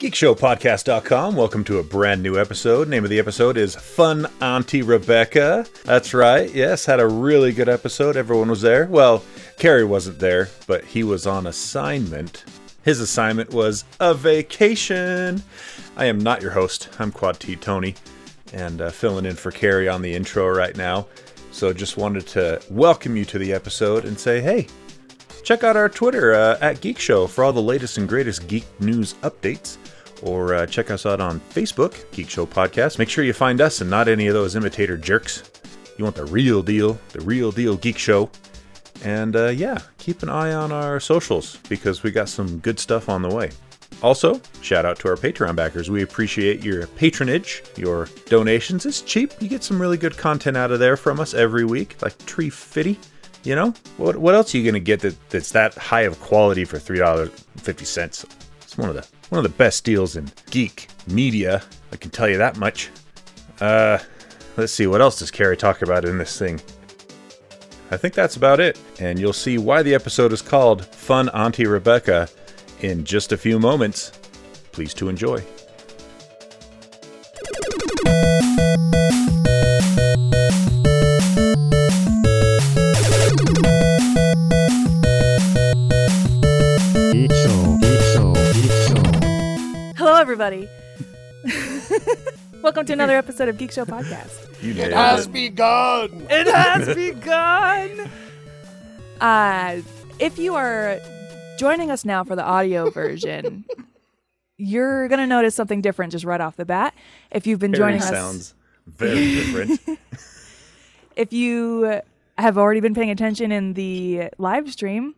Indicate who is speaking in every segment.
Speaker 1: GeekShowPodcast.com. Welcome to a brand new episode. Name of the episode is Fun Auntie Rebecca. That's right. Yes, had a really good episode. Everyone was there. Well, Carrie wasn't there, but he was on assignment. His assignment was a vacation. I am not your host. I'm Quad T Tony, and uh, filling in for Carrie on the intro right now. So just wanted to welcome you to the episode and say, hey, Check out our Twitter uh, at Geek Show for all the latest and greatest geek news updates. Or uh, check us out on Facebook, Geek Show Podcast. Make sure you find us and not any of those imitator jerks. You want the real deal, the real deal Geek Show. And uh, yeah, keep an eye on our socials because we got some good stuff on the way. Also, shout out to our Patreon backers. We appreciate your patronage, your donations. It's cheap. You get some really good content out of there from us every week, like Tree Fitty. You know, what what else are you gonna get that, that's that high of quality for three dollars fifty cents? It's one of the one of the best deals in geek media. I can tell you that much. Uh, let's see what else does Carrie talk about in this thing. I think that's about it, and you'll see why the episode is called "Fun Auntie Rebecca" in just a few moments. Please to enjoy.
Speaker 2: Geek Show, Geek Show, Geek Show.
Speaker 3: Hello, everybody. Welcome to another episode of Geek Show Podcast.
Speaker 1: You did
Speaker 4: begun.
Speaker 3: It has begun. Uh, if you are joining us now for the audio version, you're going to notice something different just right off the bat. If you've been joining us,
Speaker 1: sounds very different.
Speaker 3: if you have already been paying attention in the live stream,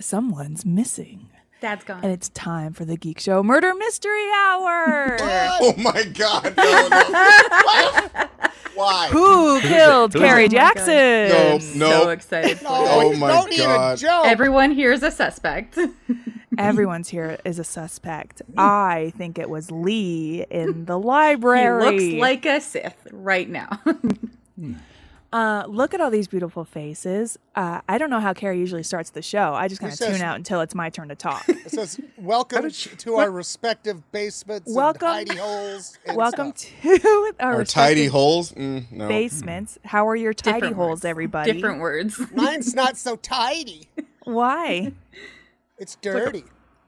Speaker 3: someone's missing.
Speaker 5: Dad's
Speaker 3: And
Speaker 5: gone.
Speaker 3: it's time for the Geek Show Murder Mystery Hour.
Speaker 4: Oh my god. No, no. Why?
Speaker 3: Who killed
Speaker 1: Who is it?
Speaker 3: Carrie
Speaker 5: Oh my God.
Speaker 3: Jackson?
Speaker 4: Nope,
Speaker 5: So
Speaker 4: nope.
Speaker 5: excited. for it.
Speaker 4: Oh my god.
Speaker 5: Everyone here is a suspect.
Speaker 3: Everyone's here is a suspect. I think it was Lee in the
Speaker 5: he
Speaker 3: library.
Speaker 5: looks like a Sith right now.
Speaker 3: Uh, look at all these beautiful faces. Uh, I don't know how Carrie usually starts the show. I just kind of
Speaker 4: says-
Speaker 3: tune out until it's my turn to talk.
Speaker 4: It says welcome to our respective basements
Speaker 3: Welcome-
Speaker 4: and tidy holes. and
Speaker 3: Welcome
Speaker 4: stuff."
Speaker 3: to our,
Speaker 4: our tidy
Speaker 3: respective
Speaker 4: holes. Mm,
Speaker 6: Hmm.
Speaker 4: no.
Speaker 3: basements. How are your tidy
Speaker 5: Different
Speaker 3: holes,
Speaker 5: words.
Speaker 3: everybody?
Speaker 5: Different words.
Speaker 6: Mine's not so tidy.
Speaker 3: Why?
Speaker 6: It's dirty.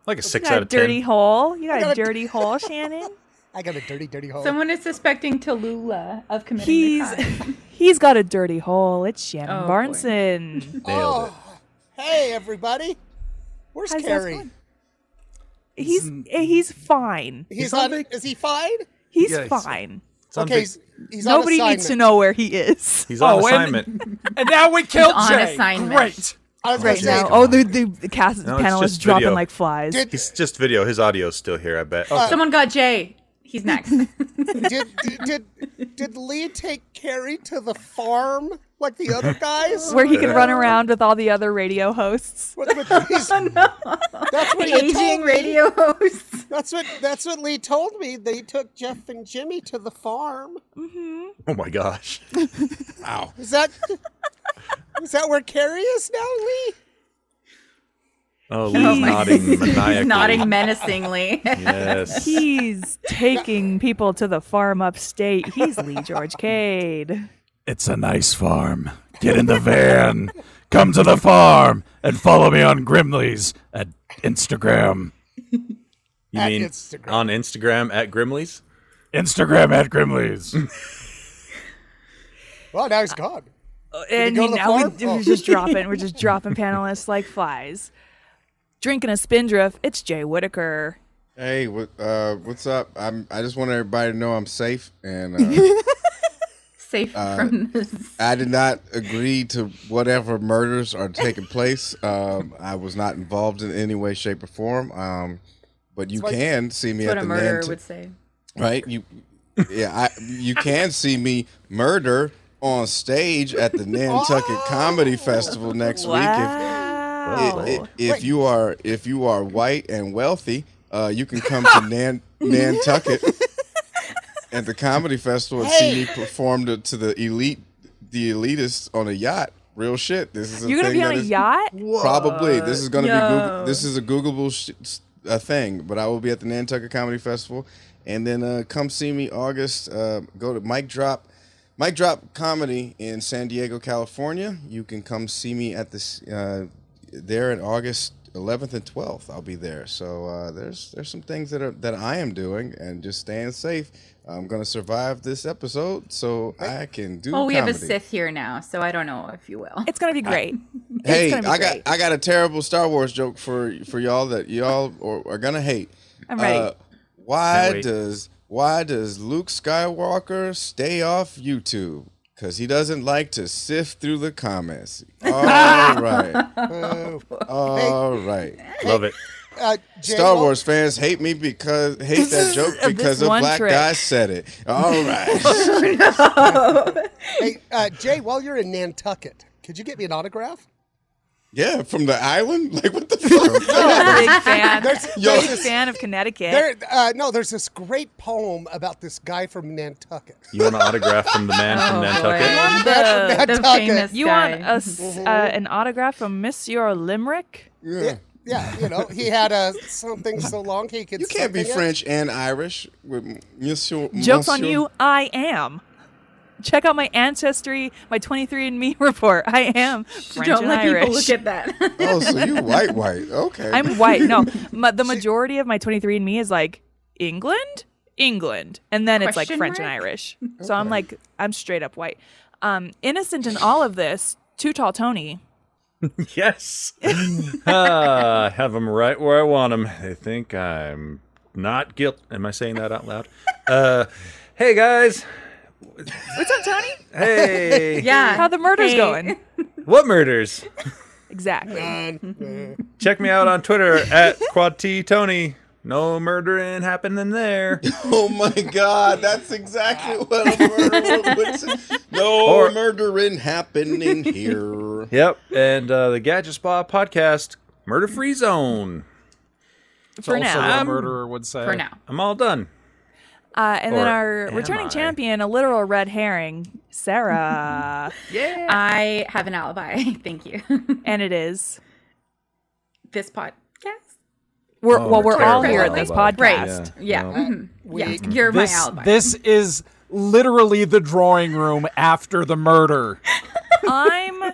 Speaker 1: like a
Speaker 3: You
Speaker 1: six
Speaker 3: got
Speaker 1: out
Speaker 3: a
Speaker 1: of ten.
Speaker 3: dirty hole. You got,
Speaker 6: got
Speaker 3: a
Speaker 6: a-
Speaker 3: dirty hole, Shannon.
Speaker 6: I got a dirty, dirty hole.
Speaker 5: Someone is suspecting Tallulah of committing
Speaker 3: He's
Speaker 5: the crime.
Speaker 3: he's got a dirty hole. It's Shannon
Speaker 5: Oh, boy.
Speaker 3: Barneson.
Speaker 1: Nailed it.
Speaker 6: hey, everybody. Where's
Speaker 3: How's that
Speaker 6: Carrie?
Speaker 3: going? He's eh, he's fine.
Speaker 6: He's, on. Is he fine?
Speaker 3: He's
Speaker 1: Yeah, he's-
Speaker 3: fine.
Speaker 1: It's on
Speaker 6: okay,
Speaker 1: Vic-
Speaker 6: he's, he's on
Speaker 3: Nobody needs to
Speaker 6: assignment.
Speaker 3: know where he is.
Speaker 1: He's on
Speaker 7: Oh, and-
Speaker 1: assignment.
Speaker 7: And now we killed
Speaker 5: on
Speaker 7: Jay.
Speaker 5: assignment.
Speaker 7: Great.
Speaker 6: I was gonna
Speaker 1: Right
Speaker 6: say,
Speaker 1: now.
Speaker 3: Oh, the, the, the cast
Speaker 1: No, it's
Speaker 3: panel is
Speaker 1: just
Speaker 3: dropping
Speaker 1: video.
Speaker 3: like flies.
Speaker 6: Did-
Speaker 1: He's just video. His audio's still here, I bet.
Speaker 5: Someone got Jay. He's next.
Speaker 6: did, did did did Lee take Carrie to the farm like the other guys?
Speaker 3: where he can run around with all the other radio hosts.
Speaker 6: With- with these- That's what he told
Speaker 5: Oh,
Speaker 6: me.
Speaker 5: Aging radio host.
Speaker 6: That's what that's what Lee told me. They took Jeff and Jimmy to the farm.
Speaker 1: Oh my gosh.
Speaker 6: Is that is that where Carrie is now, Lee?
Speaker 1: Oh, Lee's
Speaker 5: my-
Speaker 1: nodding maniacally.
Speaker 5: He's nodding menacingly.
Speaker 1: Yes.
Speaker 3: He's taking people to the farm upstate. He's Lee George Cade.
Speaker 7: It's a nice farm. Get in the van. Come to the farm and follow me on Grimley's at Instagram.
Speaker 1: You
Speaker 6: At
Speaker 1: mean
Speaker 6: Instagram.
Speaker 1: on Instagram at Grimley's?
Speaker 7: Instagram at Grimley's.
Speaker 6: Well, now he's gone.
Speaker 3: And
Speaker 6: go
Speaker 3: he,
Speaker 6: to the
Speaker 3: now we,
Speaker 6: farm? Oh.
Speaker 3: we're just dropping. We're just dropping panelists like flies. Drinking a spindrift. It's Jay Whitaker.
Speaker 8: Hey, what, uh, what's up? I'm. I just want everybody to know I'm safe, and uh,
Speaker 5: Safe from this.
Speaker 8: I did not agree to whatever murders are taking place. Um, I was not involved in any way, shape, or form. Um, but you can see me
Speaker 5: What
Speaker 8: at
Speaker 5: a
Speaker 8: the
Speaker 5: murderer
Speaker 8: Nant-
Speaker 5: would say.
Speaker 8: right? You, yeah, I. You can see me murder on stage at the Nantucket Comedy Festival next week. If,
Speaker 5: Wow.
Speaker 8: I- if you are if you are white and wealthy, uh, you can come to Nan- Nantucket at the comedy festival and see me perform to, to the elite, the elitists on a yacht. Real shit. This is a
Speaker 3: You're gonna
Speaker 8: thing
Speaker 3: be on
Speaker 8: that
Speaker 3: a
Speaker 8: is-
Speaker 3: yacht?
Speaker 8: Probably this is going to be
Speaker 5: Yo.
Speaker 8: Google, this is a Googleable sh- s- a thing, but I will be at the Nantucket Comedy Festival, and then uh, come see me August. Uh, go to Mike Drop, Mike Drop Comedy in San Diego, California. You can come see me at this uh, there in August 11th and 12th. I'll be there. So uh, there's there's some things that are that I am doing, and just staying safe. I'm gonna survive this episode, so I can do.
Speaker 5: Well, Oh, we have a
Speaker 8: comedy.
Speaker 5: Sith here now, so I don't know if you will.
Speaker 3: It's gonna be great.
Speaker 8: Hey,
Speaker 3: gonna be
Speaker 8: I got
Speaker 3: great.
Speaker 8: I got a terrible Star Wars joke for for y'all that y'all are, are gonna hate. Uh,
Speaker 3: I'm
Speaker 1: uh,
Speaker 3: ready.
Speaker 1: Can't
Speaker 8: why
Speaker 1: wait.
Speaker 8: does why does Luke Skywalker stay off YouTube? Because he doesn't like to sift through the comments. All right,
Speaker 6: Boo.
Speaker 8: all right.
Speaker 1: Love it.
Speaker 6: Uh, Jay,
Speaker 8: Star
Speaker 6: what-
Speaker 8: Wars fans hate me because hate that joke
Speaker 3: this
Speaker 8: because a
Speaker 3: one
Speaker 8: black
Speaker 3: trick.
Speaker 8: guy said it. All right.
Speaker 6: Hey, uh, Jay, while you're in Nantucket, could you get me an autograph?
Speaker 8: yeah, from the island. Like what the fuck?
Speaker 3: Big fan.
Speaker 8: Yo.
Speaker 3: Big fan of Connecticut.
Speaker 6: There, uh, no, there's this great poem about this guy from Nantucket.
Speaker 1: You want an autograph from the man
Speaker 5: Oh,
Speaker 1: from Nantucket?
Speaker 5: boy.
Speaker 6: That's-
Speaker 3: the-
Speaker 6: that's
Speaker 5: the
Speaker 6: okay.
Speaker 5: famous
Speaker 3: you
Speaker 5: guy.
Speaker 3: want a s uh, an autograph from Monsieur Limerick?
Speaker 8: Yeah.
Speaker 6: Yeah, you know, he had a something so long he could.
Speaker 8: You can't be
Speaker 6: something it.
Speaker 8: French and Irish with Monsieur.
Speaker 3: Jokes on
Speaker 8: Monsieur-
Speaker 3: you, I am. Check out my ancestry, my 23andMe report. I am French
Speaker 5: don't
Speaker 3: and
Speaker 5: let
Speaker 3: Irish.
Speaker 5: people look at that.
Speaker 8: Oh, so you white white? Okay.
Speaker 3: I'm white. No, ma- the majority of my 23andMe is like England, England, and then it's like
Speaker 5: Question
Speaker 3: French
Speaker 5: mark?
Speaker 3: and Irish. So I'm like, I'm straight up white. Um, innocent in all of this, Too Tall Tony.
Speaker 1: Yes. ah, have them right where I want them. They think I'm not guilt. Am I saying that out loud? Uh, hey guys.
Speaker 3: What's up, Tony?
Speaker 1: Hey.
Speaker 5: yeah.
Speaker 3: How the murder's
Speaker 5: Hey.
Speaker 3: going?
Speaker 1: What murders?
Speaker 3: Exactly.
Speaker 1: Check me out on Twitter at Quad T Tony. No murdering happening there.
Speaker 8: Oh my God, that's exactly what a murder would say. No
Speaker 1: Or-
Speaker 8: murdering happening here.
Speaker 1: Yep. And uh, the Gadget Spa podcast, Murder Free Zone.
Speaker 7: It's
Speaker 3: For
Speaker 7: also
Speaker 3: now.
Speaker 7: what a
Speaker 1: I'm-
Speaker 7: murderer would say.
Speaker 5: Um, For now.
Speaker 1: I'm all done.
Speaker 3: Uh, and then
Speaker 1: Or
Speaker 3: our
Speaker 1: am
Speaker 3: returning
Speaker 1: I?
Speaker 3: champion, a literal red herring, Sarah.
Speaker 5: I have an alibi. Thank you.
Speaker 3: and it is.
Speaker 5: this podcast.
Speaker 3: We're,
Speaker 1: Oh,
Speaker 3: well,
Speaker 1: we're
Speaker 3: we're all
Speaker 1: terrible
Speaker 3: here at this
Speaker 1: alibi.
Speaker 3: podcast.
Speaker 5: Right. Yeah.
Speaker 1: Yeah.
Speaker 5: mhm.
Speaker 6: We-
Speaker 5: Yeah, You're
Speaker 7: This,
Speaker 5: my alibi.
Speaker 7: this is literally the drawing room after the murder.
Speaker 3: I'm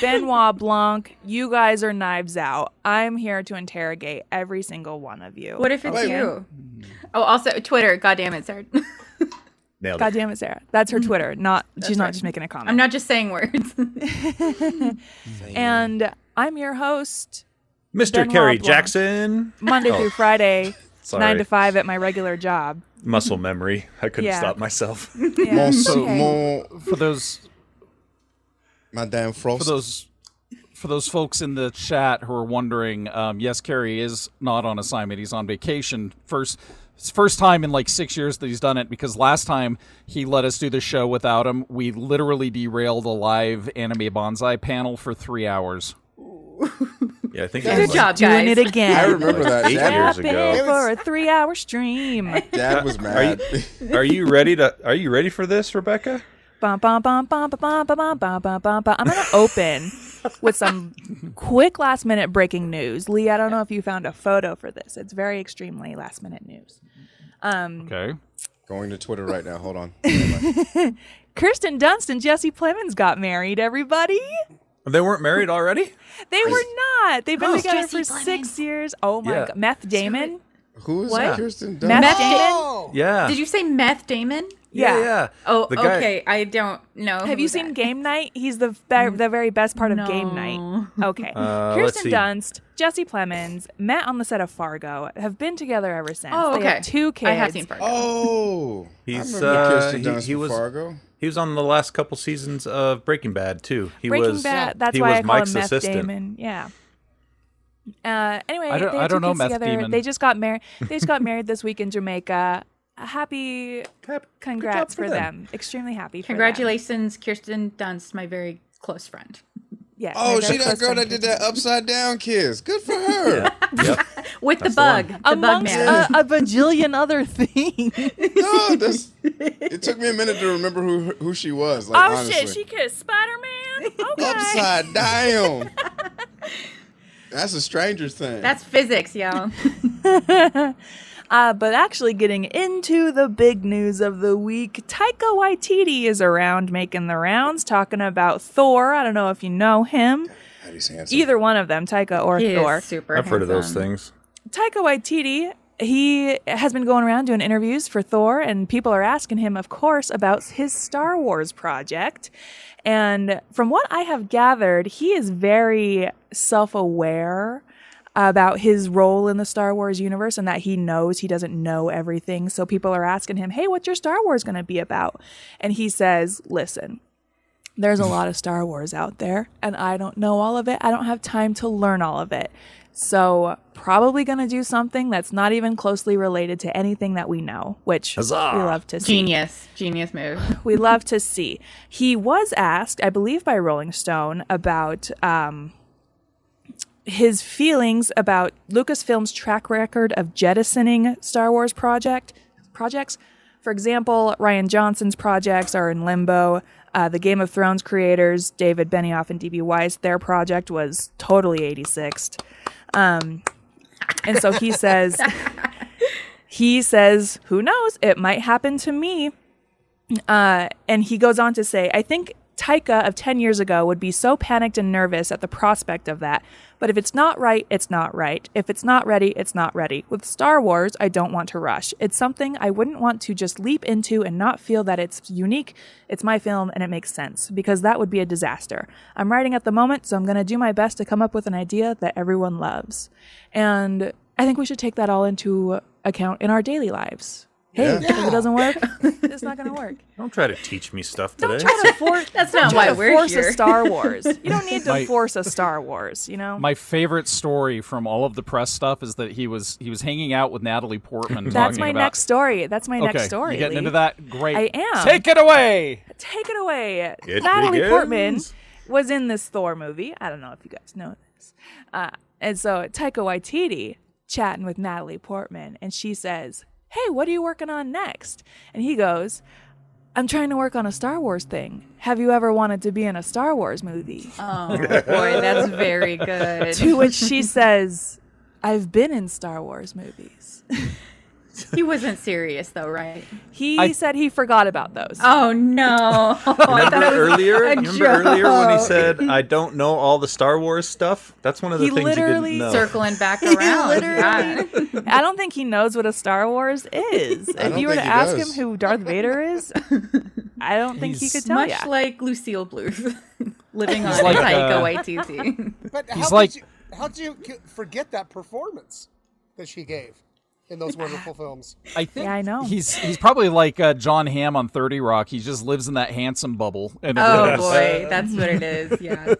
Speaker 3: Benoit Blanc. You guys are knives out. I'm here to interrogate every single one of you.
Speaker 5: what if it's
Speaker 8: Wait.
Speaker 5: you? Oh, also Twitter. God damn it, Sarah.
Speaker 1: Nailed
Speaker 3: God
Speaker 1: it.
Speaker 3: damn it, Sarah. Mm-hmm. That's her Twitter. Not she's not just making a comment.
Speaker 5: I'm not just saying words.
Speaker 3: and I'm your host
Speaker 1: Mr.
Speaker 3: Benoit
Speaker 1: Kerry
Speaker 3: Blanc.
Speaker 1: Jackson.
Speaker 3: Monday
Speaker 1: Oh.
Speaker 3: through Friday,
Speaker 1: Sorry.
Speaker 3: nine to five at my regular job.
Speaker 1: Muscle memory. I couldn't
Speaker 3: Yeah.
Speaker 1: stop myself.
Speaker 3: Yeah.
Speaker 8: Also,
Speaker 3: Okay.
Speaker 8: mon,
Speaker 7: For those
Speaker 8: Madame
Speaker 7: for
Speaker 8: Frost.
Speaker 7: those for those folks in the chat who are wondering, um, yes, Kerry is not on assignment. He's on vacation. First it's first time in like six years that he's done it because last time he let us do the show without him, we literally derailed a live anime bonsai panel for three hours.
Speaker 1: Yeah, I think it
Speaker 5: Good
Speaker 1: was
Speaker 5: job,
Speaker 3: Doing
Speaker 5: guys.
Speaker 3: it again.
Speaker 8: I remember
Speaker 1: Like
Speaker 8: that.
Speaker 1: eight
Speaker 8: Dad,
Speaker 1: years
Speaker 3: Tap
Speaker 8: was-
Speaker 3: in
Speaker 1: ago.
Speaker 3: for a three-hour stream.
Speaker 8: Dad was mad.
Speaker 1: Are you ready to? Are you ready for this, Rebecca?
Speaker 3: Bum, bum, bum, bum, bum, bum, bum, bum, bum, bum, bum. I'm going to open with some quick last minute breaking news. Lee, I don't know if you found a photo for this. It's very extremely last minute news.
Speaker 7: Okay.
Speaker 8: Going to Twitter right now. Hold on.
Speaker 3: Kirsten Dunst and Jesse Plemons got married, everybody.
Speaker 1: They weren't married already.
Speaker 3: They were not. They've been
Speaker 5: Who's
Speaker 3: together
Speaker 5: Jesse
Speaker 3: for six years. Oh my
Speaker 1: Yeah.
Speaker 3: God. Meth Damon?
Speaker 8: Who is
Speaker 5: What?
Speaker 8: Kirsten
Speaker 3: Meth,
Speaker 8: Dunst?
Speaker 5: Matt-
Speaker 3: Damon?
Speaker 6: Oh,
Speaker 1: Yeah.
Speaker 5: Did you say meth, Damon?
Speaker 1: Yeah.
Speaker 3: Yeah.
Speaker 1: yeah.
Speaker 5: Oh,
Speaker 1: The guy-
Speaker 5: okay. I don't know.
Speaker 3: Have
Speaker 5: who
Speaker 3: you
Speaker 5: that-
Speaker 3: seen Game Night? He's the ve- the very best part of Game Night. Okay.
Speaker 1: Uh, let's see.
Speaker 3: Kirsten Dunst, Jesse Plemons met on the set of Fargo, have been together ever since.
Speaker 5: Oh, okay.
Speaker 3: They have two kids.
Speaker 5: I have seen Fargo.
Speaker 8: Oh,
Speaker 1: He's,
Speaker 8: I remember
Speaker 1: uh,
Speaker 8: Kirsten
Speaker 1: he-
Speaker 8: Dunst
Speaker 1: he
Speaker 8: from
Speaker 1: was-
Speaker 8: Fargo.
Speaker 1: He was on the last couple seasons of Breaking Bad too. He
Speaker 3: Breaking
Speaker 1: was.
Speaker 3: Bad. That's
Speaker 1: he
Speaker 3: why
Speaker 1: was
Speaker 3: I call
Speaker 1: Mike's
Speaker 3: him Meth
Speaker 1: assistant.
Speaker 3: Damon. Yeah. Uh, anyway,
Speaker 7: I don't-
Speaker 3: they
Speaker 7: I
Speaker 3: had
Speaker 7: don't
Speaker 3: two
Speaker 7: know
Speaker 3: kids
Speaker 7: Meth
Speaker 3: together.
Speaker 7: Demon.
Speaker 3: They just got married. They just got married this week in Jamaica. A Happy
Speaker 1: Cap- good job
Speaker 3: congrats for them. Extremely happy. for them.
Speaker 5: Congratulations, Kirsten Dunst, my very close friend.
Speaker 3: Yeah.
Speaker 8: Oh,
Speaker 3: my
Speaker 8: she
Speaker 3: very
Speaker 8: that
Speaker 3: close
Speaker 8: girl that
Speaker 3: friend
Speaker 8: did
Speaker 3: Casey.
Speaker 8: that upside down kiss. Good for her.
Speaker 5: with the bug, the, bug
Speaker 3: Amongst uh,
Speaker 5: man.
Speaker 3: a, a bajillion other things.
Speaker 8: No, that's, it took me a minute to remember who who she was. Like,
Speaker 9: oh
Speaker 8: honestly.
Speaker 9: shit, she kissed Spider Man. Okay.
Speaker 8: upside down. that's a stranger thing.
Speaker 5: That's physics, y'all.
Speaker 3: Uh, but actually, getting into the big news of the week, Taika Waititi is around making the rounds, talking about Thor. I don't know if you know him.
Speaker 8: God, he's handsome.
Speaker 3: Either one of them, Taika or
Speaker 5: He
Speaker 3: Thor.
Speaker 5: is super.
Speaker 1: I've heard of those
Speaker 5: handsome.
Speaker 1: things.
Speaker 3: Taika Waititi, he has been going around doing interviews for Thor, and people are asking him, of course, about his Star Wars project. And from what I have gathered, he is very self aware about his role in the Star Wars universe and that he knows he doesn't know everything. So people are asking him, hey, what's your Star Wars going to be about? And he says, listen, there's a lot of Star Wars out there, and I don't know all of it. I don't have time to learn all of it. So, probably going to do something that's not even closely related to anything that we know, which we love to see.
Speaker 5: Genius, genius move.
Speaker 3: We love to see. He was asked, I believe, by Rolling Stone about um, his feelings about Lucasfilm's track record of jettisoning Star Wars project projects. For example, Ryan Johnson's projects are in limbo. Uh, the Game of Thrones creators, David Benioff and D.B. Weiss, their project was totally 86th. Um, and so he says, he says, who knows? It might happen to me. Uh, and he goes on to say, I think Taika of 10 years ago would be so panicked and nervous at the prospect of that. But if it's not right, it's not right. If it's not ready, it's not ready. With Star Wars, I don't want to rush. It's something I wouldn't want to just leap into and not feel that it's unique. It's my film and it makes sense because that would be a disaster. I'm writing at the moment, so I'm going to do my best to come up with an idea that everyone loves. And I think we should take that all into account in our daily lives. Hey,
Speaker 8: Yeah.
Speaker 3: if it doesn't work, it's not going to work.
Speaker 1: Don't try to teach me stuff today.
Speaker 3: Try to for-
Speaker 5: That's
Speaker 3: don't
Speaker 5: not
Speaker 3: try
Speaker 5: why
Speaker 3: to
Speaker 5: we're
Speaker 3: force
Speaker 5: here.
Speaker 3: a Star Wars. You don't need to
Speaker 7: My-
Speaker 3: force a Star Wars. You know.
Speaker 7: My favorite story from all of the press stuff is that he was he was hanging out with Natalie Portman.
Speaker 3: That's
Speaker 7: talking
Speaker 3: my
Speaker 7: about,
Speaker 3: next story. That's my
Speaker 7: Okay,
Speaker 3: next story.
Speaker 7: You getting
Speaker 3: Lee.
Speaker 7: into that? Great.
Speaker 3: I am.
Speaker 7: Take it away.
Speaker 3: Take it away.
Speaker 1: It
Speaker 3: Natalie Portman
Speaker 1: begins.
Speaker 3: was in this Thor movie. I don't know if you guys know this. Uh, and so Taika Waititi chatting with Natalie Portman, and she says, "Hey, what are you working on next?" And he goes. I'm trying to work on a Star Wars thing. Have you ever wanted to be in a Star Wars movie?
Speaker 5: Oh boy, that's very good.
Speaker 3: to which she says, I've been in Star Wars movies.
Speaker 5: He wasn't serious though, right?
Speaker 3: He
Speaker 7: I-
Speaker 3: said he forgot about those.
Speaker 5: Oh no! I thought
Speaker 1: Remember
Speaker 5: it was
Speaker 1: earlier?
Speaker 5: a
Speaker 1: Remember earlier when he
Speaker 5: joke.
Speaker 1: said, "I don't know all the Star Wars stuff." That's one of the
Speaker 3: He
Speaker 1: things
Speaker 3: literally
Speaker 1: you didn't know.
Speaker 5: circling back around.
Speaker 3: literally-
Speaker 5: God.
Speaker 3: I don't think he knows what a Star Wars is. if
Speaker 8: don't
Speaker 3: you were to
Speaker 8: think he
Speaker 3: ask
Speaker 8: does.
Speaker 3: him who Darth Vader is, I don't think he
Speaker 7: He's
Speaker 3: could tell
Speaker 5: Much
Speaker 3: you.
Speaker 5: like Lucille Bluth, living on
Speaker 7: He's like,
Speaker 5: Taika
Speaker 7: uh,
Speaker 5: Waititi.
Speaker 6: But
Speaker 7: He's
Speaker 6: how
Speaker 7: like-
Speaker 6: did you, how did you c- forget that performance that she gave in those wonderful films?
Speaker 7: I think
Speaker 3: Yeah, I know.
Speaker 7: He's he's probably like uh, John Hamm on Thirty Rock. He just lives in that handsome bubble. And everyone
Speaker 5: Oh
Speaker 7: just-
Speaker 5: boy, that's what it is. Yeah,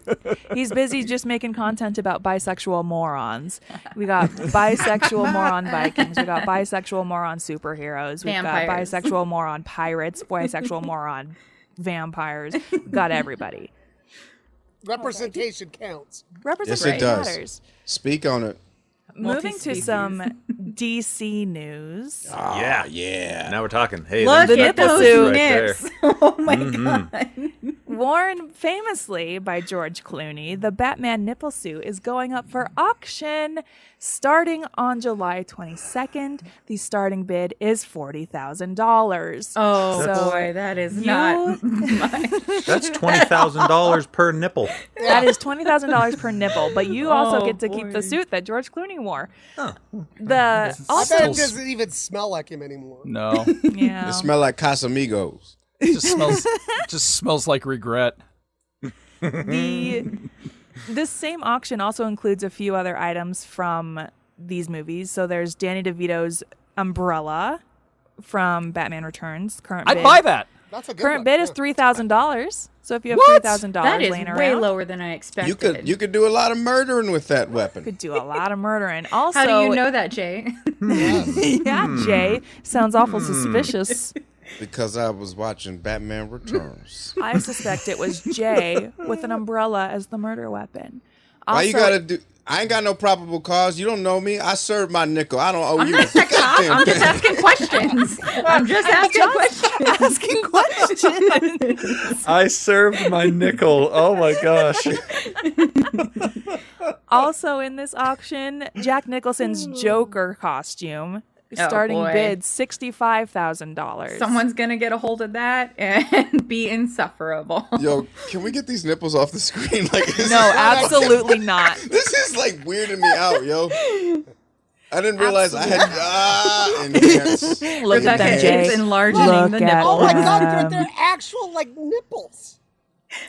Speaker 3: He's busy just making content about bisexual morons. We got bisexual moron Vikings. We got bisexual moron superheroes. We've
Speaker 5: Vampires.
Speaker 3: got bisexual moron pirates. Bisexual moron vampires. We've got everybody.
Speaker 6: Representation counts.
Speaker 3: Representation
Speaker 8: does.
Speaker 3: matters.
Speaker 8: Speak on it.
Speaker 3: Moving to some DC news.
Speaker 1: yeah, Ah, yeah. Now we're talking. Hey,
Speaker 5: look
Speaker 1: there's
Speaker 5: at
Speaker 1: that
Speaker 3: nipple
Speaker 5: those
Speaker 3: suit
Speaker 1: right there.
Speaker 5: nips. Oh my god.
Speaker 3: Worn famously by George Clooney, the Batman nipple suit is going up for auction starting on July 22nd. The starting bid is $40,000.
Speaker 5: Oh
Speaker 3: So-
Speaker 5: boy, that is
Speaker 3: You-
Speaker 5: not.
Speaker 1: That's twenty thousand dollars per nipple.
Speaker 3: That is twenty thousand dollars per nipple, but you also
Speaker 5: Oh,
Speaker 3: get to keep
Speaker 5: boy.
Speaker 3: the suit that George Clooney wore. The also,
Speaker 6: I bet
Speaker 7: Still
Speaker 6: it
Speaker 7: s-
Speaker 6: doesn't even smell like him anymore.
Speaker 7: No,
Speaker 3: yeah.
Speaker 8: It smelled like Casamigos.
Speaker 7: it just smells just smells like regret.
Speaker 3: the this same auction also includes a few other items from these movies. So there's Danny DeVito's umbrella from Batman Returns. Current
Speaker 7: I'd
Speaker 3: bid.
Speaker 7: buy that.
Speaker 6: That's a good
Speaker 3: Current
Speaker 6: one,
Speaker 3: bid is
Speaker 6: yeah.
Speaker 3: three thousand dollars. So if you have three
Speaker 7: What?
Speaker 3: thousand
Speaker 5: That
Speaker 3: dollars
Speaker 5: is
Speaker 3: laying
Speaker 5: way
Speaker 3: around,
Speaker 5: lower than I expected.
Speaker 8: You could you could do a lot of murdering with that
Speaker 3: you
Speaker 8: weapon.
Speaker 3: could do a lot of murdering. Also,
Speaker 5: How do you know that, Jay?
Speaker 7: Hmm.
Speaker 3: yeah, Jay sounds awful suspicious.
Speaker 8: because I was watching Batman Returns.
Speaker 3: I suspect it was Jay with an umbrella as the murder weapon.
Speaker 8: Why you
Speaker 3: Also-
Speaker 8: gotta do? I ain't got no probable cause. You don't know me. I served my nickel. I don't owe you. a goddamn
Speaker 5: I'm just
Speaker 8: thing.
Speaker 5: asking questions. I'm just asking questions.
Speaker 3: asking questions.
Speaker 1: I served my nickel. Oh my gosh.
Speaker 3: also in this auction, Jack Nicholson's Joker costume,
Speaker 5: Hmm. Oh,
Speaker 3: starting
Speaker 5: boy.
Speaker 3: bid sixty-five thousand dollars.
Speaker 5: Someone's gonna get a hold of that and be insufferable.
Speaker 8: Yo, can we get these nipples off the screen? Like, this
Speaker 3: No,
Speaker 8: is-
Speaker 3: absolutely not.
Speaker 8: This is like weirding me out, yo. I didn't realize I had. Ah, and yes.
Speaker 3: Look at
Speaker 5: Rebecca
Speaker 3: them,
Speaker 8: Yes.
Speaker 3: Jay.
Speaker 5: is enlarging
Speaker 3: Look
Speaker 5: the
Speaker 3: at
Speaker 5: nipple.
Speaker 6: Oh my god, they're,
Speaker 3: Um,
Speaker 6: they're actual like nipples.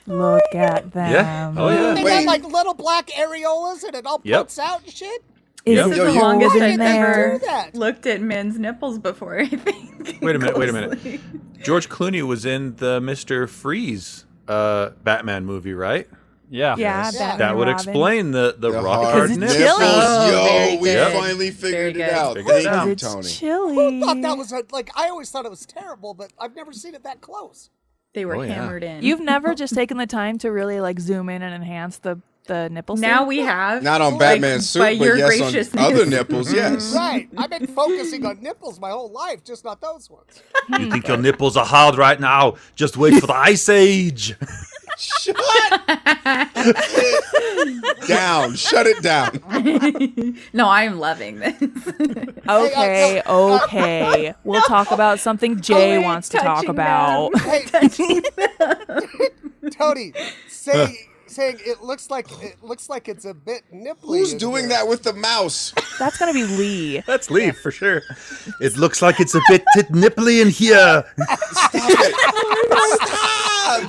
Speaker 3: Look at them.
Speaker 1: Yeah. Oh
Speaker 6: They
Speaker 3: Um,
Speaker 1: yeah.
Speaker 6: got
Speaker 8: Wait.
Speaker 6: like little black areolas and it all
Speaker 1: Yep.
Speaker 6: puts out and shit.
Speaker 3: Is
Speaker 1: Yep.
Speaker 3: it
Speaker 5: This
Speaker 8: Yo,
Speaker 5: is
Speaker 8: you-
Speaker 5: the longest
Speaker 3: cold
Speaker 6: Why
Speaker 3: in
Speaker 6: did
Speaker 5: I've
Speaker 6: they
Speaker 3: there?
Speaker 6: do that?
Speaker 5: looked at men's nipples before. I think.
Speaker 1: Wait a minute, wait a minute.
Speaker 5: Closely.
Speaker 1: George Clooney was in the Mr. Freeze uh, Batman movie, right?
Speaker 7: Yeah.
Speaker 3: Yeah,
Speaker 8: Yes.
Speaker 3: Batman
Speaker 1: That would
Speaker 3: Oh, Robin.
Speaker 1: explain the the,
Speaker 8: The
Speaker 1: rock
Speaker 8: hard
Speaker 1: hard
Speaker 3: Because
Speaker 1: nipples. Oh,
Speaker 3: it's chilly.
Speaker 5: Oh, very
Speaker 8: Yo, we
Speaker 5: good.
Speaker 8: finally figured
Speaker 5: Very
Speaker 8: it
Speaker 5: good.
Speaker 8: out.
Speaker 1: Figured it
Speaker 8: Thank you,
Speaker 3: It's
Speaker 8: Tony.
Speaker 3: chilly.
Speaker 6: Who thought that was a, like I always thought it was terrible, but I've never seen it that close.
Speaker 5: They were
Speaker 1: Oh, yeah.
Speaker 5: hammered in.
Speaker 3: You've never just taken the time to really like zoom in and enhance the the nipple.
Speaker 5: now
Speaker 3: scene?
Speaker 5: we have
Speaker 8: Not on
Speaker 5: like,
Speaker 8: Batman's
Speaker 5: by
Speaker 8: suit, but
Speaker 5: your Mm-hmm.
Speaker 8: yes on
Speaker 5: graciousness.
Speaker 8: other nipples. Yes.
Speaker 6: Right. I've been focusing on nipples my whole life, just not those ones.
Speaker 1: You think your nipples are hard right now? Just wait for the ice age.
Speaker 8: Shut it down. Shut it down.
Speaker 5: no, I am loving this.
Speaker 3: Okay, okay. We'll talk about something Jay
Speaker 5: Oh, wait,
Speaker 3: wants to talk
Speaker 5: touching
Speaker 3: about.
Speaker 5: them.
Speaker 6: Hey, Tony, saying saying it looks like it looks like it's a bit nipply.
Speaker 8: Who's
Speaker 6: in
Speaker 8: doing
Speaker 6: here.
Speaker 8: that with the mouse?
Speaker 3: That's gonna be Lee.
Speaker 1: Let's leave for sure. It looks like it's a bit tit nipply in here.
Speaker 8: Stop.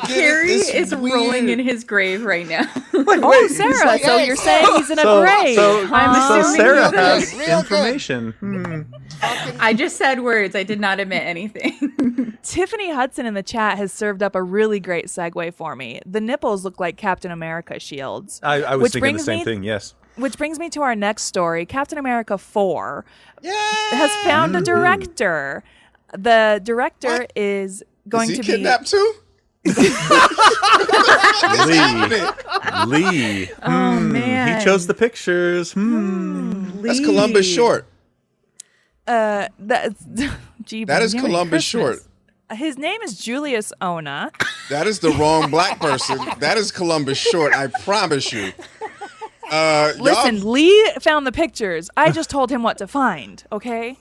Speaker 8: Get it?
Speaker 5: Harry
Speaker 8: It's
Speaker 5: Ah, is rolling
Speaker 8: weird.
Speaker 5: in his grave right now.
Speaker 3: Oh, Sarah. so you're saying he's in a
Speaker 1: So,
Speaker 3: grave?
Speaker 1: so,
Speaker 3: huh?
Speaker 1: so
Speaker 5: assuming
Speaker 1: Sarah
Speaker 5: you
Speaker 1: has
Speaker 6: did. Real good.
Speaker 1: information. Hmm.
Speaker 5: I just said words. I did not admit anything.
Speaker 3: Tiffany Hudson in the chat has served up a really great segue for me. The nipples look like Captain America shields.
Speaker 1: I, I was
Speaker 3: Which
Speaker 1: thinking the
Speaker 3: brings
Speaker 1: same
Speaker 3: me- Ah.
Speaker 1: thing. Yes.
Speaker 3: Which brings me to our next story. Captain America 4 has found
Speaker 1: Mm-hmm.
Speaker 3: a director. The director is going
Speaker 8: is he
Speaker 3: to be
Speaker 8: kidnapped too?
Speaker 1: Lee. Lee.
Speaker 5: oh man,
Speaker 1: Mm, He chose the pictures. Hmm.
Speaker 8: That's Columbus Short.
Speaker 3: uh that, gee,
Speaker 8: That is
Speaker 3: Merry
Speaker 8: Columbus
Speaker 3: Christmas.
Speaker 8: Short.
Speaker 3: His name is Julius Ona.
Speaker 8: That is the wrong black person. That is Columbus Short. I promise you. Uh, y'all-
Speaker 3: Listen, Lee found the pictures. I just told him what to find, okay?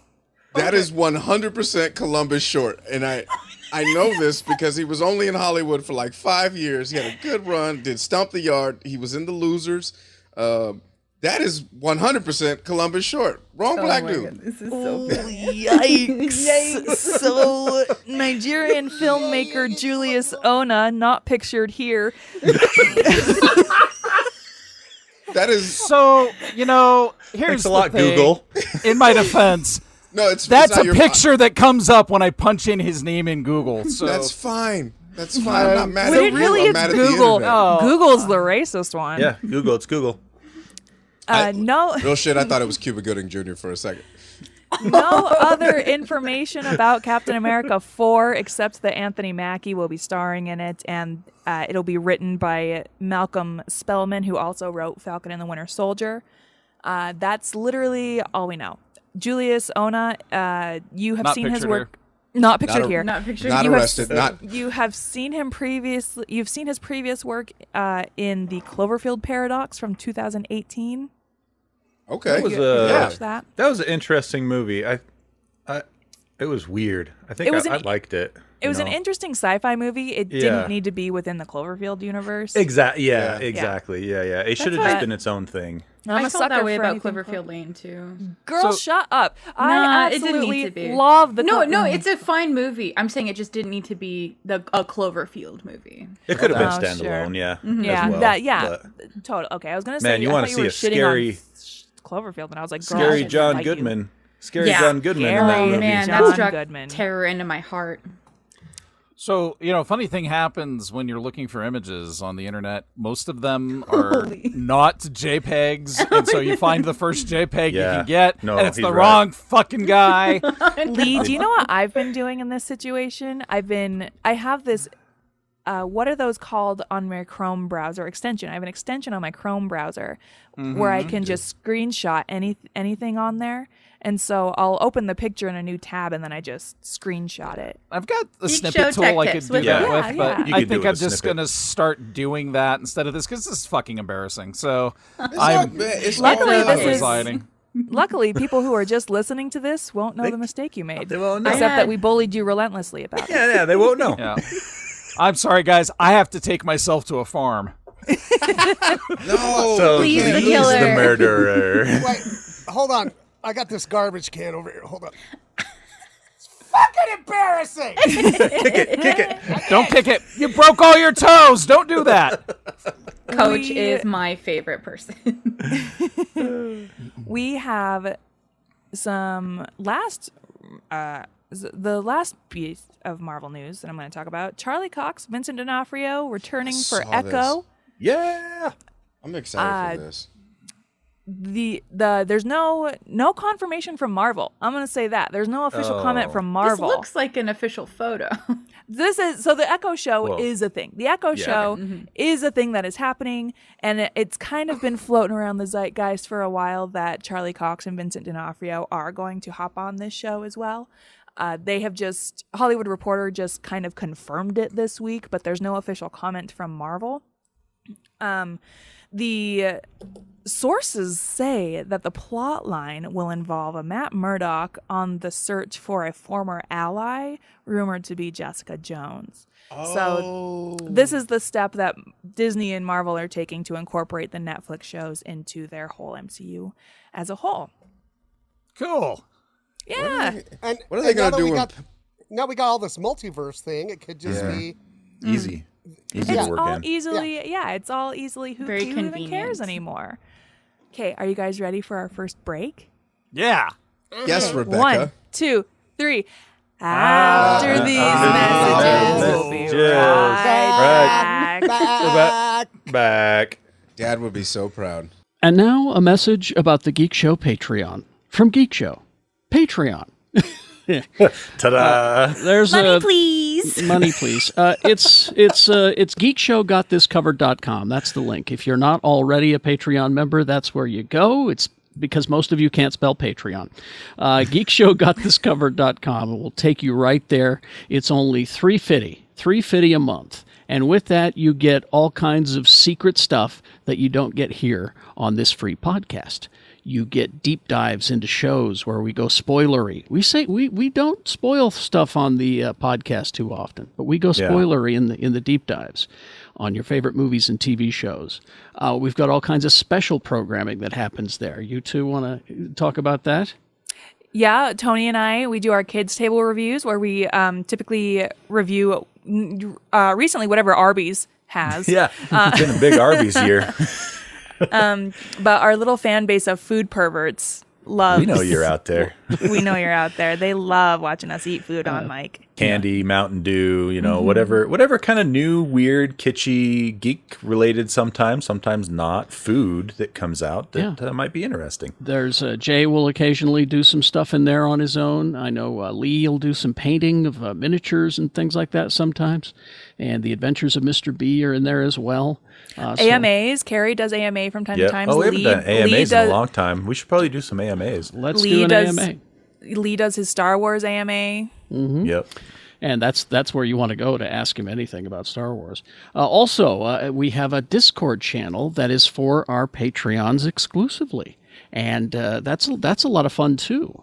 Speaker 8: that is 100% Columbus Short, and I, I know this because he was only in Hollywood for like five years. He had a good run, did Stomp the Yard. He was in The Losers. Uh, that is 100% Columbus Short. Wrong
Speaker 5: Oh
Speaker 8: black
Speaker 5: my
Speaker 8: dude.
Speaker 5: God, this is so bad.
Speaker 3: Yikes. So, Nigerian filmmaker Julius Ona, not pictured here.
Speaker 8: That is
Speaker 7: So you know, here's
Speaker 1: Thanks a
Speaker 7: the
Speaker 1: lot,
Speaker 7: thing.
Speaker 1: Google.
Speaker 7: In my defense,
Speaker 8: no. It's
Speaker 7: that's
Speaker 8: it's not
Speaker 7: a
Speaker 8: your-
Speaker 7: picture that comes up when I punch in his name in Google. So
Speaker 8: That's fine. That's fine. I'm not mad
Speaker 3: But
Speaker 8: at
Speaker 3: it really
Speaker 8: you. I'm
Speaker 3: is
Speaker 8: mad
Speaker 3: Google.
Speaker 8: at the internet.
Speaker 7: Oh.
Speaker 3: Google's the racist one.
Speaker 1: Yeah, Google. It's Google.
Speaker 3: Uh, no,
Speaker 8: Real shit. I thought it was Cuba Gooding Jr. for a second.
Speaker 3: Oh, no other information about Captain America 4 except that Anthony Mackie will be starring in it and uh, it'll be written by Malcolm Spellman, who also wrote Falcon and the Winter Soldier. Uh, that's literally all we know. Julius Ona, uh, you have
Speaker 7: Not
Speaker 3: seen his
Speaker 7: pictured
Speaker 3: work. Not pictured here.
Speaker 5: Not picturing
Speaker 8: Not
Speaker 5: you have
Speaker 8: arrested. Not
Speaker 3: You have seen him previously. You've seen his previous work uh, in the Cloverfield Paradox from 2018.
Speaker 8: okay.
Speaker 1: It was
Speaker 3: You- you
Speaker 1: uh,
Speaker 3: watched that?
Speaker 1: That was an interesting movie. I, I, it was weird. I think
Speaker 3: It was
Speaker 1: I,
Speaker 3: an-
Speaker 1: I liked it.
Speaker 3: It was an interesting sci-fi movie. It
Speaker 1: Yeah.
Speaker 3: didn't need to be within the Cloverfield universe.
Speaker 1: Exactly. Yeah,
Speaker 8: Yeah.
Speaker 1: Exactly. Yeah. Yeah. It should have just
Speaker 3: what-
Speaker 1: been its own thing.
Speaker 3: I'm
Speaker 5: I
Speaker 3: a
Speaker 5: felt
Speaker 3: sucker
Speaker 5: that way
Speaker 3: for
Speaker 5: about
Speaker 3: anything
Speaker 5: Cloverfield Lane too.
Speaker 3: Clo- Girl,
Speaker 7: So-
Speaker 3: shut up!
Speaker 5: Nah,
Speaker 3: I
Speaker 5: it didn't need to
Speaker 3: absolutely
Speaker 5: be.
Speaker 3: love the.
Speaker 5: no,
Speaker 3: Clo- Mm,
Speaker 5: no, it's a fine movie. I'm saying it just didn't need to be the a Cloverfield movie.
Speaker 1: It could have been
Speaker 3: Oh, sure.
Speaker 1: standalone. Yeah. as
Speaker 3: yeah,
Speaker 1: well,
Speaker 3: that yeah,
Speaker 1: but-
Speaker 3: total. Okay, I was gonna say.
Speaker 1: Man, you
Speaker 3: I
Speaker 1: wanna
Speaker 3: thought
Speaker 1: see
Speaker 3: were
Speaker 1: a
Speaker 3: shitting on
Speaker 1: scary-
Speaker 3: s- Cloverfield, and I was like, girl, I
Speaker 1: Scary
Speaker 3: should
Speaker 1: John
Speaker 3: fight you.
Speaker 1: Goodman. Scary
Speaker 5: Yeah.
Speaker 1: John Goodman in that
Speaker 3: Scary
Speaker 1: movie.
Speaker 5: Man,
Speaker 3: John
Speaker 5: that struck
Speaker 3: Goodman.
Speaker 5: terror into my heart.
Speaker 7: So, you know, funny thing happens when you're looking for images on the internet. Most of them are not JPEGs. And so you find the first JPEG
Speaker 1: Yeah.
Speaker 7: you can get,
Speaker 1: No,
Speaker 7: and it's
Speaker 1: he's
Speaker 7: the
Speaker 1: right.
Speaker 7: wrong fucking guy.
Speaker 3: Lee, do you know what I've been doing in this situation? I've been I have this uh, what are those called on my Chrome browser extension? I have an extension on my Chrome browser where I
Speaker 10: Mhm.
Speaker 3: can just screenshot any anything on there. And so I'll open the picture in a new tab and then I just screenshot it.
Speaker 7: I've got the
Speaker 3: Geek
Speaker 7: snippet
Speaker 3: Show
Speaker 7: tool I
Speaker 3: Tech
Speaker 7: could
Speaker 3: Tips
Speaker 7: do
Speaker 3: with
Speaker 7: that
Speaker 3: it. Yeah,
Speaker 7: with,
Speaker 3: yeah.
Speaker 7: but
Speaker 3: You
Speaker 7: I
Speaker 3: could
Speaker 7: think
Speaker 3: do it
Speaker 7: I'm
Speaker 3: with
Speaker 7: just going to start doing that instead of this because this is fucking embarrassing. So
Speaker 3: not
Speaker 7: I'm
Speaker 3: bad. It's not
Speaker 7: luckily
Speaker 3: bad.
Speaker 7: this
Speaker 3: Luckily,
Speaker 7: is
Speaker 3: this is- Luckily, people who are just listening to this won't know the mistake you made.
Speaker 1: know.
Speaker 3: Except
Speaker 1: I had-
Speaker 3: that we bullied you relentlessly about it.
Speaker 1: Yeah, yeah, they won't know.
Speaker 7: Yeah. I'm sorry, guys. I have to take myself to a farm.
Speaker 8: no,
Speaker 1: So Please, the please, the killer. murderer.
Speaker 6: Wait, hold on. I got this garbage can over here. Hold on. It's fucking embarrassing.
Speaker 7: kick it, kick it. Don't kick it. You broke all your toes. Don't do that.
Speaker 5: Coach
Speaker 3: We-
Speaker 5: is my favorite person.
Speaker 3: we have some last uh s- the last piece of Marvel news that I'm going to talk about. Charlie Cox, Vincent D'Onofrio returning for
Speaker 8: saw this.
Speaker 3: Echo.
Speaker 1: Yeah.
Speaker 8: I'm excited for
Speaker 3: Uh,
Speaker 8: this.
Speaker 3: The the there's no no confirmation from Marvel. I'm going to say that. There's no official comment
Speaker 5: Oh.
Speaker 3: from
Speaker 5: This
Speaker 3: Marvel.
Speaker 5: looks like an official photo.
Speaker 3: This is so the Echo show
Speaker 5: Whoa.
Speaker 3: is a thing. The Echo
Speaker 5: Yeah.
Speaker 3: show
Speaker 5: Mhm.
Speaker 3: is a thing that is happening, and it, it's kind of been floating around the zeitgeist for a while that Charlie Cox and Vincent D'Onofrio are going to hop on this show as well. Uh, they have just Hollywood Reporter just kind of confirmed it this week, but there's no official comment from Marvel. Um, the sources say that the plot line will involve a Matt Murdock on the search for a former ally rumored to be Jessica Jones.
Speaker 8: Oh.
Speaker 3: So this is the step that Disney and Marvel are taking to incorporate the Netflix shows into their whole MCU as a whole.
Speaker 7: Cool.
Speaker 3: Yeah.
Speaker 6: And
Speaker 8: What are they
Speaker 6: and now
Speaker 8: gonna
Speaker 6: that
Speaker 8: do
Speaker 6: we
Speaker 8: when-
Speaker 6: Got, now we got all this multiverse thing. It could just
Speaker 8: Yeah.
Speaker 6: be
Speaker 1: Easy. Easy
Speaker 3: Mm. It's
Speaker 1: to work
Speaker 3: all
Speaker 1: in.
Speaker 3: easily, yeah. it's all easily who,
Speaker 5: Very
Speaker 3: who even cares
Speaker 5: convenient.
Speaker 3: anymore. Okay, are you guys ready for our first break?
Speaker 7: Yeah.
Speaker 8: Yes, Rebecca. Ah.
Speaker 3: One, two, three. After these messages,
Speaker 1: Oh,
Speaker 3: we'll be
Speaker 8: Messages.
Speaker 3: right
Speaker 6: back.
Speaker 3: Uh,
Speaker 1: Back.
Speaker 8: Dad would be so proud.
Speaker 11: And now a message about the Geek Show Patreon from Geek Show. Patreon.
Speaker 1: Ta-da!
Speaker 11: there's
Speaker 12: Money,
Speaker 11: a,
Speaker 12: please.
Speaker 11: Money, please. Uh, it's it's uh, it's geekshowgotthiscovered.com. That's the link. If you're not already a Patreon member, that's where you go. It's because most of you can't spell Patreon. Uh, geekshowgotthiscovered.com. It will take you right there. It's only three fifty. Three fifty a month. And with that, you get all kinds of secret stuff that you don't get here on this free podcast. You get deep dives into shows where we go spoilery. We say we, we don't spoil stuff on the uh, podcast too often, but we go
Speaker 13: Yeah.
Speaker 11: spoilery in the in the deep dives on your favorite movies and TV shows. Uh, we've got all kinds of special programming that happens there. You two want to talk about that?
Speaker 3: Yeah, Tony and I, we do our kids' table reviews where we um, typically review uh, recently whatever Arby's has.
Speaker 1: Yeah.
Speaker 3: Uh,
Speaker 1: it's been a big Arby's year.
Speaker 3: um, but our little fan base of food perverts loves.
Speaker 1: we know you're out there.
Speaker 3: we know you're out there. They love watching us eat food on mic.
Speaker 1: Candy, Mountain Dew, you know,
Speaker 3: Mm-hmm.
Speaker 1: whatever whatever kind of new, weird, kitschy, geek related sometimes, sometimes not, food that comes out that uh, might be interesting.
Speaker 11: There's uh, Jay will occasionally do some stuff in there on his own. I know uh, Lee will do some painting of uh, miniatures and things like that sometimes. And the Adventures of Mr. B are in there as well. Uh, so-
Speaker 3: AMAs. Carrie does AMA from time
Speaker 1: Yeah.
Speaker 3: to time.
Speaker 1: Oh, we haven't
Speaker 3: Lee-
Speaker 1: done AMAs
Speaker 3: Lee
Speaker 1: in
Speaker 3: does-
Speaker 1: a long time. We should probably do some AMAs.
Speaker 11: Let's
Speaker 3: Lee does, Lee does his Star Wars AMA.
Speaker 11: Mm-hmm.
Speaker 1: Yep.
Speaker 11: And that's that's where you want to go to ask him anything about Star Wars. Uh, also, uh, we have a Discord channel that is for our Patreons exclusively, and uh, that's that's a lot of fun too.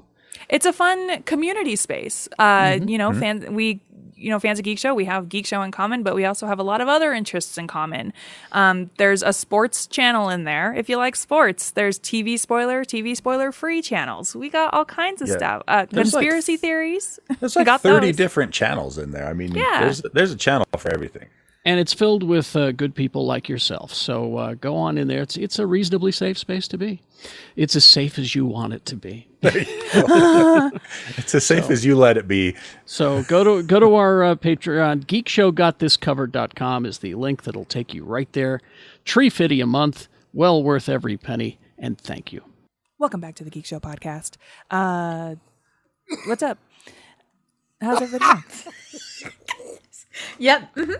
Speaker 3: It's a fun community space. Uh,
Speaker 1: Mm-hmm.
Speaker 11: Mhm.
Speaker 3: You know,
Speaker 11: Mhm.
Speaker 3: fans we you know fans of Geek Show. We have Geek Show in common, but we also have a lot of other interests in common. Um, there's a sports channel in there if you like sports. There's TV spoiler, TV spoiler free channels. We got all kinds of
Speaker 1: Yeah.
Speaker 3: stuff. Uh,
Speaker 1: There's like-
Speaker 3: conspiracy theories.
Speaker 1: There's
Speaker 3: we
Speaker 1: like
Speaker 3: got
Speaker 1: 30
Speaker 3: those.
Speaker 1: different channels in there. I mean,
Speaker 3: Yeah.
Speaker 1: there's there's a channel for everything.
Speaker 11: and it's filled with uh, good people like yourself. So uh, go on in there. It's it's a reasonably safe space to be. It's as safe as you want it to be.
Speaker 1: it's as safe as you let it be.
Speaker 11: So go to go to our uh, Patreon. Geekshowgotthiscovered.com is the link that'll take you right there. Tree fitty a month, well worth every penny. And thank you.
Speaker 3: Welcome back to the Geek Show podcast. Uh, what's up? How's everybody? doing?
Speaker 5: Yep. Oh, hmm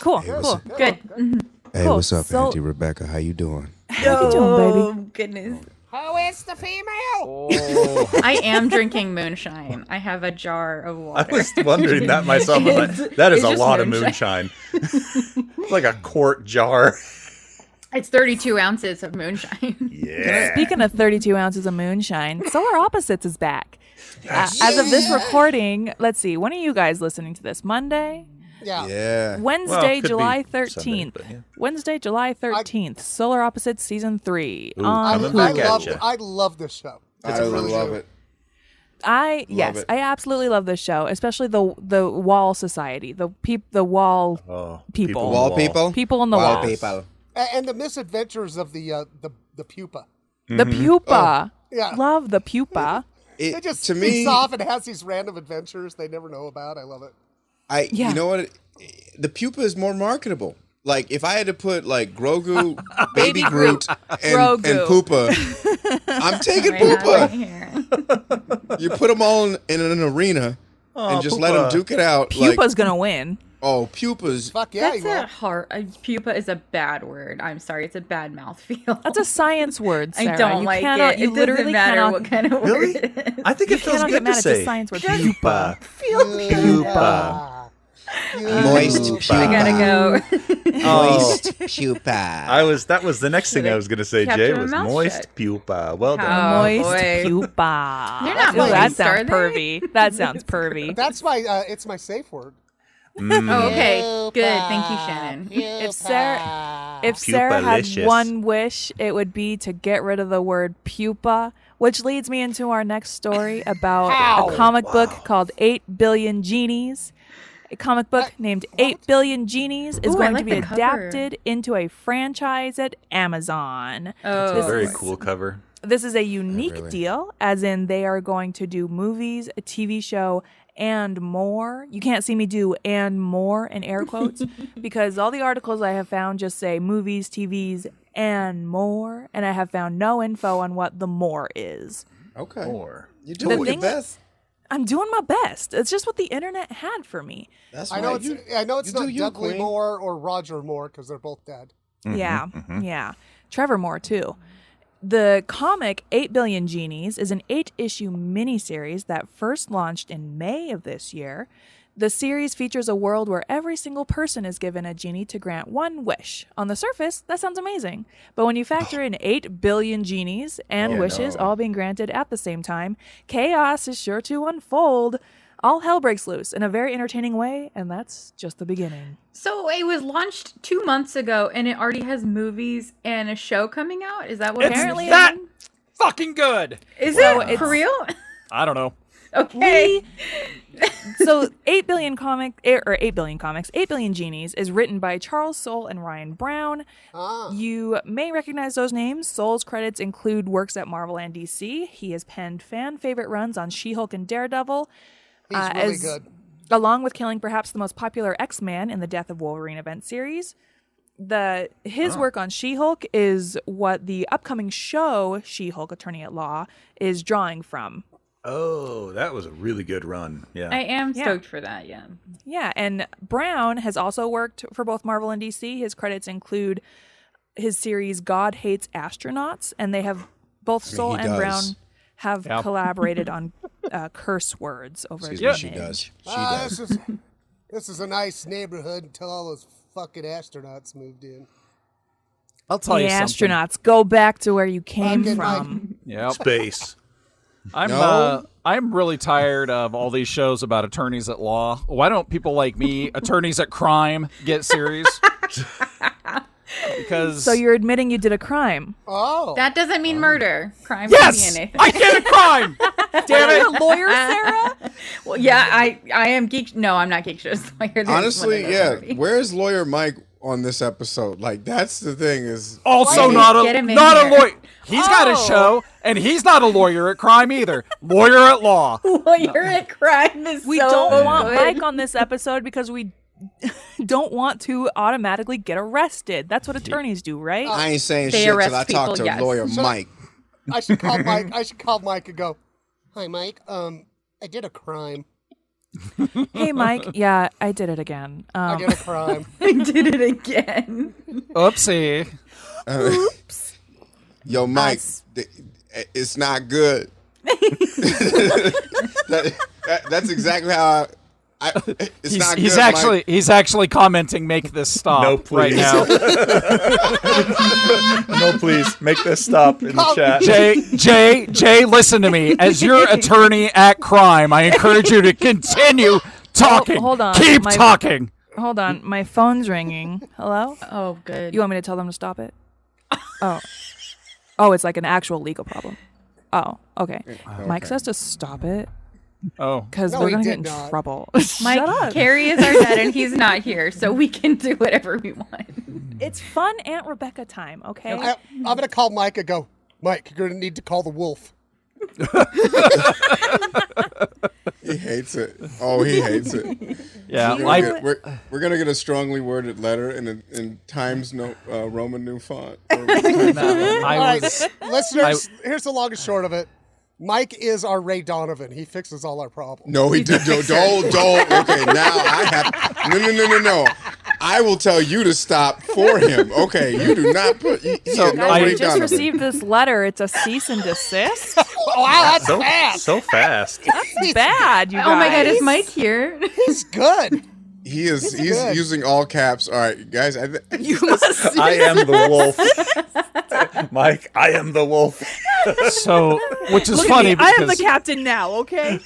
Speaker 3: Cool.
Speaker 8: Hey, what's
Speaker 3: cool.
Speaker 8: up?
Speaker 5: Good.
Speaker 8: Hey,
Speaker 3: Cool.
Speaker 8: what's up,
Speaker 3: So-
Speaker 8: Auntie Rebecca? How you doing?
Speaker 3: How you doing,
Speaker 5: baby? Goodness.
Speaker 6: Who is the female?
Speaker 5: I am drinking moonshine. I have a jar of
Speaker 1: I
Speaker 5: water.
Speaker 1: was wondering that myself. I'm like,
Speaker 5: It's-
Speaker 1: that is
Speaker 5: it's
Speaker 1: a
Speaker 5: just
Speaker 1: lot of moonshine. It's like a quart jar.
Speaker 5: It's 32 ounces of moonshine.
Speaker 1: Yeah.
Speaker 3: Speaking of 32 ounces of moonshine, Solar Opposites is back. Uh, as of this recording, let's see, when are you guys listening to this? Monday?
Speaker 6: Yeah.
Speaker 1: Well,
Speaker 8: Yeah.
Speaker 1: it
Speaker 3: Wednesday,
Speaker 1: could be
Speaker 3: July
Speaker 1: Sunday,
Speaker 3: 13th. Wednesday, July 13th. Solar Opposites Season Um, 3.
Speaker 1: Ooh,
Speaker 6: I,
Speaker 3: on
Speaker 1: coming
Speaker 6: I
Speaker 1: back at
Speaker 6: love
Speaker 1: ya.
Speaker 6: I love this show.
Speaker 8: I love it.
Speaker 3: I yes,
Speaker 8: it.
Speaker 3: I absolutely love this show, especially the the Wall Society, the peop, the Wall people,
Speaker 8: on the Wall wall. people?
Speaker 3: people on the
Speaker 8: Wall
Speaker 3: wall,
Speaker 8: people.
Speaker 6: A- and the misadventures of the uh, the the pupa.
Speaker 3: the pupa.
Speaker 6: Yeah.
Speaker 3: love the pupa.
Speaker 8: It,
Speaker 6: It just
Speaker 8: to me,
Speaker 6: it's off and has these random adventures they never know about. I love it.
Speaker 8: I
Speaker 3: Yeah.
Speaker 8: you know what? The pupa is more marketable. Like if I had to put like Grogu, Baby Groot, and,
Speaker 3: Grogu.
Speaker 8: and Poopa, I'm taking
Speaker 5: Right now,
Speaker 8: Poopa.
Speaker 5: here.
Speaker 8: You put them all in, in an arena
Speaker 1: Aw,
Speaker 8: and just let 'em
Speaker 1: Pupa.
Speaker 8: let them duke it out.
Speaker 3: Pupa's
Speaker 8: like,
Speaker 3: gonna win.
Speaker 8: oh, pupas.
Speaker 6: Fuck yeah,
Speaker 5: That's
Speaker 6: you will.
Speaker 5: a hard. A pupa is a bad word. I'm sorry. It's a bad mouthfeel.
Speaker 3: That's a science word. Sarah.
Speaker 5: I don't
Speaker 3: you
Speaker 5: like
Speaker 3: cannot,
Speaker 5: it.
Speaker 3: You
Speaker 5: it
Speaker 3: literally
Speaker 5: doesn't matter
Speaker 3: cannot.
Speaker 5: what kind of word
Speaker 1: Really?
Speaker 5: it is.
Speaker 1: I think
Speaker 3: you
Speaker 1: it feels
Speaker 3: cannot
Speaker 1: good
Speaker 3: get mad
Speaker 1: to
Speaker 3: at
Speaker 1: say.
Speaker 3: the science word.
Speaker 1: Pupa. Pupa.
Speaker 8: Moist
Speaker 5: I gotta go.
Speaker 1: Moist
Speaker 8: pupa.
Speaker 1: Oh, I was. That was the next thing I was going to say.
Speaker 5: Kept
Speaker 1: Jay
Speaker 5: my
Speaker 1: was
Speaker 5: mouth
Speaker 1: moist
Speaker 5: shut.
Speaker 1: pupa. Well done.
Speaker 5: Oh,
Speaker 3: Moist
Speaker 5: boy.
Speaker 3: pupa.
Speaker 5: They're not
Speaker 3: Ooh, that
Speaker 5: moist,
Speaker 3: sounds
Speaker 5: are they?
Speaker 3: pervy. That sounds pervy.
Speaker 6: That's my uh, it's my safe word.
Speaker 8: Mm-hmm.
Speaker 5: Oh, okay. Good. Thank you, Shannon.
Speaker 3: If Sarah, if Sarah
Speaker 1: Pupalicious.
Speaker 3: had one wish, it would be to get rid of the word pupa, which leads me into our next story about a comic book called Eight Billion Genies. A comic book named Eight Billion Genies is
Speaker 5: Ooh, I
Speaker 3: going
Speaker 5: like
Speaker 3: to be
Speaker 5: the cover.
Speaker 3: adapted into a franchise at Amazon.
Speaker 5: Oh,
Speaker 3: This
Speaker 1: Very
Speaker 3: is-
Speaker 1: cool cover.
Speaker 3: This is a unique deal, as in they are going to do movies, a TV show, and more. You can't see me do and more in air quotes because all the articles I have found just say movies, TVs, and more. And I have found no info on what the more is.
Speaker 8: Okay.
Speaker 1: Or
Speaker 8: You're
Speaker 3: The
Speaker 8: doing your
Speaker 3: thing-
Speaker 8: best.
Speaker 3: I'm doing my best. It's just what the internet had for me.
Speaker 8: That's
Speaker 6: I
Speaker 8: right.
Speaker 6: know it's
Speaker 8: You-
Speaker 6: I know it's
Speaker 8: you do
Speaker 6: not
Speaker 8: you,
Speaker 6: Dudley
Speaker 8: queen.
Speaker 6: Moore or Roger Moore because they're both dead.
Speaker 3: Yeah, yeah. Trevor Moore, too. The comic 8 Billion Genies is an eight issue miniseries that first launched in May of this year. The series features a world where every single person is given a genie to grant one wish. On the surface, that sounds amazing. But when you factor in 8 billion genies and wishes all being granted at the same time, chaos is sure to unfold. All hell breaks loose in a very entertaining way, and that's just the beginning.
Speaker 5: So it was launched two months ago, and it already has movies and a show coming out. Is that what
Speaker 7: It's
Speaker 5: apparently?
Speaker 7: that fucking good.
Speaker 5: Is it
Speaker 3: it's-
Speaker 5: for real?
Speaker 7: I don't know.
Speaker 5: okay.
Speaker 3: so 8 billion comic eh, or 8 billion comics 8 billion genies is written by charles soule and ryan brown you may recognize those names soule's credits include works at marvel and dc he has penned fan favorite runs on she-hulk and daredevil
Speaker 6: He's
Speaker 3: uh,
Speaker 6: really
Speaker 3: as-
Speaker 6: good.
Speaker 3: along with killing perhaps the most popular x-man in the death of wolverine event series the his work on She-Hulk is what the upcoming show She-Hulk Attorney at Law is drawing from.
Speaker 1: Oh, that was a really good run. Yeah.
Speaker 5: I am
Speaker 3: Yeah.
Speaker 5: stoked for that. Yeah.
Speaker 3: Yeah, and Brown has also worked for both Marvel and DC. His credits include his series God Hates Astronauts, and they have both Soul
Speaker 8: he
Speaker 3: and
Speaker 8: does.
Speaker 3: Brown have
Speaker 7: Yeah.
Speaker 3: collaborated on uh, curse words over
Speaker 8: Excuse
Speaker 3: the
Speaker 8: me,
Speaker 3: image.
Speaker 8: she does. She
Speaker 6: Ah,
Speaker 8: does.
Speaker 6: This is this is a nice neighborhood until all those fucking astronauts moved in.
Speaker 7: I'll tell
Speaker 3: the
Speaker 7: you something.
Speaker 3: astronauts, go back to where you came
Speaker 6: Fucking
Speaker 3: from.
Speaker 7: Yep.
Speaker 1: Space.
Speaker 7: I'm
Speaker 8: No.
Speaker 7: uh, I'm really tired of all these shows about attorneys at law. Why don't people like me, attorneys at crime, get series? because
Speaker 3: So you're admitting you did a crime.
Speaker 6: Oh,
Speaker 8: Um,
Speaker 5: That doesn't mean murder. Crime.
Speaker 7: yes,
Speaker 5: Can be anything.
Speaker 7: I did a crime.
Speaker 5: Damn
Speaker 3: it. a lawyer, Sarah?
Speaker 5: well, yeah, I I am geek. No, I'm not geek show's lawyer. There's one
Speaker 8: Honestly,
Speaker 5: of those
Speaker 8: yeah.
Speaker 5: already.
Speaker 8: Where's lawyer Mike on this episode? Like that's the thing is
Speaker 7: Also,
Speaker 8: Like,
Speaker 7: not
Speaker 5: Get
Speaker 7: a
Speaker 5: him in
Speaker 7: not a
Speaker 5: here.
Speaker 7: lawyer. He's got a
Speaker 5: Oh.
Speaker 7: show, and he's not a lawyer at crime either. lawyer at law.
Speaker 5: Lawyer at crime is
Speaker 3: We
Speaker 5: so
Speaker 3: don't want
Speaker 5: good.
Speaker 3: Mike on this episode because we don't want to automatically get arrested. That's what attorneys do, right?
Speaker 8: I ain't saying shit till I talk to lawyer Mike.
Speaker 6: I should call Mike. I should call Mike and go, "Hi, Mike. Um, I did a crime.
Speaker 3: Hey, Mike. Yeah, I did it again. Um,
Speaker 6: I did a crime.
Speaker 5: I did it again.
Speaker 7: Oopsie.
Speaker 8: Oops. Yo, Mike, th- it's not good. That- that- that's exactly how I. I it's
Speaker 7: he's
Speaker 8: not
Speaker 7: he's
Speaker 8: good, Mike.
Speaker 7: actually he's actually commenting. Make this stop
Speaker 1: No,
Speaker 7: right
Speaker 1: please.
Speaker 7: now.
Speaker 1: no, please make this stop in the chat.
Speaker 7: Jay, Jay, Jay, listen to me. As your attorney at crime, I encourage you to continue talking.
Speaker 3: Oh, hold on.
Speaker 7: Keep
Speaker 3: My-
Speaker 7: talking.
Speaker 3: Hold on. My phone's ringing. Hello?
Speaker 5: Oh, good.
Speaker 3: You want me to tell them to stop it? Oh. Oh, it's like an actual legal problem. Oh, okay. Mike
Speaker 7: Okay.
Speaker 3: says to stop it
Speaker 7: Oh,
Speaker 3: because
Speaker 5: No,
Speaker 3: we're
Speaker 5: he
Speaker 3: going to
Speaker 5: did
Speaker 3: get in
Speaker 5: not.
Speaker 3: trouble.
Speaker 5: Mike
Speaker 3: Shut up.
Speaker 5: Carrie is our dad, and he's not here, so we can do whatever we want.
Speaker 3: It's fun Aunt Rebecca time, okay?
Speaker 6: I, I'm gonna call Mike and go, Mike. You're gonna need to call the wolf.
Speaker 8: He hates it. Oh, he hates it.
Speaker 7: Yeah,
Speaker 8: we're,
Speaker 7: like-
Speaker 8: gonna, we're, we're gonna get a strongly worded letter in a, in Times no uh, Roman new font. Or-
Speaker 7: I
Speaker 6: all right,
Speaker 7: was-
Speaker 6: listeners. here's the long and short of it. Mike is our Ray Donovan. He fixes all our problems.
Speaker 8: No, he did. Don't, don't, don't. Okay, now I have. No, no, no, no, no. I will tell you to stop for him. Okay, you do not put. He, he
Speaker 3: So
Speaker 8: had no Ray
Speaker 3: guys, I just
Speaker 8: Donovan.
Speaker 3: received this letter. It's a cease and desist.
Speaker 6: wow, that's
Speaker 1: So so fast.
Speaker 3: That's bad, you guys.
Speaker 5: Oh my God, is Mike here?
Speaker 6: He's good.
Speaker 8: He is. He's,
Speaker 3: good.
Speaker 8: using all caps. All right, guys. I th-
Speaker 3: You must
Speaker 1: I am the wolf. Mike, I am the wolf.
Speaker 7: So, which is
Speaker 3: Look
Speaker 7: funny
Speaker 3: at me. I am the
Speaker 7: because-
Speaker 3: captain now, okay?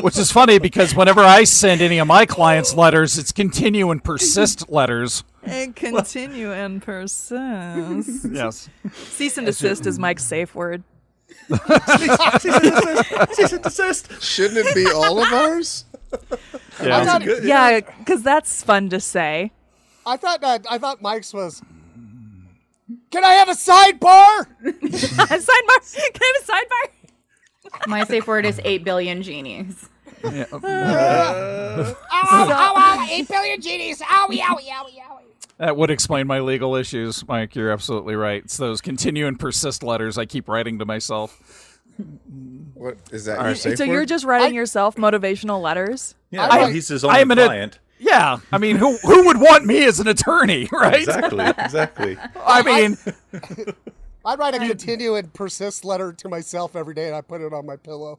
Speaker 7: Which is funny because whenever I send any of my clients letters, it's continue and persist letters.
Speaker 3: And continue and persist.
Speaker 7: Yes.
Speaker 3: Cease and desist is Mike's safe word.
Speaker 8: Shouldn't it be all of ours?
Speaker 6: Yeah. I thought-
Speaker 3: Yeah, because that's fun to say.
Speaker 6: I thought. Uh, I thought Mike's was. Can I have a sidebar?
Speaker 3: sidebar. Can I have a sidebar?
Speaker 5: My safe word is eight billion genies.
Speaker 6: Ow, ow, ow, ow, eight um, billion genies. Owie, owie, owie, owie.
Speaker 7: That would explain my legal issues, Mike. You're absolutely right. It's those continue and persist letters I keep writing to myself.
Speaker 8: What is that?
Speaker 7: All
Speaker 8: your
Speaker 7: right.
Speaker 8: safe
Speaker 3: So you're
Speaker 8: word?
Speaker 3: just writing yourself motivational letters?
Speaker 1: Yeah, well, he's his only
Speaker 7: I am an-
Speaker 1: client.
Speaker 7: Yeah, I mean, who who would want me as an attorney, right?
Speaker 1: Exactly, exactly.
Speaker 7: I mean,
Speaker 6: I write a continue and persist letter to myself every day, and I put it on my pillow.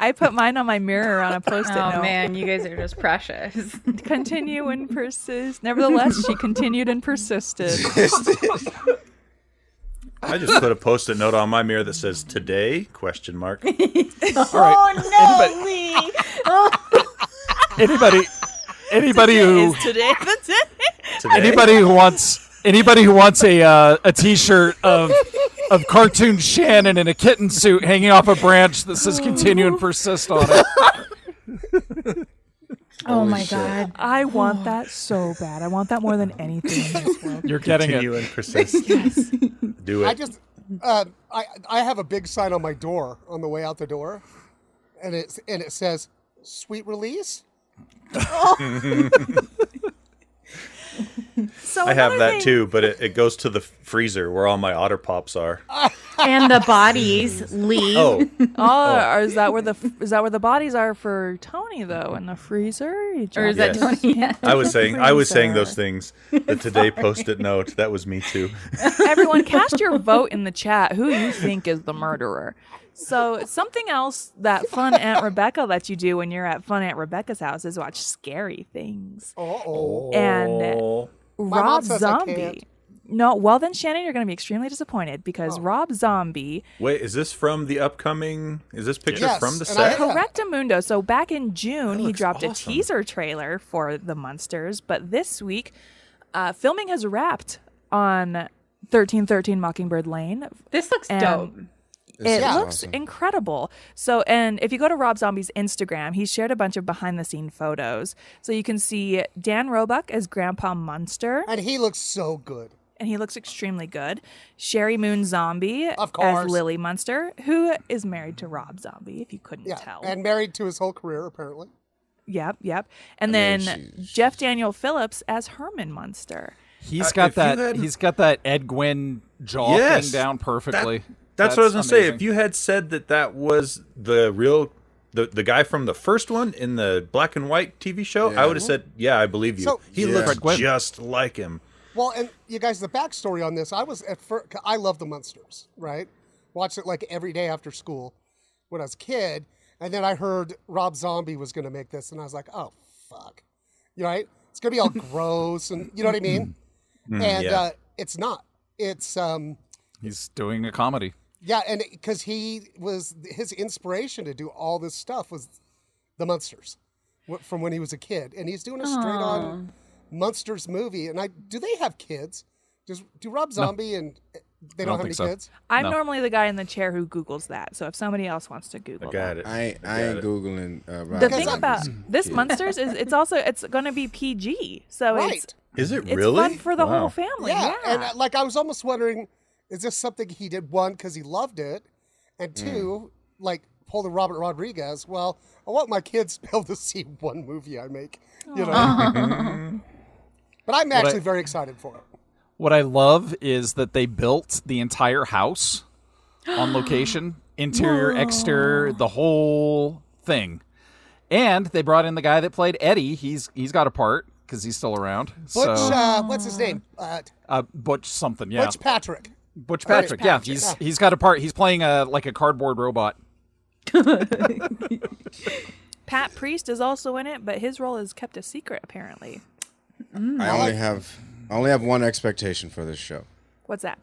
Speaker 3: I put mine on my mirror on a post-it
Speaker 5: oh
Speaker 3: note.
Speaker 5: man, you guys are just precious.
Speaker 3: Continue and persist. Nevertheless, she continued and persisted.
Speaker 1: I just put a post-it note on my mirror that says "Today?" question mark.
Speaker 5: Oh no,
Speaker 7: anybody anybody who
Speaker 3: today That's it.
Speaker 7: anybody who wants anybody who wants a uh, a t-shirt of of cartoon Shannon in a kitten suit hanging off a branch that says continue and persist on it.
Speaker 3: Oh
Speaker 5: my god.
Speaker 3: I want that so bad. I want that more than anything in this world.
Speaker 7: You're getting
Speaker 1: Continue
Speaker 7: it.
Speaker 1: and persist. Do it.
Speaker 6: I just, uh, I, I have a big sign on my door on the way out the door, and it's and it says "Sweet Release."
Speaker 3: So
Speaker 1: I have
Speaker 3: another
Speaker 1: that
Speaker 3: thing-
Speaker 1: too, but it, it goes to the freezer where all my otter pops are.
Speaker 5: and the bodies leave.
Speaker 1: Oh,
Speaker 3: Oh, or is that where the is that where the bodies are for Tony though in the freezer? You
Speaker 5: Or
Speaker 3: drop
Speaker 5: is that
Speaker 3: it
Speaker 5: Tony? Yeah.
Speaker 1: I was saying I was saying
Speaker 3: freezer.
Speaker 1: those things. The today post-it note that was me too.
Speaker 3: Everyone, cast your vote in the chat who you think is the murderer. So, something else that Fun Aunt Rebecca lets you do when you're at Fun Aunt Rebecca's house is watch scary things.
Speaker 6: Oh,
Speaker 3: And
Speaker 6: My mom
Speaker 3: Rob
Speaker 6: says I can't. Oh.
Speaker 3: Zombie. No, well, then, Shannon, you're going to be extremely disappointed because Rob Zombie,
Speaker 1: Wait, is this from the upcoming? Is this picture
Speaker 6: Yes,
Speaker 1: from the
Speaker 6: and I-
Speaker 1: set?
Speaker 3: Correctamundo. So, back in June, he
Speaker 1: looks
Speaker 3: dropped a
Speaker 1: awesome.
Speaker 3: teaser trailer for The Monsters, but this week, uh, filming has wrapped on 1313 Mockingbird Lane.
Speaker 5: This looks
Speaker 3: And-
Speaker 5: dope.
Speaker 3: it looks incredible. So, and if you go to Rob Zombie's Instagram, he shared a bunch of behind the scene photos. So you can see Dan Roebuck as Grandpa Munster.
Speaker 6: And he looks so good.
Speaker 3: And he looks extremely good. Sherry Moon Zombie
Speaker 6: Of
Speaker 3: as
Speaker 6: course.
Speaker 3: Lily Munster, who is married to Rob Zombie, if you couldn't
Speaker 6: Yeah,
Speaker 3: tell.
Speaker 6: and married to his whole career apparently.
Speaker 3: Yep, yep. And
Speaker 6: I
Speaker 3: then
Speaker 6: mean,
Speaker 3: Jeff Daniel Phillips as Herman Munster.
Speaker 7: He's
Speaker 1: Uh,
Speaker 7: got
Speaker 1: if you
Speaker 7: that.
Speaker 1: hadn't-
Speaker 7: He's got that Ed Gwynn jaw
Speaker 1: Yes.
Speaker 7: thing down perfectly.
Speaker 1: That- that's, what I was gonna say.
Speaker 7: amazing.
Speaker 1: If you had said that that was the real, the the guy from the first one in the black and white TV show,
Speaker 6: Yeah.
Speaker 1: I would have said, "Yeah, I believe you."
Speaker 6: So-
Speaker 1: he
Speaker 6: Yeah.
Speaker 1: looks
Speaker 6: Fred Gwynn.
Speaker 1: just like him.
Speaker 6: Well, and you guys, the backstory on this, I was at first, I love the Munsters, right? Watched it like every day after school when I was a kid. And then I heard Rob Zombie was going to make this, and I was like, oh, fuck. You right? It's going to be all gross, and you know what I mean?
Speaker 7: Mm,
Speaker 6: and
Speaker 7: yeah.
Speaker 6: uh, it's not. It's, um,
Speaker 7: he's doing a comedy.
Speaker 6: yeah, and because he was, his inspiration to do all this stuff was the Munsters wh- from when he was a kid. And he's doing a straight on Munsters movie, and I do they have kids? Does do Rob Zombie and eh, they
Speaker 7: I
Speaker 6: don't, have
Speaker 7: don't think
Speaker 6: any
Speaker 7: so.
Speaker 6: kids?
Speaker 3: I'm normally the guy in the chair who Googles that. So if somebody else wants to Google that.
Speaker 8: I, I, ain't googling. Uh, Rob
Speaker 3: The thing
Speaker 8: Zombie's
Speaker 3: about this
Speaker 8: kid.
Speaker 3: Munsters is it's also it's going to be PG. So Oh, it's
Speaker 1: Is it
Speaker 3: it's
Speaker 1: really
Speaker 3: fun for the whole
Speaker 1: Wow.
Speaker 3: family.
Speaker 6: yeah,
Speaker 3: Yeah.
Speaker 6: and uh, like I was almost wondering, is this something he did one because he loved it, and
Speaker 7: Hmm.
Speaker 6: two, like pulling Robert Rodriguez? Well, I want my kids to be able to see one movie I make, you know.
Speaker 7: Aw.
Speaker 6: but I'm
Speaker 7: What I-
Speaker 6: actually very excited for it.
Speaker 7: What I love is that they built the entire house on location, interior,
Speaker 6: Whoa.
Speaker 7: exterior, the whole thing. And they brought in the guy that played Eddie. He's he's got a part because he's still around.
Speaker 6: Butch,
Speaker 7: so
Speaker 6: uh, what's his name? Uh,
Speaker 7: uh, Butch something, yeah.
Speaker 6: Butch Patrick.
Speaker 7: Butch
Speaker 6: Butch
Speaker 7: Patrick, yeah,
Speaker 6: Patrick.
Speaker 7: he's
Speaker 6: Yeah.
Speaker 7: he's got a part. He's playing a like a cardboard robot.
Speaker 3: Pat Priest is also in it, but his role is kept a secret apparently.
Speaker 8: I only have I only have one expectation for this show.
Speaker 3: What's that?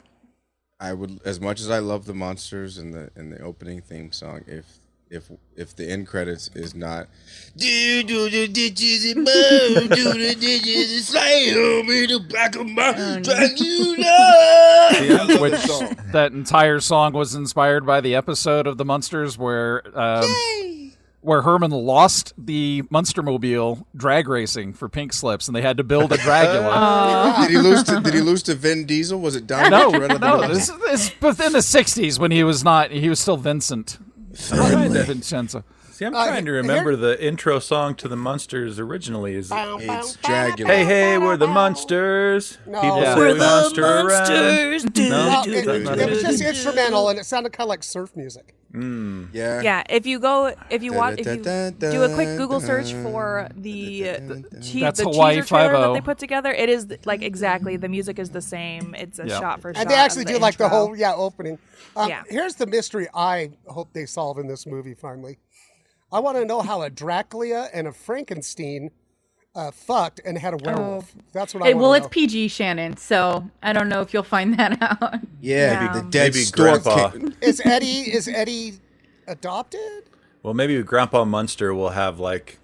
Speaker 8: I would as much as I love the monsters and the and the opening theme song if if if the end credits is not
Speaker 4: Do do the ditches and bow, do the ditches and slay over the back of my
Speaker 7: Oh,
Speaker 4: back, you know.
Speaker 7: which that entire song was inspired by the episode of the Munsters where um, where Herman lost the Munstermobile drag racing for pink slips, and they had to build a
Speaker 6: Oh.
Speaker 7: Dragula.
Speaker 8: did he lose to did he lose to Vin Diesel? Was it Donald
Speaker 7: no,
Speaker 8: Trump?
Speaker 7: no, this, this was in the '60s when he was not. He was still Vincent. Vincenzo.
Speaker 1: See, I'm
Speaker 3: Uh,
Speaker 1: trying to remember the intro song to the Munsters originally. Is
Speaker 8: it's Dragula.
Speaker 1: Hey, hey, we're the Munsters. People say we monster around.
Speaker 6: Well,
Speaker 1: No,
Speaker 6: it, it was just instrumental, and it sounded kind of like surf music.
Speaker 1: Mm.
Speaker 8: Yeah.
Speaker 3: Yeah, if you go if you watch if you do a quick Google search
Speaker 8: Da-da-da-da-da.
Speaker 3: for the che-
Speaker 7: That's
Speaker 3: the
Speaker 7: Hawaii
Speaker 3: teaser trailer that
Speaker 7: 5-0.
Speaker 3: they put together, it is like exactly the music is the same. It's a
Speaker 7: Yeah.
Speaker 3: shot for shot.
Speaker 6: And they actually
Speaker 3: of
Speaker 6: do like the
Speaker 3: intro.
Speaker 6: whole yeah opening. Um,
Speaker 3: Yeah.
Speaker 6: Here's the mystery I hope they solve in this movie finally. I want to know how a Dracula and a Frankenstein uh, fucked and had a werewolf. That's what I
Speaker 5: Hey, well,
Speaker 6: want
Speaker 5: it's
Speaker 6: to
Speaker 5: PG, Shannon, so I don't know if you'll find that out.
Speaker 8: Yeah,
Speaker 1: Maybe-
Speaker 8: the dead
Speaker 1: maybe
Speaker 8: stork
Speaker 1: Grandpa.
Speaker 8: king.
Speaker 6: know. Is Eddie is Eddie adopted?
Speaker 1: Well, maybe Grandpa Munster will have like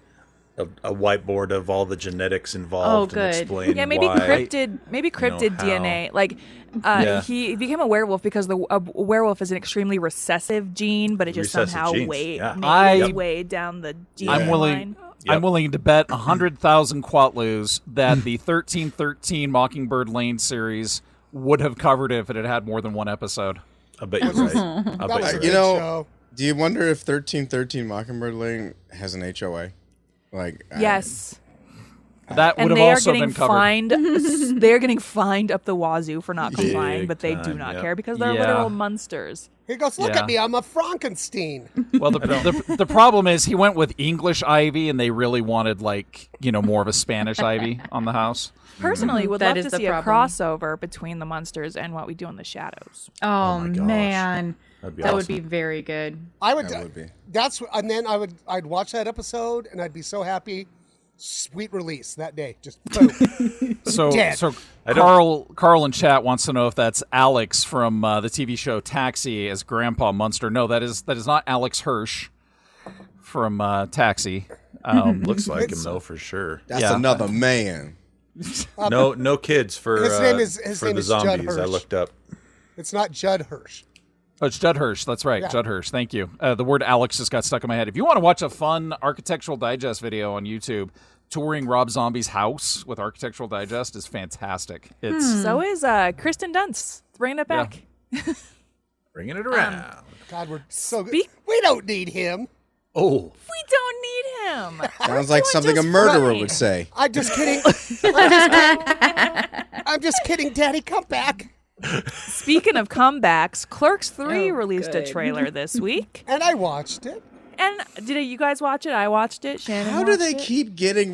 Speaker 1: a, a whiteboard of all the genetics
Speaker 3: Oh,
Speaker 1: involved and
Speaker 3: good.
Speaker 1: explain
Speaker 3: Yeah, maybe
Speaker 1: why.
Speaker 3: cryptid, maybe
Speaker 1: know
Speaker 3: cryptid
Speaker 1: how.
Speaker 3: DNA. Like, uh,
Speaker 1: Yeah.
Speaker 3: he became a werewolf because the a werewolf is an extremely recessive gene, but it just
Speaker 7: Recessive
Speaker 3: somehow
Speaker 7: genes,
Speaker 3: weighed
Speaker 7: yeah.
Speaker 3: made its
Speaker 7: I-
Speaker 3: way down the gene
Speaker 7: I'm
Speaker 3: line.
Speaker 7: willing. I'm willing to bet hundred thousand Quatloos that the thirteen thirteen Mockingbird Lane series would have covered if it had had more than one episode.
Speaker 1: I bet
Speaker 6: you're right. I That bet was you're a right.
Speaker 8: uh, You know,
Speaker 6: show.
Speaker 8: do you wonder if thirteen thirteen Mockingbird Lane has an HOA? Like I-
Speaker 3: Yes.
Speaker 7: That
Speaker 3: and
Speaker 7: would have
Speaker 3: they
Speaker 7: also
Speaker 3: are getting
Speaker 7: been covered.
Speaker 3: fined. they are getting fined up the wazoo for not
Speaker 7: Big
Speaker 3: complying, but they do
Speaker 7: time,
Speaker 3: not
Speaker 7: yep.
Speaker 3: care because they're
Speaker 7: Yeah.
Speaker 3: literal monsters.
Speaker 6: He goes, look
Speaker 7: Yeah.
Speaker 6: at me, I'm a Frankenstein.
Speaker 7: Well, the, the, the problem is he went with English Ivy, and they really wanted like you know more of a Spanish Ivy on the house.
Speaker 3: Personally, would love
Speaker 5: That is
Speaker 3: to
Speaker 5: the
Speaker 3: see
Speaker 5: problem.
Speaker 3: a crossover between the monsters and what we do in the shadows.
Speaker 5: Oh, man,
Speaker 1: That'd be
Speaker 5: that would
Speaker 1: awesome.
Speaker 5: be very good.
Speaker 6: I would.
Speaker 8: That would be.
Speaker 6: That's wh- and then I would I'd watch that episode and I'd be so happy. Sweet release that day. Just boom.
Speaker 7: So,
Speaker 6: Dead.
Speaker 7: so
Speaker 1: I don't-
Speaker 7: Carl Carl in chat wants to know if that's Alex from uh, the TV show Taxi as Grandpa Munster. No, that is that is not Alex Hirsch from uh, Taxi.
Speaker 6: Mm-hmm.
Speaker 7: Um,
Speaker 1: Looks like him though for sure.
Speaker 8: That's another man.
Speaker 1: No, no kids for
Speaker 6: His
Speaker 1: uh,
Speaker 6: name is- his
Speaker 1: for
Speaker 6: name
Speaker 1: the
Speaker 6: is Judd
Speaker 1: zombies. I
Speaker 6: Hirsch.
Speaker 1: looked up.
Speaker 6: it's not Judd Hirsch.
Speaker 7: Oh, it's Judd Hirsch. That's right,
Speaker 6: Yeah.
Speaker 7: Judd Hirsch. Thank you. Uh, the word Alex just got stuck in my head. If you want to watch a fun Architectural Digest video on YouTube, touring Rob Zombie's house with Architectural Digest is fantastic. It's
Speaker 5: Mm.
Speaker 3: So is uh, Kristen Dunst. Bringing it back.
Speaker 7: bringing it around.
Speaker 6: God, we're so good. We don't need him.
Speaker 7: oh,
Speaker 3: We don't need him.
Speaker 8: Sounds like something a murderer would say.
Speaker 6: I'm just kidding. I'm just kidding. I'm just kidding, Daddy. Come back.
Speaker 3: Speaking of comebacks, Clerks 3 released
Speaker 6: good.
Speaker 3: a trailer this week.
Speaker 6: And I watched it.
Speaker 3: And did you guys watch it? I watched it. Shannon.
Speaker 8: How do
Speaker 3: watched
Speaker 8: they
Speaker 3: it.
Speaker 8: keep getting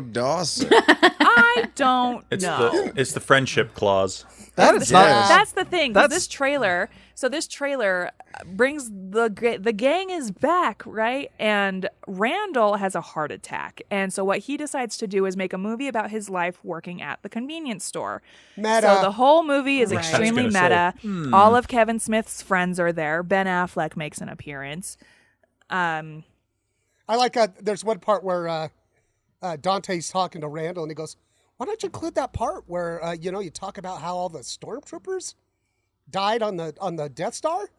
Speaker 8: Dawson?
Speaker 3: I don't
Speaker 1: It's
Speaker 3: know.
Speaker 1: the it's the friendship clause.
Speaker 8: That
Speaker 3: That's
Speaker 8: is
Speaker 3: the-
Speaker 8: not.
Speaker 3: That's the thing. 'cause
Speaker 7: That's-
Speaker 3: This trailer. So this trailer brings the ga- the gang is back, right? And Randall has a heart attack, and so what he decides to do is make a movie about his life working at the convenience store.
Speaker 6: Meta.
Speaker 3: So the whole movie is
Speaker 5: Right. I was
Speaker 3: extremely
Speaker 1: gonna say. hmm.
Speaker 3: meta. All of Kevin Smith's friends are there. Ben Affleck makes an appearance. Um,
Speaker 6: I like. Uh, there's one part where uh, uh, Dante's talking to Randall, and he goes, "Why don't you include that part where uh, you know you talk about how all the stormtroopers died on the on the Death Star?"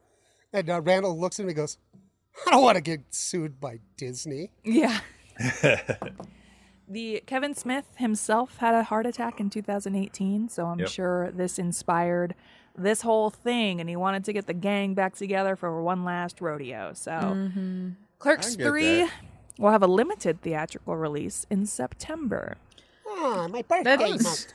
Speaker 6: And uh, Randall looks at him and goes, "I don't want to get sued by Disney."
Speaker 3: Yeah. the Kevin Smith himself had a heart attack in 2018, so I'm
Speaker 1: Yep.
Speaker 3: sure this inspired this whole thing and he wanted to get the gang back together for one last rodeo. So
Speaker 5: Mm-hmm.
Speaker 3: Clerks
Speaker 8: I get
Speaker 3: 3
Speaker 8: that.
Speaker 3: will have a limited theatrical release in September.
Speaker 6: Ah, my birthday
Speaker 5: That
Speaker 6: month.
Speaker 5: is-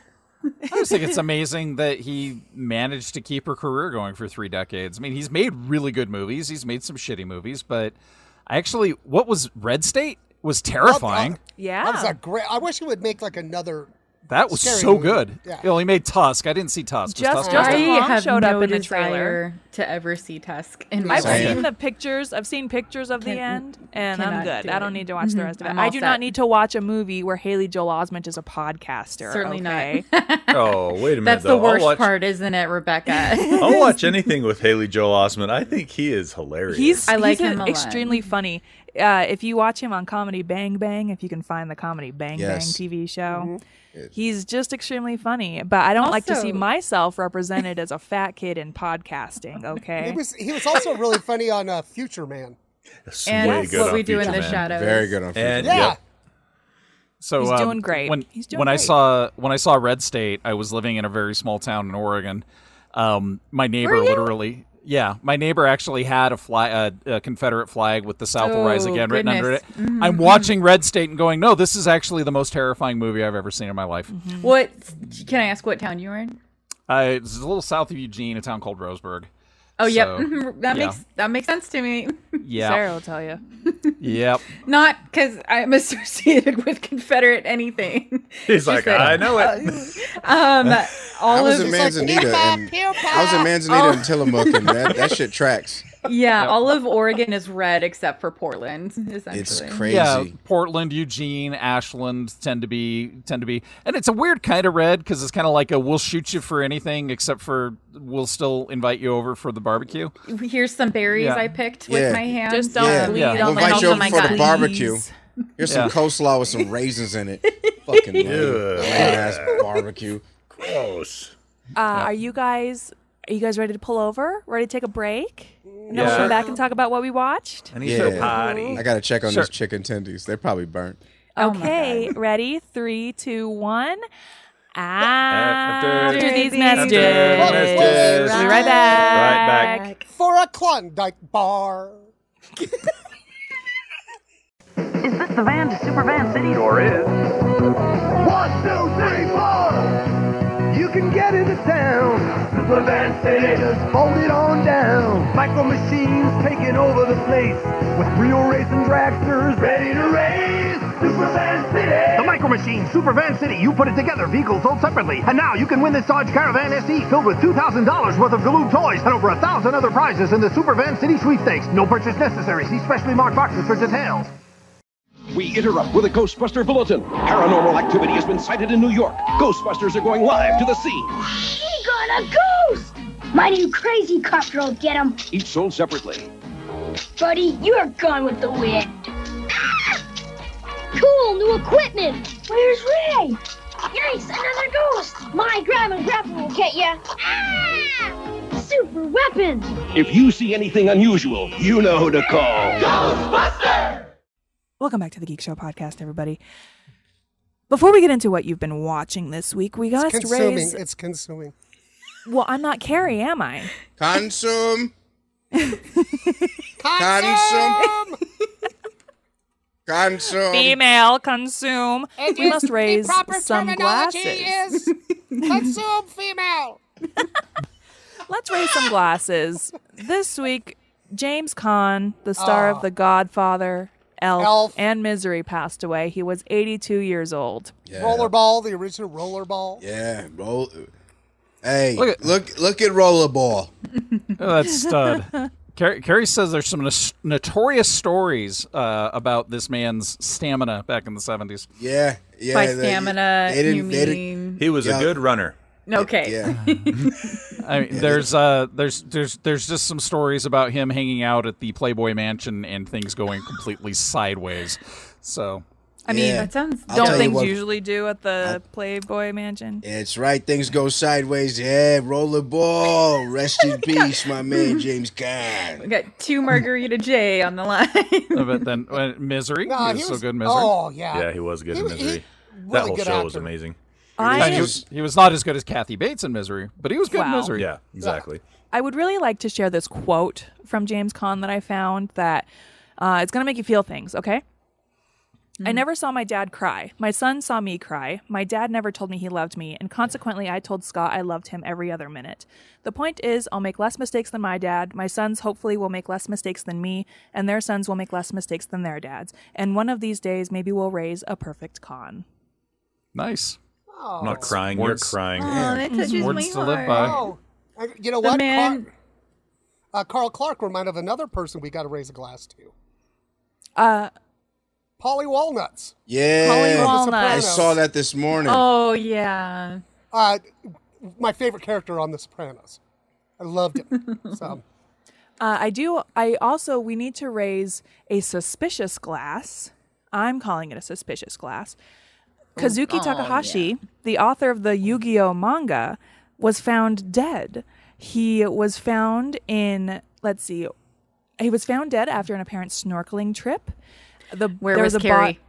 Speaker 7: I just think it's amazing that he managed to keep her career going for three decades. I mean, he's made really good movies. He's made some shitty movies, but I actually, what was Red State was
Speaker 6: uh,
Speaker 7: terrifying.
Speaker 3: Yeah.
Speaker 6: That was a great. I wish he would make like another.
Speaker 7: that was
Speaker 6: scary
Speaker 7: so
Speaker 6: movie.
Speaker 7: good.
Speaker 6: Yeah.
Speaker 7: Well, he made Tusk. I didn't see Tusk. Was
Speaker 3: Just-
Speaker 7: Tusk
Speaker 3: just-
Speaker 5: I
Speaker 7: good?
Speaker 3: Justin Long
Speaker 5: have
Speaker 3: showed up
Speaker 5: no
Speaker 3: in the
Speaker 5: desire to ever see Tusk in my
Speaker 3: I've
Speaker 8: Same.
Speaker 5: life.
Speaker 3: seen the pictures. I've seen pictures of the
Speaker 5: Can't-
Speaker 3: end, and I'm
Speaker 5: cannot
Speaker 3: good.
Speaker 5: do
Speaker 3: I
Speaker 5: it.
Speaker 3: don't need to watch the
Speaker 5: Mhm.
Speaker 3: rest of it.
Speaker 5: I'm
Speaker 3: I
Speaker 5: all
Speaker 3: do
Speaker 5: set.
Speaker 3: not need to watch a movie where Haley Joel Osment is a podcaster.
Speaker 5: Certainly
Speaker 3: okay?
Speaker 5: not.
Speaker 1: Oh, wait a minute.
Speaker 5: That's
Speaker 1: though.
Speaker 5: the worst
Speaker 1: I'll watch,
Speaker 5: part, isn't it, Rebecca?
Speaker 1: I'll watch anything with Haley Joel Osment. I think he is hilarious.
Speaker 3: He's
Speaker 5: I like
Speaker 3: he's
Speaker 5: him a lot.
Speaker 3: extremely funny. Uh, if you watch him on Comedy Bang Bang, if you can find the Comedy Bang
Speaker 8: Yes.
Speaker 3: Bang TV show, he's just extremely funny. But I don't like to see
Speaker 5: Also-
Speaker 3: myself represented as a fat kid in podcasting.
Speaker 6: He
Speaker 3: Okay,
Speaker 6: was. He was also really funny on uh, Future Man.
Speaker 5: and
Speaker 1: Way
Speaker 5: that's
Speaker 1: good
Speaker 5: what
Speaker 1: on
Speaker 5: we do in
Speaker 1: Future
Speaker 5: the
Speaker 1: Man.
Speaker 5: shadows.
Speaker 8: Very good on
Speaker 1: And
Speaker 6: Yeah.
Speaker 1: yep.
Speaker 7: So
Speaker 3: He's
Speaker 7: um,
Speaker 3: doing great.
Speaker 7: When
Speaker 3: He's doing
Speaker 7: when I
Speaker 3: great.
Speaker 7: saw when I saw Red State, I was living in a very small town in Oregon. Um, my neighbor literally, yeah, my neighbor actually had a fly a, a Confederate flag with the South will rise
Speaker 5: Oh,
Speaker 7: again written under it.
Speaker 5: goodness.
Speaker 3: Mm-hmm,
Speaker 7: I'm watching Red State and going, no, this is actually the most terrifying movie I've ever seen in my life.
Speaker 3: Mm-hmm.
Speaker 5: What can I ask? What town you were in?
Speaker 7: Uh, it's a little south of Eugene, a town called Roseburg.
Speaker 5: Oh, yep.
Speaker 7: So,
Speaker 5: that
Speaker 7: yeah.
Speaker 5: makes that makes sense to me.
Speaker 3: Mm-hmm.
Speaker 7: Yeah,
Speaker 3: Sarah will tell you.
Speaker 7: yep.
Speaker 5: Not because I'm associated with Confederate anything.
Speaker 1: He's like,
Speaker 5: that-
Speaker 1: I know it.
Speaker 5: Um,
Speaker 8: I
Speaker 5: all
Speaker 8: was in
Speaker 5: of
Speaker 8: Manzanita. and, I was in Manzanita
Speaker 3: Oh.
Speaker 8: and Tillamook, and that, that shit tracks.
Speaker 5: yeah, all of Oregon is red except for Portland. Essentially,
Speaker 8: It's crazy.
Speaker 7: Yeah, Portland, Eugene, Ashland tend to be tend to be, and it's a weird kind of red because it's kind of like a we'll shoot you for anything except for we'll still invite you over for the barbecue.
Speaker 5: Here's some berries
Speaker 7: Yeah.
Speaker 5: I picked
Speaker 8: Yeah.
Speaker 5: with my hands.
Speaker 3: Just don't
Speaker 8: Yeah.
Speaker 3: bleed
Speaker 7: Yeah. We'll
Speaker 3: on
Speaker 5: invite
Speaker 3: the
Speaker 5: you
Speaker 3: nose
Speaker 5: over
Speaker 3: of my
Speaker 5: for the
Speaker 3: God.
Speaker 8: barbecue.
Speaker 3: Please.
Speaker 8: Here's
Speaker 7: Yeah.
Speaker 8: some coleslaw with some raisins in it. Fucking lame,
Speaker 1: Ugh.
Speaker 8: lame ass barbecue.
Speaker 1: Gross.
Speaker 3: Uh, Are you guys? Are you guys ready to pull over? Ready to take a break? And then we'll
Speaker 1: Yeah.
Speaker 3: come back and talk about what we watched.
Speaker 1: I need to
Speaker 8: Yeah.
Speaker 1: potty.
Speaker 8: I gotta check on
Speaker 7: Sure.
Speaker 8: those chicken tendies. They're probably burnt.
Speaker 5: Oh my
Speaker 3: Okay, ready? Three, two, one.
Speaker 1: After
Speaker 3: After these
Speaker 5: these
Speaker 3: messages,
Speaker 1: messages.
Speaker 3: we'll be right back.
Speaker 1: back.
Speaker 6: For a Klondike bar.
Speaker 10: Is this the van to Super Van City? Sure is. One, two, three, four. You can get into town. Super Van City. Just fold it on down. Micro machines taking over the place with real racing tractors ready to race. Super Van City. The Micro Machines, Super Van City. You put it together. Vehicles sold separately. And now you can win this Dodge Caravan SE filled with $2,000 worth of Galoob toys and over a thousand other prizes in the Super Van City sweepstakes. No purchase necessary. See specially marked boxes for details.
Speaker 12: We interrupt with a Ghostbuster bulletin. Paranormal activity has been sighted in New York. Ghostbusters are going live to the scene.
Speaker 9: He got a ghost! My new crazy cop drove get him.
Speaker 12: Each sold separately.
Speaker 9: Buddy, you're gone with the wind. cool, new equipment. Where's Ray? Yikes, another ghost. My grab and grapple will get ya. Ah! super weapons.
Speaker 12: If you see anything unusual, you know who to call.
Speaker 3: Welcome back to the Geek Show podcast, everybody. Before we get into what you've been watching this week, we got
Speaker 6: It's
Speaker 3: to
Speaker 6: consuming.
Speaker 3: raise.
Speaker 6: It's consuming.
Speaker 3: Well, I'm not Carrie, am I?
Speaker 8: Consume. Consume. Consume.
Speaker 3: Female consume.
Speaker 6: And
Speaker 3: we
Speaker 6: you-
Speaker 3: must
Speaker 6: the
Speaker 3: raise
Speaker 6: proper
Speaker 3: some
Speaker 6: terminology
Speaker 3: glasses.
Speaker 6: is consume female.
Speaker 3: Let's raise some glasses. This week, James Caan, the star
Speaker 6: Oh.
Speaker 3: of The Godfather, Elf,
Speaker 6: Elf.
Speaker 3: and Misery, passed away. He was 82 years old.
Speaker 6: Rollerball, the original rollerball.
Speaker 8: Yeah, roll. Hey,
Speaker 7: Look
Speaker 8: look,
Speaker 7: at-
Speaker 8: look, at rollerball.
Speaker 7: Oh, that's stud. Car- Carrie says there's some nos- notorious stories uh, about this man's stamina back in the 70s.
Speaker 8: Yeah, yeah.
Speaker 5: By
Speaker 8: they-
Speaker 5: stamina,
Speaker 8: they didn't-
Speaker 5: you
Speaker 8: they
Speaker 5: mean-
Speaker 8: didn't-
Speaker 1: He was
Speaker 8: Yeah.
Speaker 1: a good runner.
Speaker 5: Okay.
Speaker 7: I mean, there's uh, there's there's there's just some stories about him hanging out at the Playboy Mansion and things going completely sideways. So
Speaker 3: I mean,
Speaker 8: Yeah.
Speaker 5: That sounds
Speaker 8: I'll
Speaker 3: don't
Speaker 8: tell you
Speaker 3: things
Speaker 8: what-
Speaker 3: usually do at the Playboy Mansion?
Speaker 8: It's right. Things go sideways. Yeah, rollerball. Rest in peace, my man James Caan.
Speaker 5: We got two margarita J on the line.
Speaker 7: Uh, but then uh, misery
Speaker 6: No,
Speaker 7: he
Speaker 6: he
Speaker 7: was so
Speaker 6: was-
Speaker 7: good. Misery.
Speaker 6: oh, yeah.
Speaker 1: Yeah, he was good
Speaker 6: He
Speaker 1: in
Speaker 6: was- he-
Speaker 1: Misery. that
Speaker 6: really
Speaker 1: whole
Speaker 6: good
Speaker 1: show was
Speaker 6: actor.
Speaker 1: amazing.
Speaker 3: I
Speaker 7: he,
Speaker 3: am-
Speaker 7: was, he was not as good as Kathy Bates in Misery, but he was good
Speaker 3: Wow.
Speaker 7: in Misery.
Speaker 1: Yeah, exactly.
Speaker 3: I would really like to share this quote from James Caan that I found that uh, it's going to make you feel things, okay? I never saw my dad cry. My son saw me cry. My dad never told me he loved me, and consequently, I told Scott I loved him every other minute. The point is, I'll make less mistakes than my dad. My sons hopefully will make less mistakes than me, and their sons will make less mistakes than their dads. And one of these days, maybe we'll raise a perfect con.
Speaker 7: Nice.
Speaker 1: I'm not crying.
Speaker 7: Words-
Speaker 1: You're crying.
Speaker 5: Oh, that touches
Speaker 7: Words
Speaker 5: my
Speaker 7: to live
Speaker 5: heart.
Speaker 7: by.
Speaker 6: Oh, I- you know
Speaker 5: The
Speaker 6: what?
Speaker 5: man-
Speaker 6: Car- uh, Carl Clark reminded of another person we got to raise a glass to.
Speaker 3: Uh,
Speaker 6: Polly Walnuts.
Speaker 3: Polly
Speaker 8: Yeah, I
Speaker 3: Walnuts.
Speaker 8: saw that this morning.
Speaker 5: Oh yeah.
Speaker 6: Uh, my favorite character on The Sopranos. I loved him. so
Speaker 3: Uh, I do. I also we need to raise a suspicious glass. I'm calling it a suspicious glass. Kazuki
Speaker 5: Oh,
Speaker 3: Takahashi, the author of the Yu-Gi-Oh manga, was found dead. He was found in let's see, he was found dead after an apparent snorkeling trip. The
Speaker 5: Where
Speaker 3: there
Speaker 5: was
Speaker 3: a bo-
Speaker 5: Carrie?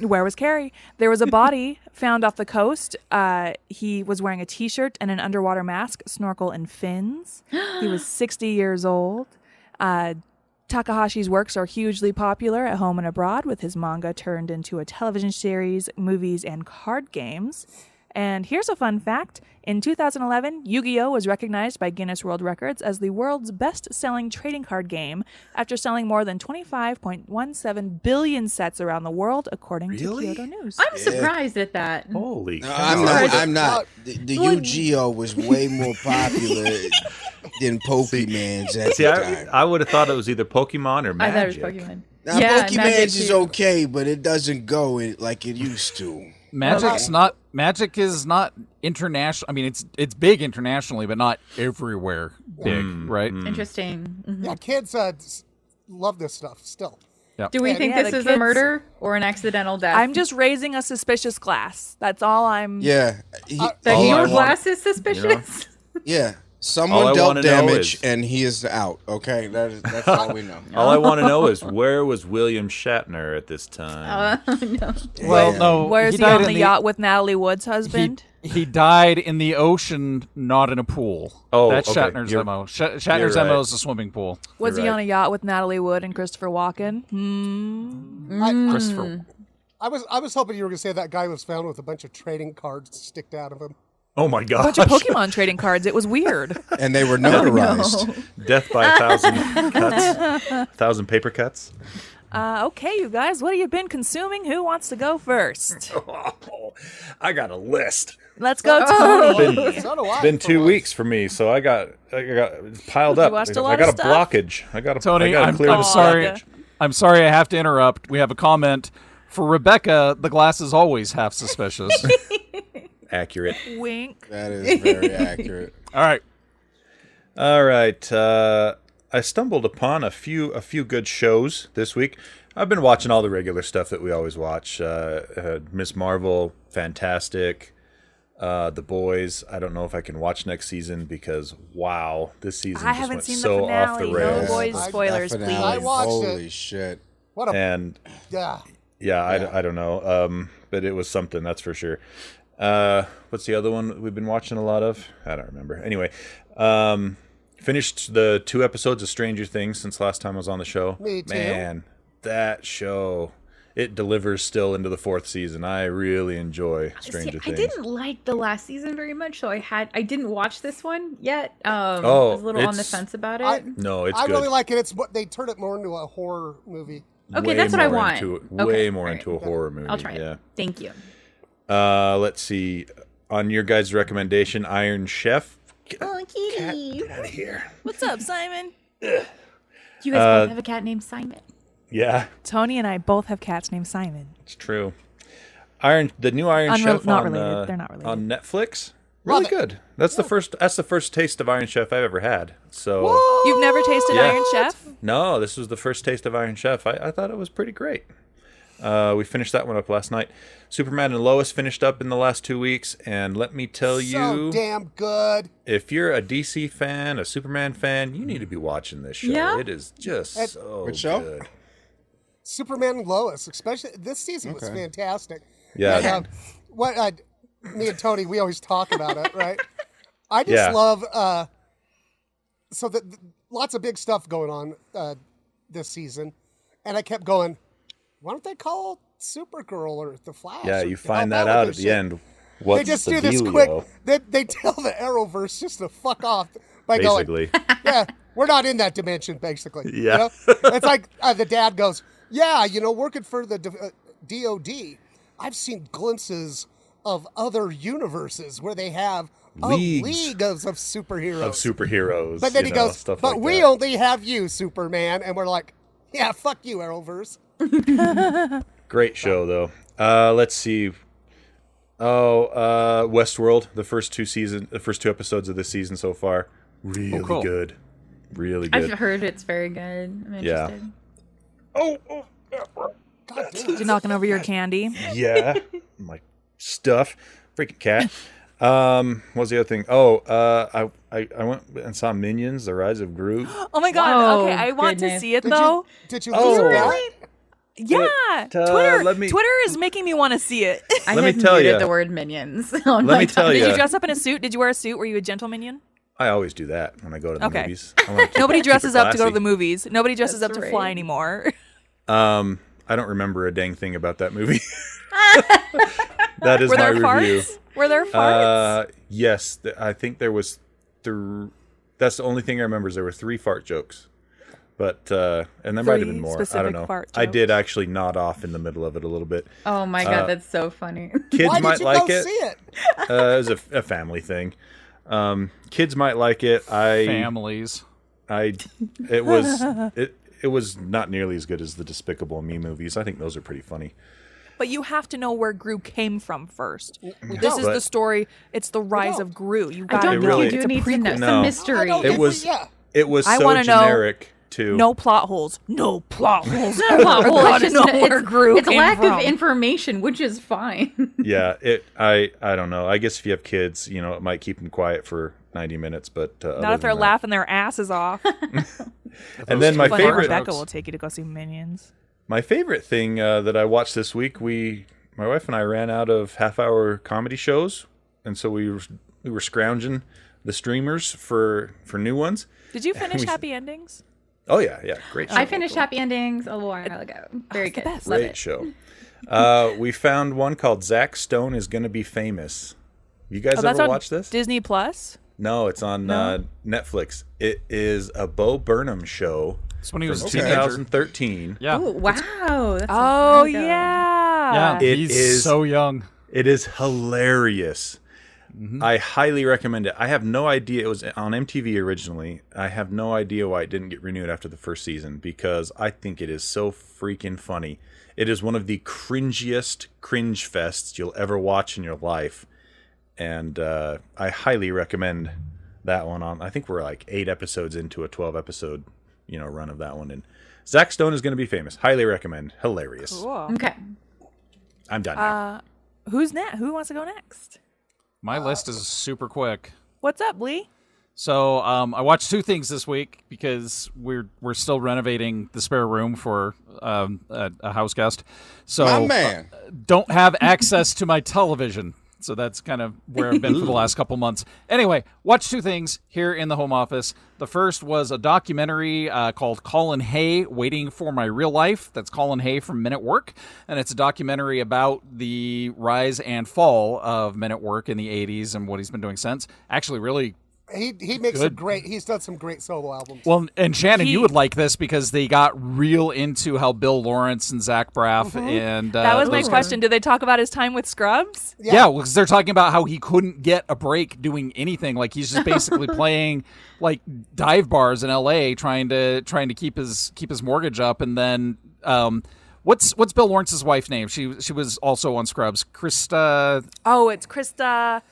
Speaker 3: where was Carrie? There was a body found off the coast. Uh, he was wearing a T-shirt and an underwater mask, snorkel and fins. He was 60 years old. Uh, Takahashi's works are hugely popular at home and abroad, with his manga turned into a television series, movies, and card games. And here's a fun fact. In 2011, Yu Gi Oh! was recognized by Guinness World Records as the world's best selling trading card game after selling more than 25.17 billion sets around the world, according
Speaker 1: Really?
Speaker 3: to Kyoto News.
Speaker 5: I'm surprised at that.
Speaker 1: Holy
Speaker 8: No,
Speaker 1: cow.
Speaker 8: I'm not. I'm not. The, the
Speaker 3: Well,
Speaker 8: UGO was way more popular than Pokemon's at
Speaker 1: See,
Speaker 8: the
Speaker 1: I,
Speaker 8: time.
Speaker 1: I would have thought it was either Pokemon or
Speaker 5: I
Speaker 1: Magic.
Speaker 5: thought it was Pokemon.
Speaker 8: Now,
Speaker 5: yeah,
Speaker 8: Pokemon's is
Speaker 5: too.
Speaker 8: okay, but it doesn't go in, like it used to.
Speaker 7: Magic's
Speaker 5: Okay.
Speaker 7: not Magic is not international. I mean, it's it's big internationally, but not everywhere big,
Speaker 1: Mm,
Speaker 7: right?
Speaker 5: Interesting.
Speaker 3: Mm-hmm.
Speaker 5: Mhm.
Speaker 6: yeah, kids uh, s- love this stuff still.
Speaker 5: Do we
Speaker 3: Yeah,
Speaker 5: think
Speaker 3: yeah,
Speaker 5: this
Speaker 3: the
Speaker 5: is a
Speaker 3: kids-
Speaker 5: murder or an accidental death?
Speaker 3: I'm just raising a suspicious glass. That's all I'm.
Speaker 8: Yeah. He-
Speaker 5: That
Speaker 1: All Oh, I
Speaker 5: your
Speaker 1: want-
Speaker 5: glass is suspicious.
Speaker 8: Yeah.
Speaker 1: All I
Speaker 8: Someone dealt
Speaker 1: wanna know
Speaker 8: damage
Speaker 1: is-
Speaker 8: and he is out. Okay, that is, that's all we know.
Speaker 1: All I want to know is where was William Shatner at this
Speaker 3: Uh,
Speaker 1: time?
Speaker 5: Oh no.
Speaker 7: Well,
Speaker 8: Yeah.
Speaker 7: no.
Speaker 3: Where's he,
Speaker 7: died
Speaker 3: on
Speaker 7: in
Speaker 3: the yacht with Natalie Wood's husband?
Speaker 7: He, he died in the ocean, not in a pool.
Speaker 1: Oh,
Speaker 7: that's
Speaker 1: okay.
Speaker 7: Shatner's
Speaker 1: You're-
Speaker 7: mo. Sh- Shatner's
Speaker 1: you're right.
Speaker 7: mo is a swimming pool.
Speaker 3: was
Speaker 1: you're
Speaker 3: he
Speaker 1: right.
Speaker 3: on a yacht with Natalie Wood and Christopher Walken? Hmm.
Speaker 5: Mm.
Speaker 6: I,
Speaker 7: Christopher.
Speaker 6: I was I was hoping you were gonna say that guy was found with a bunch of trading cards sticked out of him.
Speaker 1: oh my
Speaker 3: A
Speaker 1: gosh.
Speaker 3: bunch of Pokemon trading cards. It was weird.
Speaker 8: And they were notarized.
Speaker 1: Death by a thousand cuts. thousand paper cuts.
Speaker 3: Uh, okay, you guys, what have you been consuming? Who wants to go first?
Speaker 1: Oh, I got a list.
Speaker 3: Let's go, Tony.
Speaker 6: So do I.
Speaker 1: It's been
Speaker 6: for
Speaker 1: two
Speaker 6: once.
Speaker 1: weeks for me, so I got I got it's piled up.
Speaker 3: watched a
Speaker 1: I
Speaker 3: lot
Speaker 1: got
Speaker 3: of
Speaker 1: a
Speaker 3: stuff.
Speaker 1: blockage. I got a I
Speaker 7: Tony,
Speaker 1: got a
Speaker 7: I'm,
Speaker 1: clear
Speaker 7: I'm
Speaker 1: blockage.
Speaker 7: sorry. I'm sorry I have to interrupt. We have a comment. For Rebecca, the glass is always half suspicious.
Speaker 1: Accurate.
Speaker 3: Wink.
Speaker 8: That is very accurate.
Speaker 7: All right.
Speaker 1: All right. Uh, I stumbled upon a few a few good shows this week. I've been watching all the regular stuff that we always watch. Uh, uh, Miss Marvel, fantastic. Uh, the boys, I don't know if I can watch next season because wow, this season
Speaker 3: I
Speaker 1: just
Speaker 3: haven't
Speaker 1: went
Speaker 3: seen the
Speaker 1: so off the
Speaker 3: finale. No
Speaker 1: rails.
Speaker 3: Oh, boys spoilers,
Speaker 8: That
Speaker 3: please.
Speaker 8: finale.
Speaker 3: I watched
Speaker 8: Holy
Speaker 3: it.
Speaker 8: shit!
Speaker 6: What a
Speaker 1: And
Speaker 6: yeah.
Speaker 1: yeah, I d- I, don't know. Um, but it was something that's for sure. Uh, what's the other one we've been watching a lot of? I don't remember. Anyway, um, finished the two episodes of Stranger Things since last time I was on the show.
Speaker 6: Me too.
Speaker 1: Man, that show it delivers still into the fourth season. I really enjoy Stranger
Speaker 5: See, I
Speaker 1: Things.
Speaker 5: didn't like the last season very much, so I had I didn't watch this one yet. Um,
Speaker 1: Oh,
Speaker 5: I was a little on the
Speaker 1: it's-
Speaker 5: fence about it.
Speaker 6: I-
Speaker 1: No, it's
Speaker 6: I
Speaker 1: good.
Speaker 6: really like it. It's what they turn it more into a horror movie.
Speaker 5: Okay, that's what I
Speaker 1: more
Speaker 5: want.
Speaker 1: into-
Speaker 5: Okay,
Speaker 1: way more
Speaker 5: all right.
Speaker 1: into a horror movie.
Speaker 5: I'll try
Speaker 1: yeah.
Speaker 5: it. Thank you.
Speaker 1: Uh, let's see. On your guys' recommendation, Iron Chef.
Speaker 5: Oh, kitty! Get out of
Speaker 1: here.
Speaker 3: What's up, Simon?
Speaker 5: You
Speaker 1: guys Uh, both
Speaker 5: have a cat named Simon.
Speaker 1: Yeah,
Speaker 3: Tony and I both have cats named Simon.
Speaker 1: it's true. Iron, the new Iron
Speaker 3: Unrel-
Speaker 1: Chef
Speaker 3: not
Speaker 1: on
Speaker 3: related.
Speaker 1: uh,
Speaker 3: They're not related.
Speaker 1: on Netflix. Really good. That's the first. That's the first taste of Iron Chef I've ever had. So
Speaker 3: You've never tasted
Speaker 1: Yeah.
Speaker 3: Iron Chef?
Speaker 1: no, this was the first taste of Iron Chef. I, I thought it was pretty great. Uh, we finished that one up last night. Superman and Lois finished up in the last two weeks, and let me tell
Speaker 6: So
Speaker 1: you,
Speaker 6: damn good.
Speaker 1: if you're a DC fan, a Superman fan, you need to be watching this show.
Speaker 6: Yeah.
Speaker 1: It is just
Speaker 6: It-
Speaker 1: so
Speaker 8: Which show?
Speaker 1: good.
Speaker 6: Superman and Lois, especially this season was
Speaker 8: Okay.
Speaker 6: fantastic.
Speaker 1: Yeah.
Speaker 6: And, um, what uh, me and Tony, we always talk about it, right? I just
Speaker 1: Yeah.
Speaker 6: love uh, so that lots of big stuff going on uh, this season, and I kept going. Why don't they call Supergirl or the Flash?
Speaker 1: Yeah,
Speaker 6: or
Speaker 1: you
Speaker 6: help
Speaker 1: find that
Speaker 6: with
Speaker 1: out at
Speaker 6: this
Speaker 1: the
Speaker 6: shit?
Speaker 1: end. What's
Speaker 6: they just
Speaker 1: the
Speaker 6: do this
Speaker 1: dealio?
Speaker 6: quick. They, they tell the Arrowverse just to fuck off by going,
Speaker 1: Basically,
Speaker 6: yeah, we're not in that dimension, basically. you
Speaker 1: Yeah.
Speaker 6: know? It's like uh, the dad goes, yeah, you know, working for the D- uh, DOD, I've seen glimpses of other universes where they have a
Speaker 1: Leagues.
Speaker 6: league of, of superheroes.
Speaker 1: of superheroes.
Speaker 6: but then
Speaker 1: you
Speaker 6: he
Speaker 1: know,
Speaker 6: goes,
Speaker 1: stuff
Speaker 6: but
Speaker 1: like
Speaker 6: we
Speaker 1: that.
Speaker 6: only have you, Superman. And we're like, yeah, fuck you, Arrowverse.
Speaker 1: Great show though. Uh, let's see. Oh, uh, Westworld. The first two season, the first two episodes of this season so far,
Speaker 3: Oh,
Speaker 1: really
Speaker 5: cool.
Speaker 1: good, really
Speaker 5: I've
Speaker 1: good.
Speaker 5: heard it's very good. I'm
Speaker 1: Yeah.
Speaker 5: interested.
Speaker 3: You're knocking over your candy.
Speaker 1: yeah, my stuff, freaking cat. Um, what was the other thing? Oh, uh, I, I I went and saw Minions: The Rise of Groot.
Speaker 3: Oh my god.
Speaker 5: Oh,
Speaker 3: okay, I want to
Speaker 5: goodness.
Speaker 3: see it
Speaker 6: Did
Speaker 3: though.
Speaker 6: You, did you
Speaker 1: Oh.
Speaker 6: lose that?
Speaker 1: Really?
Speaker 3: yeah.
Speaker 1: uh,
Speaker 3: Twitter
Speaker 1: let me-
Speaker 3: Twitter is making me want to see it.
Speaker 5: I
Speaker 1: Let me
Speaker 5: have
Speaker 1: tell
Speaker 5: muted
Speaker 1: ya.
Speaker 5: the word minions.
Speaker 1: Let me tell
Speaker 3: Did you
Speaker 1: you,
Speaker 3: dress up in a suit? Did you wear a suit? Were you a gentle minion?
Speaker 1: I always do that when I go to the
Speaker 3: Okay.
Speaker 1: movies. I wanna keep-
Speaker 3: Nobody
Speaker 1: keep it
Speaker 3: dresses up to go to
Speaker 1: classy.
Speaker 3: the movies. Nobody dresses
Speaker 5: That's
Speaker 3: up to
Speaker 5: right.
Speaker 3: fly anymore.
Speaker 1: Um, I don't remember a dang thing about that movie. that is
Speaker 3: Were
Speaker 1: my
Speaker 3: there
Speaker 1: review.
Speaker 3: farts? Were there farts?
Speaker 1: Uh, yes, th- I think there was three. That's the only thing I remember is there were three fart jokes, but uh, and there might have
Speaker 3: Three
Speaker 1: been more. I
Speaker 3: specific
Speaker 1: don't know.
Speaker 3: fart
Speaker 1: I did actually nod off in the middle of it a little bit.
Speaker 5: Oh my
Speaker 1: Uh,
Speaker 5: god, that's so funny.
Speaker 1: Kids
Speaker 6: Why
Speaker 1: might
Speaker 6: did you
Speaker 1: like
Speaker 6: go
Speaker 1: it.
Speaker 6: see it?
Speaker 1: Uh, it was a, f- a family thing. Um, kids might like it. I
Speaker 7: Families.
Speaker 1: I it was it it was not nearly as good as the Despicable Me movies. I think those are pretty funny.
Speaker 3: But you have to know where Gru came from first.
Speaker 6: We
Speaker 3: This
Speaker 6: don't.
Speaker 3: is
Speaker 1: Mm, But-
Speaker 3: the story. It's the rise of Gru. You
Speaker 5: I
Speaker 3: gotta
Speaker 5: don't
Speaker 1: It
Speaker 5: think
Speaker 1: really-
Speaker 5: you
Speaker 3: It's
Speaker 5: do
Speaker 3: a
Speaker 5: need to know.
Speaker 3: prequel.
Speaker 5: It's
Speaker 1: No.
Speaker 5: a
Speaker 6: I
Speaker 5: mystery.
Speaker 6: don't
Speaker 1: It
Speaker 6: think we-
Speaker 1: was-
Speaker 6: yeah.
Speaker 1: It was
Speaker 3: I
Speaker 1: so
Speaker 3: wanna know-
Speaker 1: generic too.
Speaker 3: No plot holes. No plot holes.
Speaker 5: It's not a plot hole,
Speaker 3: I
Speaker 5: It's,
Speaker 3: gotta
Speaker 5: just-
Speaker 3: know where
Speaker 5: it's,
Speaker 3: Gru
Speaker 5: it's
Speaker 3: came
Speaker 5: lack
Speaker 3: from.
Speaker 5: of information, which is fine.
Speaker 1: yeah it i i don't know i guess if you have kids you know it might keep them quiet for 90 minutes but uh, other
Speaker 3: Not if they're
Speaker 1: than that-
Speaker 3: laughing their asses off.
Speaker 1: and then my
Speaker 3: Funny,
Speaker 1: favorite
Speaker 3: Rebecca will take you to go see Minions.
Speaker 1: my favorite thing uh, that i watched this week we my wife and i ran out of half hour comedy shows and so we were, we were scrounging the streamers for for new ones
Speaker 3: Did you finish
Speaker 1: We-
Speaker 3: Happy Endings?
Speaker 1: oh yeah yeah great show.
Speaker 5: I finished Happy Endings a little while ago. Very good.
Speaker 3: best.
Speaker 5: Love
Speaker 1: great
Speaker 5: it.
Speaker 1: show uh, we found one called Zach Stone is gonna be famous. You guys
Speaker 3: Oh, that's
Speaker 1: ever
Speaker 3: on
Speaker 1: watch this?
Speaker 3: Disney Plus.
Speaker 1: No, it's on Uh, Netflix. It is a Bo Burnham show.
Speaker 7: It's when he was
Speaker 1: from
Speaker 7: a teenager.
Speaker 1: 2013.
Speaker 7: Yeah.
Speaker 5: Ooh, wow. That's a
Speaker 3: Oh
Speaker 5: while ago.
Speaker 3: yeah.
Speaker 7: yeah.
Speaker 1: It
Speaker 7: he's
Speaker 1: is-
Speaker 7: so young.
Speaker 1: It is hilarious. I highly recommend it. I have no idea. It was on MTV originally. I have no idea why it didn't get renewed after the first season because I think it is so freaking funny. It is one of the cringiest cringe fests you'll ever watch in your life. And uh, I highly recommend that one on. I think we're like eight episodes into a 12 episode, you know, run of that one. And Zach Stone is going to be famous. Highly recommend. Hilarious.
Speaker 3: Cool.
Speaker 5: Okay.
Speaker 1: I'm done now.
Speaker 3: Who's next? Who wants to go next?
Speaker 7: My list is super quick.
Speaker 3: What's up, Lee?
Speaker 7: So um, I watched two things this week because we're we're still renovating the spare room for um, a, a house guest. So
Speaker 8: My man.
Speaker 7: uh, don't have access to my television. So that's kind of where I've been for the last couple months. Anyway, watched two things here in the home office. The first was a documentary uh, called Colin Hay Waiting for My Real Life. That's Colin Hay from Men at Work. And it's a documentary about the rise and fall of Men at Work in the 80s and what he's been doing since. Actually, really
Speaker 6: He he makes
Speaker 7: Good.
Speaker 6: some great. He's done some great solo albums.
Speaker 7: well, and Shannon,
Speaker 6: He-
Speaker 7: you would like this because they got real into how Bill Lawrence and Zach Braff and uh,
Speaker 3: Mm-hmm. that was my
Speaker 7: those guys-
Speaker 3: question. Did they talk about his time with Scrubs?
Speaker 7: Yeah, because they're talking about how he couldn't get a break doing anything. Like he's just basically playing like dive bars in L.A. trying to trying to keep his keep his mortgage up. And then um, what's what's Bill Lawrence's wife name? She she was also on Scrubs. Krista.
Speaker 3: Oh, it's Krista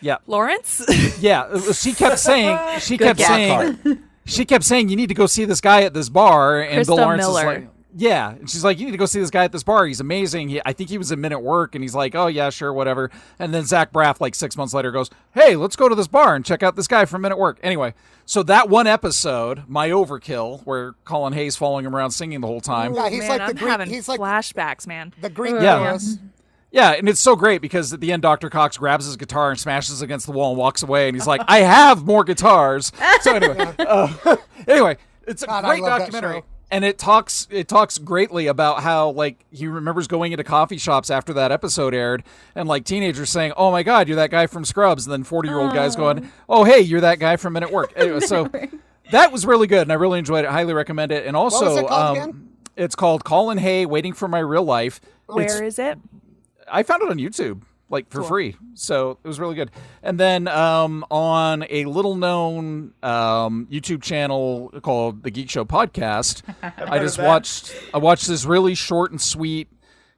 Speaker 7: Yeah,
Speaker 3: Lawrence.
Speaker 7: yeah. it was- She kept saying she
Speaker 3: Good
Speaker 7: kept
Speaker 3: guess.
Speaker 7: saying she kept saying you need to go see this guy at this bar. And Bill
Speaker 3: Krista
Speaker 7: Lawrence is
Speaker 3: Miller.
Speaker 7: like. Yeah, and she's like, you need to go see this guy at this bar. He's amazing. He, I think he was a minute work, and he's like, oh yeah, sure, whatever. And then Zach Braff, like six months later, goes, hey, let's go to this bar and check out this guy from minute work. Anyway, so that one episode, my overkill, where Colin Hayes following him around singing the whole time.
Speaker 3: Oh, man, I'm having flashbacks, man.
Speaker 6: The Greek
Speaker 7: Yeah. Yeah, and it's so great because at the end, Dr. Cox grabs his guitar and smashes it against the wall and walks away, and he's like, "I have more guitars." So anyway, uh, anyway, it's a
Speaker 6: God, I
Speaker 7: great
Speaker 6: love that
Speaker 7: documentary,
Speaker 6: show.
Speaker 7: and it talks it talks greatly about how like he remembers going into coffee shops after that episode aired, and like teenagers saying, "Oh my God, you're that guy from Scrubs," and then forty year old guys
Speaker 1: Oh.
Speaker 7: going, "Oh hey, you're that guy from Men at Work." Anyway, so that was really good, and I really enjoyed it. Highly recommend it, and
Speaker 6: was
Speaker 7: also.
Speaker 6: it called
Speaker 7: um,
Speaker 6: again?
Speaker 7: It's called Colin Hay Waiting for My Real Life. It's-
Speaker 3: Where is it?
Speaker 7: I found it on YouTube, like for
Speaker 3: Cool.
Speaker 7: free. So it was really good. And then um, on a little known um, YouTube channel called the Geek Show Podcast, I
Speaker 1: heard
Speaker 7: just
Speaker 1: of that.
Speaker 7: watched I watched this really short and sweet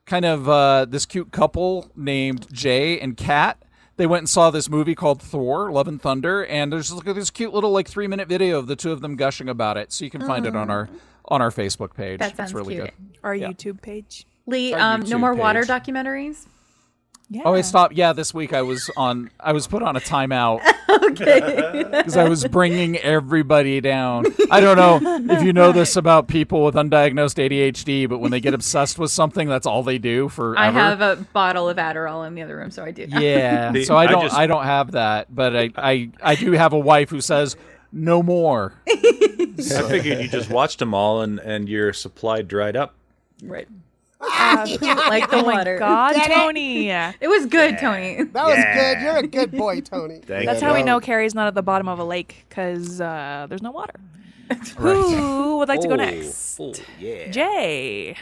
Speaker 7: kind of uh, this cute couple named Jay and Kat. They went and saw this movie called Thor: Love and Thunder, and there's like this cute little like three minute video of the two of them gushing about it. So you can find it on our on our Facebook page.
Speaker 5: That
Speaker 7: it's
Speaker 5: sounds
Speaker 7: really
Speaker 5: cute.
Speaker 7: good.
Speaker 3: Our YouTube page.
Speaker 5: Lee,
Speaker 7: Our
Speaker 5: um, no
Speaker 7: YouTube
Speaker 5: more water
Speaker 7: page.
Speaker 5: documentaries. Yeah.
Speaker 7: Oh, I stopped. Yeah, this week I was on. I was put on a timeout. Because I was bringing everybody down. I don't know if you know this about people with undiagnosed ADHD, but when they get obsessed with something, that's all they do forever.
Speaker 5: I have a bottle of Adderall in the other room, so I do. that.
Speaker 7: yeah.
Speaker 1: The-
Speaker 7: so I
Speaker 1: I
Speaker 7: don't. I,
Speaker 1: just-
Speaker 7: don't have that, but I, I. I do have a wife who says no more.
Speaker 1: I figured you just watched them all and, and your supply dried up.
Speaker 5: Right.
Speaker 3: like the water. Oh God,
Speaker 5: Get it?
Speaker 3: Tony.
Speaker 5: It was good, Tony.
Speaker 6: That was Oh, good. You're a good boy, Tony.
Speaker 1: Thank
Speaker 3: That's how we know Carrie's not at the bottom of a lake because uh, there's no water. Who would
Speaker 8: Oh,
Speaker 3: like to go next?
Speaker 1: yeah.
Speaker 3: Jay.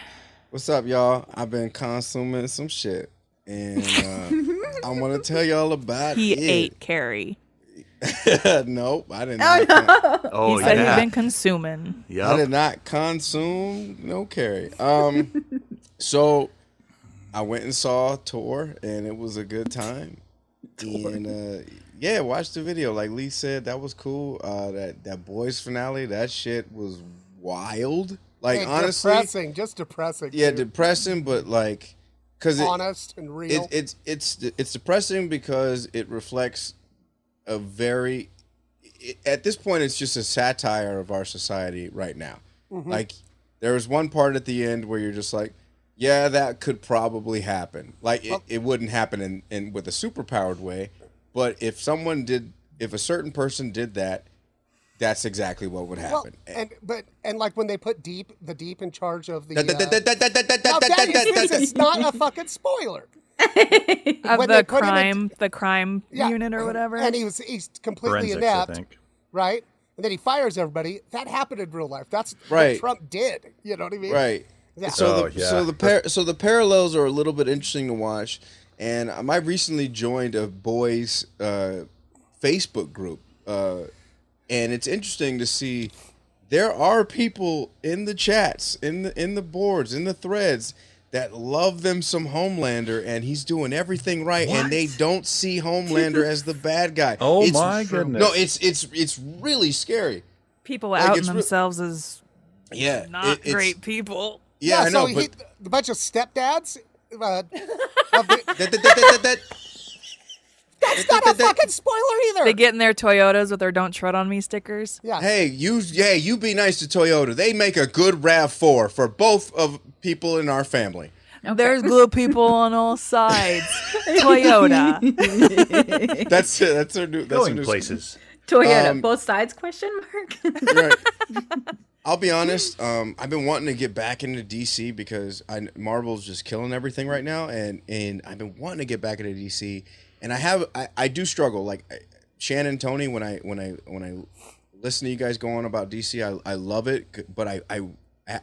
Speaker 8: What's up, y'all? I've been consuming some shit, and uh, I want to tell y'all about
Speaker 3: He
Speaker 8: it.
Speaker 3: ate Carrie.
Speaker 8: nope, I didn't.
Speaker 3: Oh,
Speaker 8: no.
Speaker 3: he said he's been consuming.
Speaker 8: I did not consume no carry. Um, so I went and saw Tor, and it was a good time. And uh, yeah, watch the video. Like Lee said, that was cool. Uh, that that boys finale, that shit was wild. Like
Speaker 6: Hey,
Speaker 8: honestly,
Speaker 6: depressing, just depressing.
Speaker 8: yeah,
Speaker 6: dude.
Speaker 8: depressing, but like because
Speaker 6: honest and real.
Speaker 8: it, it's it's it's depressing because it reflects a very it, at this point it's just a satire of our society right now.
Speaker 6: Mhm.
Speaker 8: Like there was one part at the end where you're just like, yeah, that could probably happen. Like it, it wouldn't happen in, in with a superpowered way, but if someone did, if a certain person did that, that's exactly what would
Speaker 6: well,
Speaker 8: happen.
Speaker 6: and but and like when they put deep the deep in charge of the.
Speaker 8: Da- da- da-
Speaker 6: uh,
Speaker 8: da- da- da- da-
Speaker 6: Now,
Speaker 8: da-
Speaker 6: that
Speaker 8: da- da-
Speaker 6: is-
Speaker 8: da-
Speaker 6: this is not a fucking spoiler.
Speaker 3: Of
Speaker 6: When
Speaker 3: the
Speaker 6: they put him in-
Speaker 3: crime, the crime unit or whatever.
Speaker 6: And he was he's completely
Speaker 1: Forensics, I
Speaker 6: inept,
Speaker 1: think.
Speaker 6: right? And then he fires everybody. That happened in real life. That's
Speaker 8: Right.
Speaker 6: what Trump did. You know what I mean?
Speaker 8: Right.
Speaker 6: Yeah.
Speaker 8: So
Speaker 1: Oh,
Speaker 8: the, so the par- so the parallels are a little bit interesting to watch, and um, I recently joined a boys uh, Facebook group, uh, and it's interesting to see there are people in the chats, in the in the boards, in the threads that love them some Homelander, and he's doing everything right, and they don't see Homelander as the bad guy.
Speaker 1: Oh
Speaker 8: It's-
Speaker 1: my goodness.
Speaker 8: No, it's it's it's really scary.
Speaker 3: people
Speaker 8: Like,
Speaker 3: outing
Speaker 8: it's re-
Speaker 3: themselves as
Speaker 8: Yeah,
Speaker 3: not
Speaker 8: it- it's-
Speaker 3: great people.
Speaker 8: Yeah, I
Speaker 6: so
Speaker 8: know,
Speaker 6: he,
Speaker 8: but
Speaker 6: a bunch of stepdads. Uh,
Speaker 8: that- that- that- that- that-
Speaker 6: That's not a fucking spoiler either.
Speaker 3: They get in their Toyotas with their "Don't Tread on Me" stickers.
Speaker 6: Yeah.
Speaker 8: Hey, you hey, you be nice to Toyota. They make a good RAV4 for both of people in our family.
Speaker 3: There's glue people on all sides. Toyota.
Speaker 8: That's it. That's their new that's
Speaker 1: Going
Speaker 8: their new
Speaker 1: places.
Speaker 5: Toyota,
Speaker 8: Um,
Speaker 5: both sides? Question mark.
Speaker 8: I'll be honest. Um, I've been wanting to get back into DC because I, Marvel's just killing everything right now, and and I've been wanting to get back into DC, and I have I, I do struggle like I, Shannon Tony when I when I when I listen to you guys go on about DC, I, I love it, c- but I I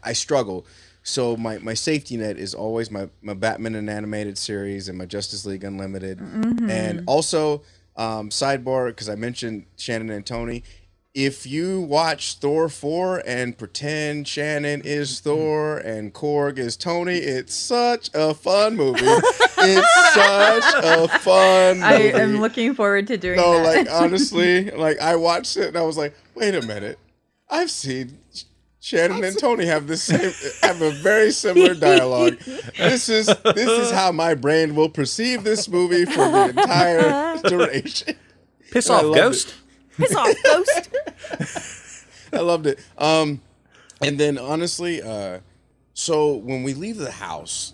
Speaker 8: I struggle. So my, my safety net is always my, my Batman and animated series and my Justice League Unlimited,
Speaker 10: Mhm.
Speaker 8: and also um, sidebar because I mentioned Shannon and Tony if you watch Thor 4 and pretend Shannon is Thor and Korg is Tony, it's such a fun movie. it's such a fun movie.
Speaker 5: I am looking forward to doing that.
Speaker 8: No, like honestly, like I watched it and I was like, wait a minute. I've seen Sh- Shannon and Tony have the same have a very similar dialogue. This is this is how my brain will perceive this movie for the entire duration.
Speaker 1: Piss
Speaker 8: And I
Speaker 1: off,
Speaker 8: loved it.
Speaker 1: ghost.
Speaker 3: Piss off, ghost.
Speaker 8: I loved it. Um, and then honestly, uh, so when we leave the house,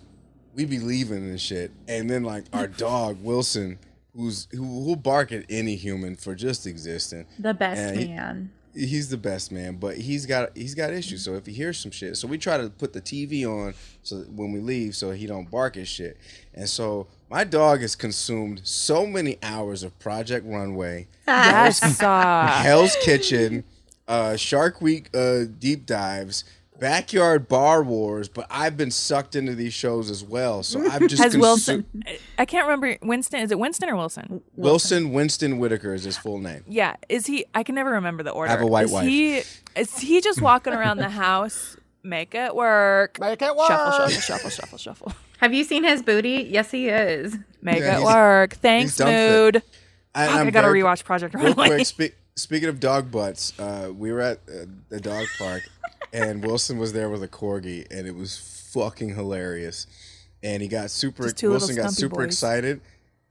Speaker 8: we be leaving and shit, and then like our dog Wilson, who's who will bark at any human for just existing.
Speaker 5: the best
Speaker 8: And he-
Speaker 5: man.
Speaker 8: He's the best man, but he's got he's got issues. So if he hears some shit, so we try to put the TV on so that when we leave, so he don't bark at shit. And so my dog has consumed so many hours of Project Runway.
Speaker 3: Yes. uh,
Speaker 8: Hell's Kitchen, uh, Shark Week uh, deep dives, backyard bar wars. But I've been sucked into these shows as well. So I've just
Speaker 3: has
Speaker 8: consu-
Speaker 3: Wilson? I can't remember. Winston? Is it Winston or Wilson?
Speaker 8: Wilson Winston Whitaker is his full name.
Speaker 3: Yeah. Is he? I can never remember the order.
Speaker 8: have a white
Speaker 3: is
Speaker 8: wife.
Speaker 3: He is he just walking around the house? Make it work.
Speaker 6: Make it
Speaker 3: Shuffle,
Speaker 6: work.
Speaker 3: shuffle, shuffle, shuffle, shuffle.
Speaker 5: Have you seen his booty? Yes, he is.
Speaker 3: Make
Speaker 8: Yeah,
Speaker 3: it
Speaker 8: he's-
Speaker 3: work. Thanks,
Speaker 8: done fit.
Speaker 3: mood.
Speaker 8: I-
Speaker 3: Fuck, I
Speaker 8: I'm
Speaker 3: gotta
Speaker 8: very-
Speaker 3: rewatch Project
Speaker 8: Real
Speaker 3: Runway.
Speaker 8: quick, spe- speaking of dog butts, uh, we were at uh, the dog park, and Wilson was there with a corgi, and it was fucking hilarious. And he got super.
Speaker 3: Just two little
Speaker 8: Wilson got
Speaker 3: stumpy
Speaker 8: super
Speaker 3: boys.
Speaker 8: excited,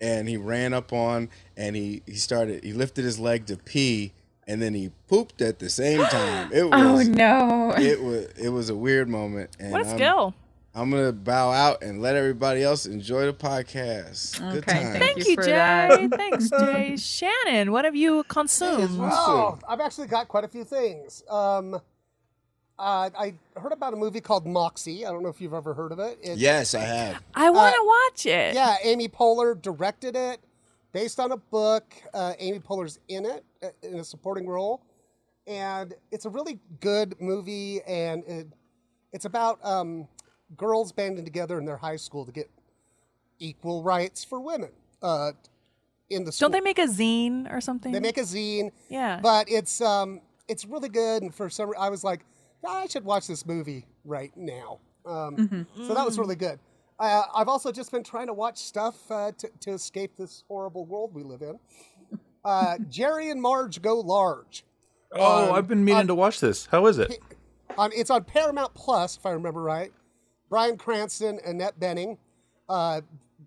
Speaker 8: and he ran up on, and he he started. He lifted his leg to pee, and then he pooped at the same time. It
Speaker 5: Oh
Speaker 8: was.
Speaker 5: no.
Speaker 8: It was it was a weird moment. And
Speaker 3: What a
Speaker 8: I'm-
Speaker 3: skill.
Speaker 8: I'm gonna bow out and let everybody else enjoy the podcast. Good
Speaker 5: Okay,
Speaker 8: time.
Speaker 5: thank
Speaker 3: Thank you,
Speaker 5: for
Speaker 3: Jay.
Speaker 5: that.
Speaker 3: Thanks, Jay. Shannon, what have you consumed?
Speaker 6: Oh, I've actually got quite a few things. Um, uh, I heard about a movie called Moxie. I don't know if you've ever heard of it. It's-
Speaker 8: Yes, I have.
Speaker 3: I want to watch it.
Speaker 6: Yeah, Amy Poehler directed it, based on a book. Uh, Amy Poehler's in it uh, in a supporting role, and it's a really good movie. And it, it's about um, girls banding together in their high school to get equal rights for women uh, in the school.
Speaker 3: Don't they make a zine or something?
Speaker 6: They make a zine.
Speaker 3: Yeah.
Speaker 6: But it's um it's really good and for some I was like, "Ah, I should watch this movie right now. Um, so that was really good. Uh, I've also just been trying to watch stuff uh, to, to escape this horrible world we live in. Uh, Jerry and Marge Go Large.
Speaker 1: Oh,
Speaker 6: Um,
Speaker 1: I've been meaning to watch this. How is it?
Speaker 6: on it's on Paramount Plus, if I remember right. Brian Cranston, Annette Benning. Uh,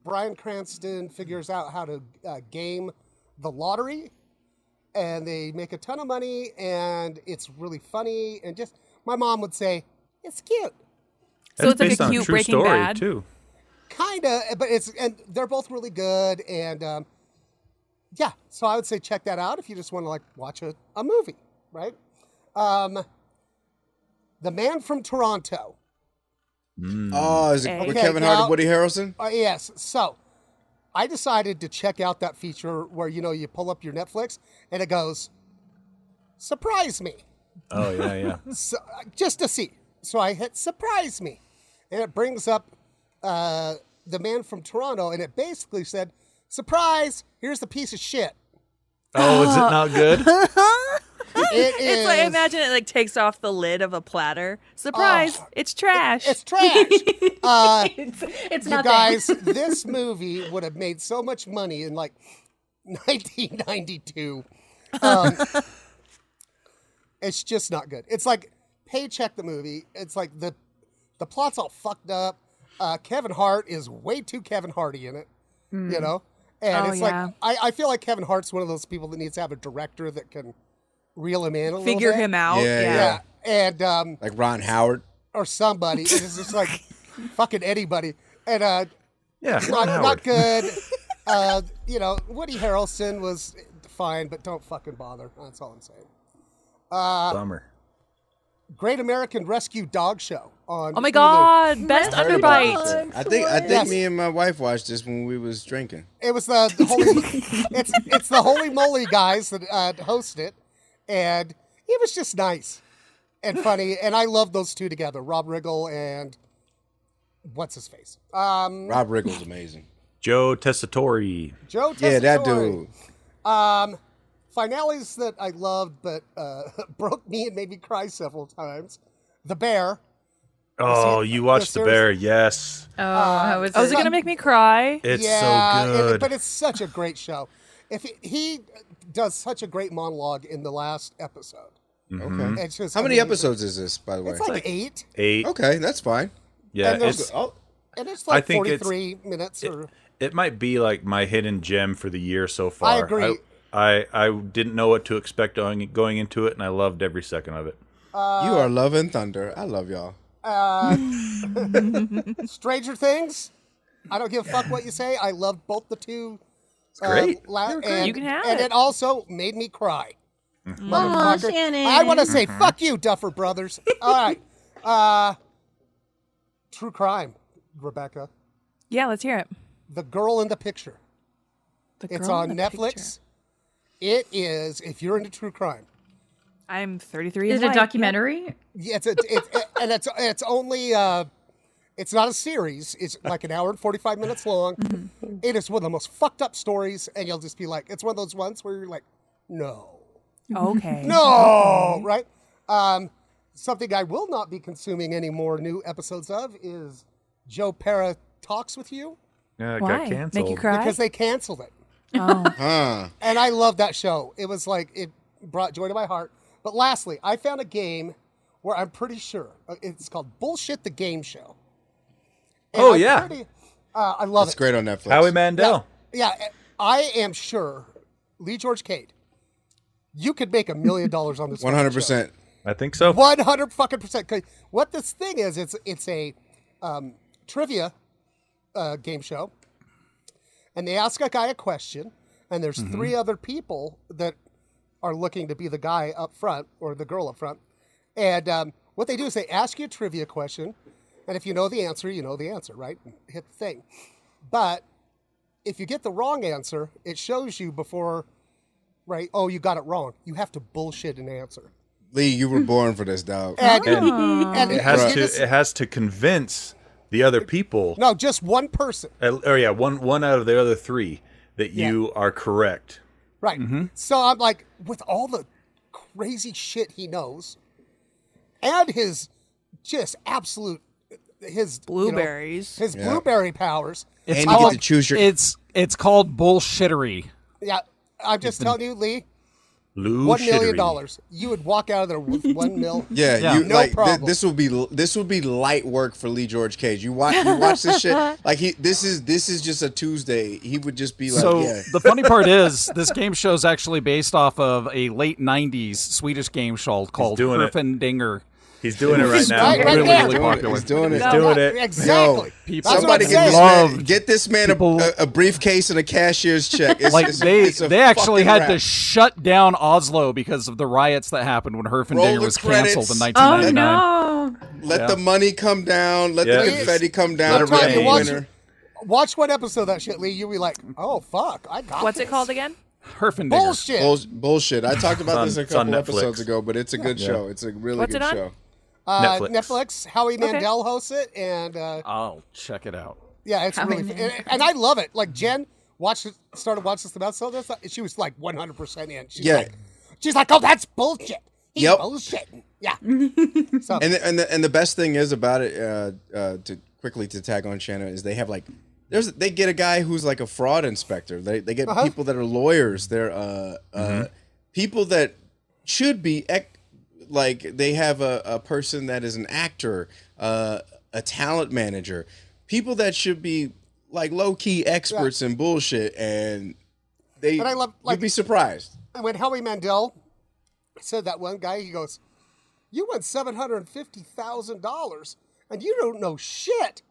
Speaker 6: Brian Cranston figures out how to uh, game the lottery, and they make a ton of money, and it's really funny. And just my mom would say, "It's cute."
Speaker 3: So it's like a cute Breaking Bad.
Speaker 1: too.
Speaker 6: kinda but it's and they're both really good and um, yeah so i would say check that out if you just want to like watch a, a movie right um, the man from toronto
Speaker 5: Mm.
Speaker 8: Oh, is it with
Speaker 6: Okay,
Speaker 8: Kevin Hart
Speaker 6: now-
Speaker 8: and Woody Harrelson?
Speaker 6: Uh, yes. So I decided to check out that feature where you know you pull up your Netflix and it goes, "Surprise me,"
Speaker 1: Oh yeah, yeah.
Speaker 6: so, uh, just to see. So I hit "Surprise me," and it brings up uh, the man from Toronto, and it basically said, "Surprise! Here's the piece of shit."
Speaker 1: Oh, is it not good?
Speaker 6: It
Speaker 3: It's like
Speaker 6: is-
Speaker 3: imagine it like takes off the lid of a platter. Surprise!
Speaker 6: Oh,
Speaker 3: it's trash.
Speaker 6: It's trash. uh,
Speaker 5: It's, it's
Speaker 6: you
Speaker 5: not
Speaker 6: guys, this movie would have made so much money in like 1992. Um, it's just not good. It's like paycheck the movie. It's like the the plot's all fucked up. Uh, Kevin Hart is way too Kevin Hardy in it, you know. And
Speaker 3: Hmm. Oh,
Speaker 6: it's
Speaker 3: yeah.
Speaker 6: like I, I feel like Kevin Hart's one of those people that needs to have a director that can reel him in a little
Speaker 3: Figure
Speaker 6: bit.
Speaker 3: him out, Yeah, yeah.
Speaker 6: And um,
Speaker 8: Like Ron Howard.
Speaker 6: or somebody. It's just like fucking anybody. And uh,
Speaker 8: Yeah,
Speaker 6: not,
Speaker 8: Ron Howard.
Speaker 6: not good. Uh, you know, Woody Harrelson was fine, but don't fucking bother. That's all I'm saying. Uh,
Speaker 1: Bummer.
Speaker 6: Great American Rescue Dog Show on.
Speaker 3: Oh my
Speaker 6: Hulu.
Speaker 3: God, best
Speaker 8: I heard about this.
Speaker 3: underbite.
Speaker 8: I think I think
Speaker 6: Yes.
Speaker 8: me and my wife watched this when we was drinking.
Speaker 6: It was the, the holy. it's it's the holy moly guys that uh, host it, and it was just nice and funny, and I love those two together, Rob Riggle and what's his face, um,
Speaker 8: Rob Riggle's amazing.
Speaker 1: Joe Tessitore.
Speaker 6: Joe.
Speaker 8: Yeah, that
Speaker 6: Tessitore.
Speaker 8: dude.
Speaker 6: Um, finales that I loved but uh, broke me and made me cry several times. The Bear.
Speaker 1: Oh, you watched
Speaker 6: the
Speaker 1: The Bear, yes.
Speaker 5: Oh,
Speaker 6: how
Speaker 3: was Oh, is it it? gonna make me cry?
Speaker 1: It's so
Speaker 6: yeah, and-
Speaker 1: good.
Speaker 6: but it's such a great show. If he, he does such a great monologue in the last episode,
Speaker 8: Okay.
Speaker 6: It's just
Speaker 8: How many
Speaker 6: amazing.
Speaker 8: episodes is this, by the way?
Speaker 6: It's like Oh, eight.
Speaker 1: Eight.
Speaker 8: Okay, that's fine.
Speaker 1: Yeah,
Speaker 6: and there's-
Speaker 1: it's,
Speaker 6: and it's
Speaker 1: I
Speaker 6: like
Speaker 1: think it's-
Speaker 6: forty-three minutes. Or
Speaker 1: it might be like my hidden gem for the year so far.
Speaker 6: agree.
Speaker 1: I, I, I didn't know what to expect going, going into it, and I loved every second of it.
Speaker 6: uh,
Speaker 8: you are loving thunder. I love y'all.
Speaker 6: Uh, Stranger Things. I don't give a fuck what you say. I loved both the two. uh,
Speaker 1: great.
Speaker 6: la-
Speaker 3: They were great.
Speaker 6: and,
Speaker 3: You can have
Speaker 6: and
Speaker 3: it.
Speaker 6: it also made me cry.
Speaker 3: Mhm.
Speaker 6: Motherfucker. I want to say
Speaker 3: Mhm.
Speaker 6: fuck you, Duffer Brothers. All right. Uh, true crime, Rebecca.
Speaker 3: Yeah, let's hear it.
Speaker 6: The Girl in the Picture.
Speaker 3: The
Speaker 6: it's
Speaker 3: Girl
Speaker 6: on
Speaker 3: in the
Speaker 6: Netflix. It is, if you're into true crime,
Speaker 3: I'm 33.
Speaker 5: Is
Speaker 3: in
Speaker 5: it a
Speaker 3: life.
Speaker 5: documentary?
Speaker 6: Yeah, it's a, it's and it's it's only uh, it's not a series. It's like an hour and forty five minutes long. It is one of the most fucked up stories, and you'll just be like, it's one of those ones where you're like, no,
Speaker 3: Okay.
Speaker 6: no, right? Um, something I will not be consuming any more new episodes of is Joe Para talks with you
Speaker 1: Yeah, it
Speaker 3: Why?
Speaker 1: got
Speaker 3: Make you
Speaker 1: canceled.
Speaker 3: cry?
Speaker 6: because they canceled it.
Speaker 3: Oh.
Speaker 8: Huh.
Speaker 6: And I love that show. It was like it brought joy to my heart. But lastly, I found a game where I'm pretty sure uh, it's called Bullshit the Game Show. And
Speaker 1: Oh,
Speaker 6: I'm
Speaker 1: yeah.
Speaker 6: pretty- uh, I love
Speaker 8: It's
Speaker 6: it.
Speaker 8: great on Netflix.
Speaker 1: Howie Mandel.
Speaker 6: Yeah, eh, I am sure Lee George Cade. You could make a million dollars on this.
Speaker 8: One hundred percent.
Speaker 1: I think so.
Speaker 6: One hundred fucking percent. 'Cause What this thing is, it's it's a um, trivia uh, game show, and they ask a guy a question, and there's
Speaker 10: Mhm.
Speaker 6: three other people that are looking to be the guy up front or the girl up front, and um, what they do is they ask you a trivia question, and if you know the answer, you know the answer, right? Hit the thing, but if you get the wrong answer, it shows you before, right? Oh, you got it wrong. You have to bullshit an answer.
Speaker 8: Lee, you were born for this, dog.
Speaker 6: And-
Speaker 1: It-
Speaker 6: and
Speaker 1: it has
Speaker 6: Right.
Speaker 1: to it has to convince the other people.
Speaker 6: No, just one person.
Speaker 1: Uh, oh yeah, one one out of the other three that you are correct.
Speaker 6: Right.
Speaker 1: Mhm.
Speaker 6: So I'm like, with all the crazy shit he knows, and his just absolute his you know,
Speaker 3: Blueberries.
Speaker 6: his
Speaker 7: Yeah.
Speaker 6: blueberry powers.
Speaker 7: It's
Speaker 6: I'm
Speaker 7: called,
Speaker 6: like,
Speaker 7: It's it's called bullshittery.
Speaker 6: yeah. I'm just telling you, Lee.
Speaker 1: Lou
Speaker 6: One million dollars, you would walk out of there with one mil.
Speaker 8: Yeah, you
Speaker 6: no
Speaker 8: like thi-
Speaker 6: problem.
Speaker 8: this will be this will be light work for Lee George Cage. You watch you watch this shit like he this is this is just a Tuesday. He would just be like,
Speaker 7: so
Speaker 8: yeah.
Speaker 7: the funny part is this game show is actually based off of a late '90s Swedish game show called
Speaker 1: doing it.
Speaker 7: Herpendinger.
Speaker 1: He's doing it right now.
Speaker 7: Really,
Speaker 1: Right
Speaker 7: really,
Speaker 1: now. He's doing it.
Speaker 7: popular.
Speaker 1: He's doing it. He's doing it.
Speaker 6: Exactly.
Speaker 8: Yo,
Speaker 7: People- That's
Speaker 8: somebody
Speaker 7: what
Speaker 8: get
Speaker 7: I'm
Speaker 8: this,
Speaker 7: saying.
Speaker 8: man, get this man a, a, a briefcase and a cashier's check. It's,
Speaker 7: like
Speaker 8: it's a-
Speaker 7: they
Speaker 8: it's a
Speaker 7: they actually
Speaker 8: fucking
Speaker 7: had
Speaker 8: wrap.
Speaker 7: to shut down Oslo because of the riots that happened when
Speaker 8: Roll
Speaker 7: Herpendinger
Speaker 8: the
Speaker 7: was
Speaker 8: credits.
Speaker 7: canceled in
Speaker 3: Oh,
Speaker 5: Oh,
Speaker 7: 1999.
Speaker 8: Let
Speaker 7: Yeah.
Speaker 8: the money come down. Let
Speaker 7: Yeah.
Speaker 8: the confetti come
Speaker 6: I'm
Speaker 8: down.
Speaker 6: telling
Speaker 8: Let
Speaker 6: you,
Speaker 8: the
Speaker 6: watch,
Speaker 8: winner.
Speaker 6: watch one episode of that shit, Lee. You'll be like, oh fuck, I got.
Speaker 3: What's it
Speaker 6: this.
Speaker 3: called again?
Speaker 7: Herpendinger.
Speaker 6: Bullshit.
Speaker 8: Bull- bullshit. I talked about
Speaker 1: on-
Speaker 8: this a
Speaker 1: it's on
Speaker 8: couple episodes
Speaker 1: Netflix.
Speaker 8: ago, but it's a good
Speaker 1: Yeah.
Speaker 8: show. It's a really
Speaker 6: What's
Speaker 8: good
Speaker 6: it on?
Speaker 8: show.
Speaker 6: Uh,
Speaker 1: Netflix.
Speaker 6: Netflix. Howie Mandel hosts it, and uh,
Speaker 7: I'll check it out.
Speaker 6: Yeah, it's
Speaker 7: How
Speaker 6: really,
Speaker 7: many?
Speaker 6: and, and I love it. Like Jen watched, it, started watching this episode. That's not- she was like 100 percent in. She's
Speaker 8: Yeah.
Speaker 6: like, she's like, oh, that's bullshit. He's
Speaker 8: Yep.
Speaker 6: bullshitting. Yeah. So-
Speaker 8: and the, and the, and the best thing is about it uh, uh, to quickly to tag on Shannon is they have like there's they get a guy who's like a fraud inspector. They they get
Speaker 6: Uh-huh.
Speaker 8: people that are lawyers. They're uh, uh, people that should be ec- like they have a, a person that is an actor, uh, a talent manager, people that should be like low key experts in bullshit, and they
Speaker 6: But I love,
Speaker 8: you'd be surprised.
Speaker 6: And when Howie Mandel said that one guy, he goes, "You won seven hundred fifty thousand dollars, and you don't know shit."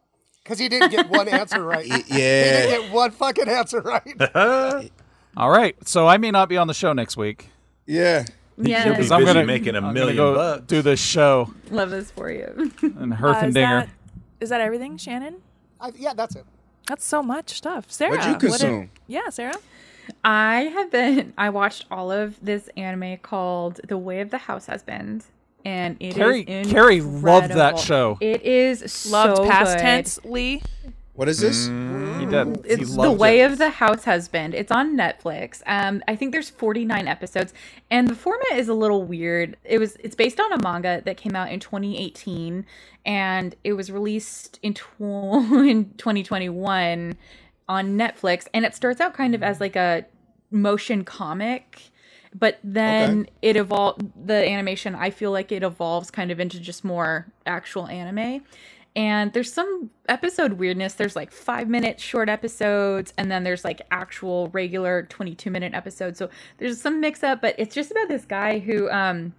Speaker 6: Because he didn't get one answer right.
Speaker 7: Y-
Speaker 6: He didn't
Speaker 7: yeah.
Speaker 6: get one fucking answer right.
Speaker 7: All right, so I may not be on the show next week.
Speaker 8: Yeah.
Speaker 5: Yeah. You'll be
Speaker 7: 'Cause I'm
Speaker 1: busy
Speaker 7: gonna-
Speaker 1: making a
Speaker 7: I'm gonna
Speaker 1: million
Speaker 7: go
Speaker 1: bucks.
Speaker 7: Do this show
Speaker 5: Love this for you.
Speaker 7: and
Speaker 3: Uh, is
Speaker 7: Herfindinger.
Speaker 3: that- Is that everything, Shannon?
Speaker 6: I, yeah, that's it.
Speaker 3: That's so much stuff. Sarah.
Speaker 7: you
Speaker 3: what did-
Speaker 7: consume?
Speaker 3: yeah, Sarah.
Speaker 5: I have been. I watched all of this anime called The Way of the House Husband, and it is
Speaker 7: Carrie- Carrie loved that
Speaker 5: incredible.
Speaker 7: show.
Speaker 5: It is
Speaker 3: Loved
Speaker 5: so
Speaker 3: past
Speaker 5: good.
Speaker 3: tense, Lee.
Speaker 8: What is this?
Speaker 7: he did. he
Speaker 5: It's The
Speaker 7: loved
Speaker 5: Way
Speaker 7: it.
Speaker 5: of the House Husband. It's on Netflix. Um, I think there's 49 episodes, and the format is a little weird. It was it's based on a manga that came out in 2018, and it was released in, tw- in 2021 on Netflix. And it starts out kind of as like a motion comic, but then it evolved. The animation, I feel like it evolves kind of into just more actual anime and there's some episode weirdness there's like five minute short episodes and then there's like actual regular 22 minute episodes so there's some mix up but it's just about this guy who um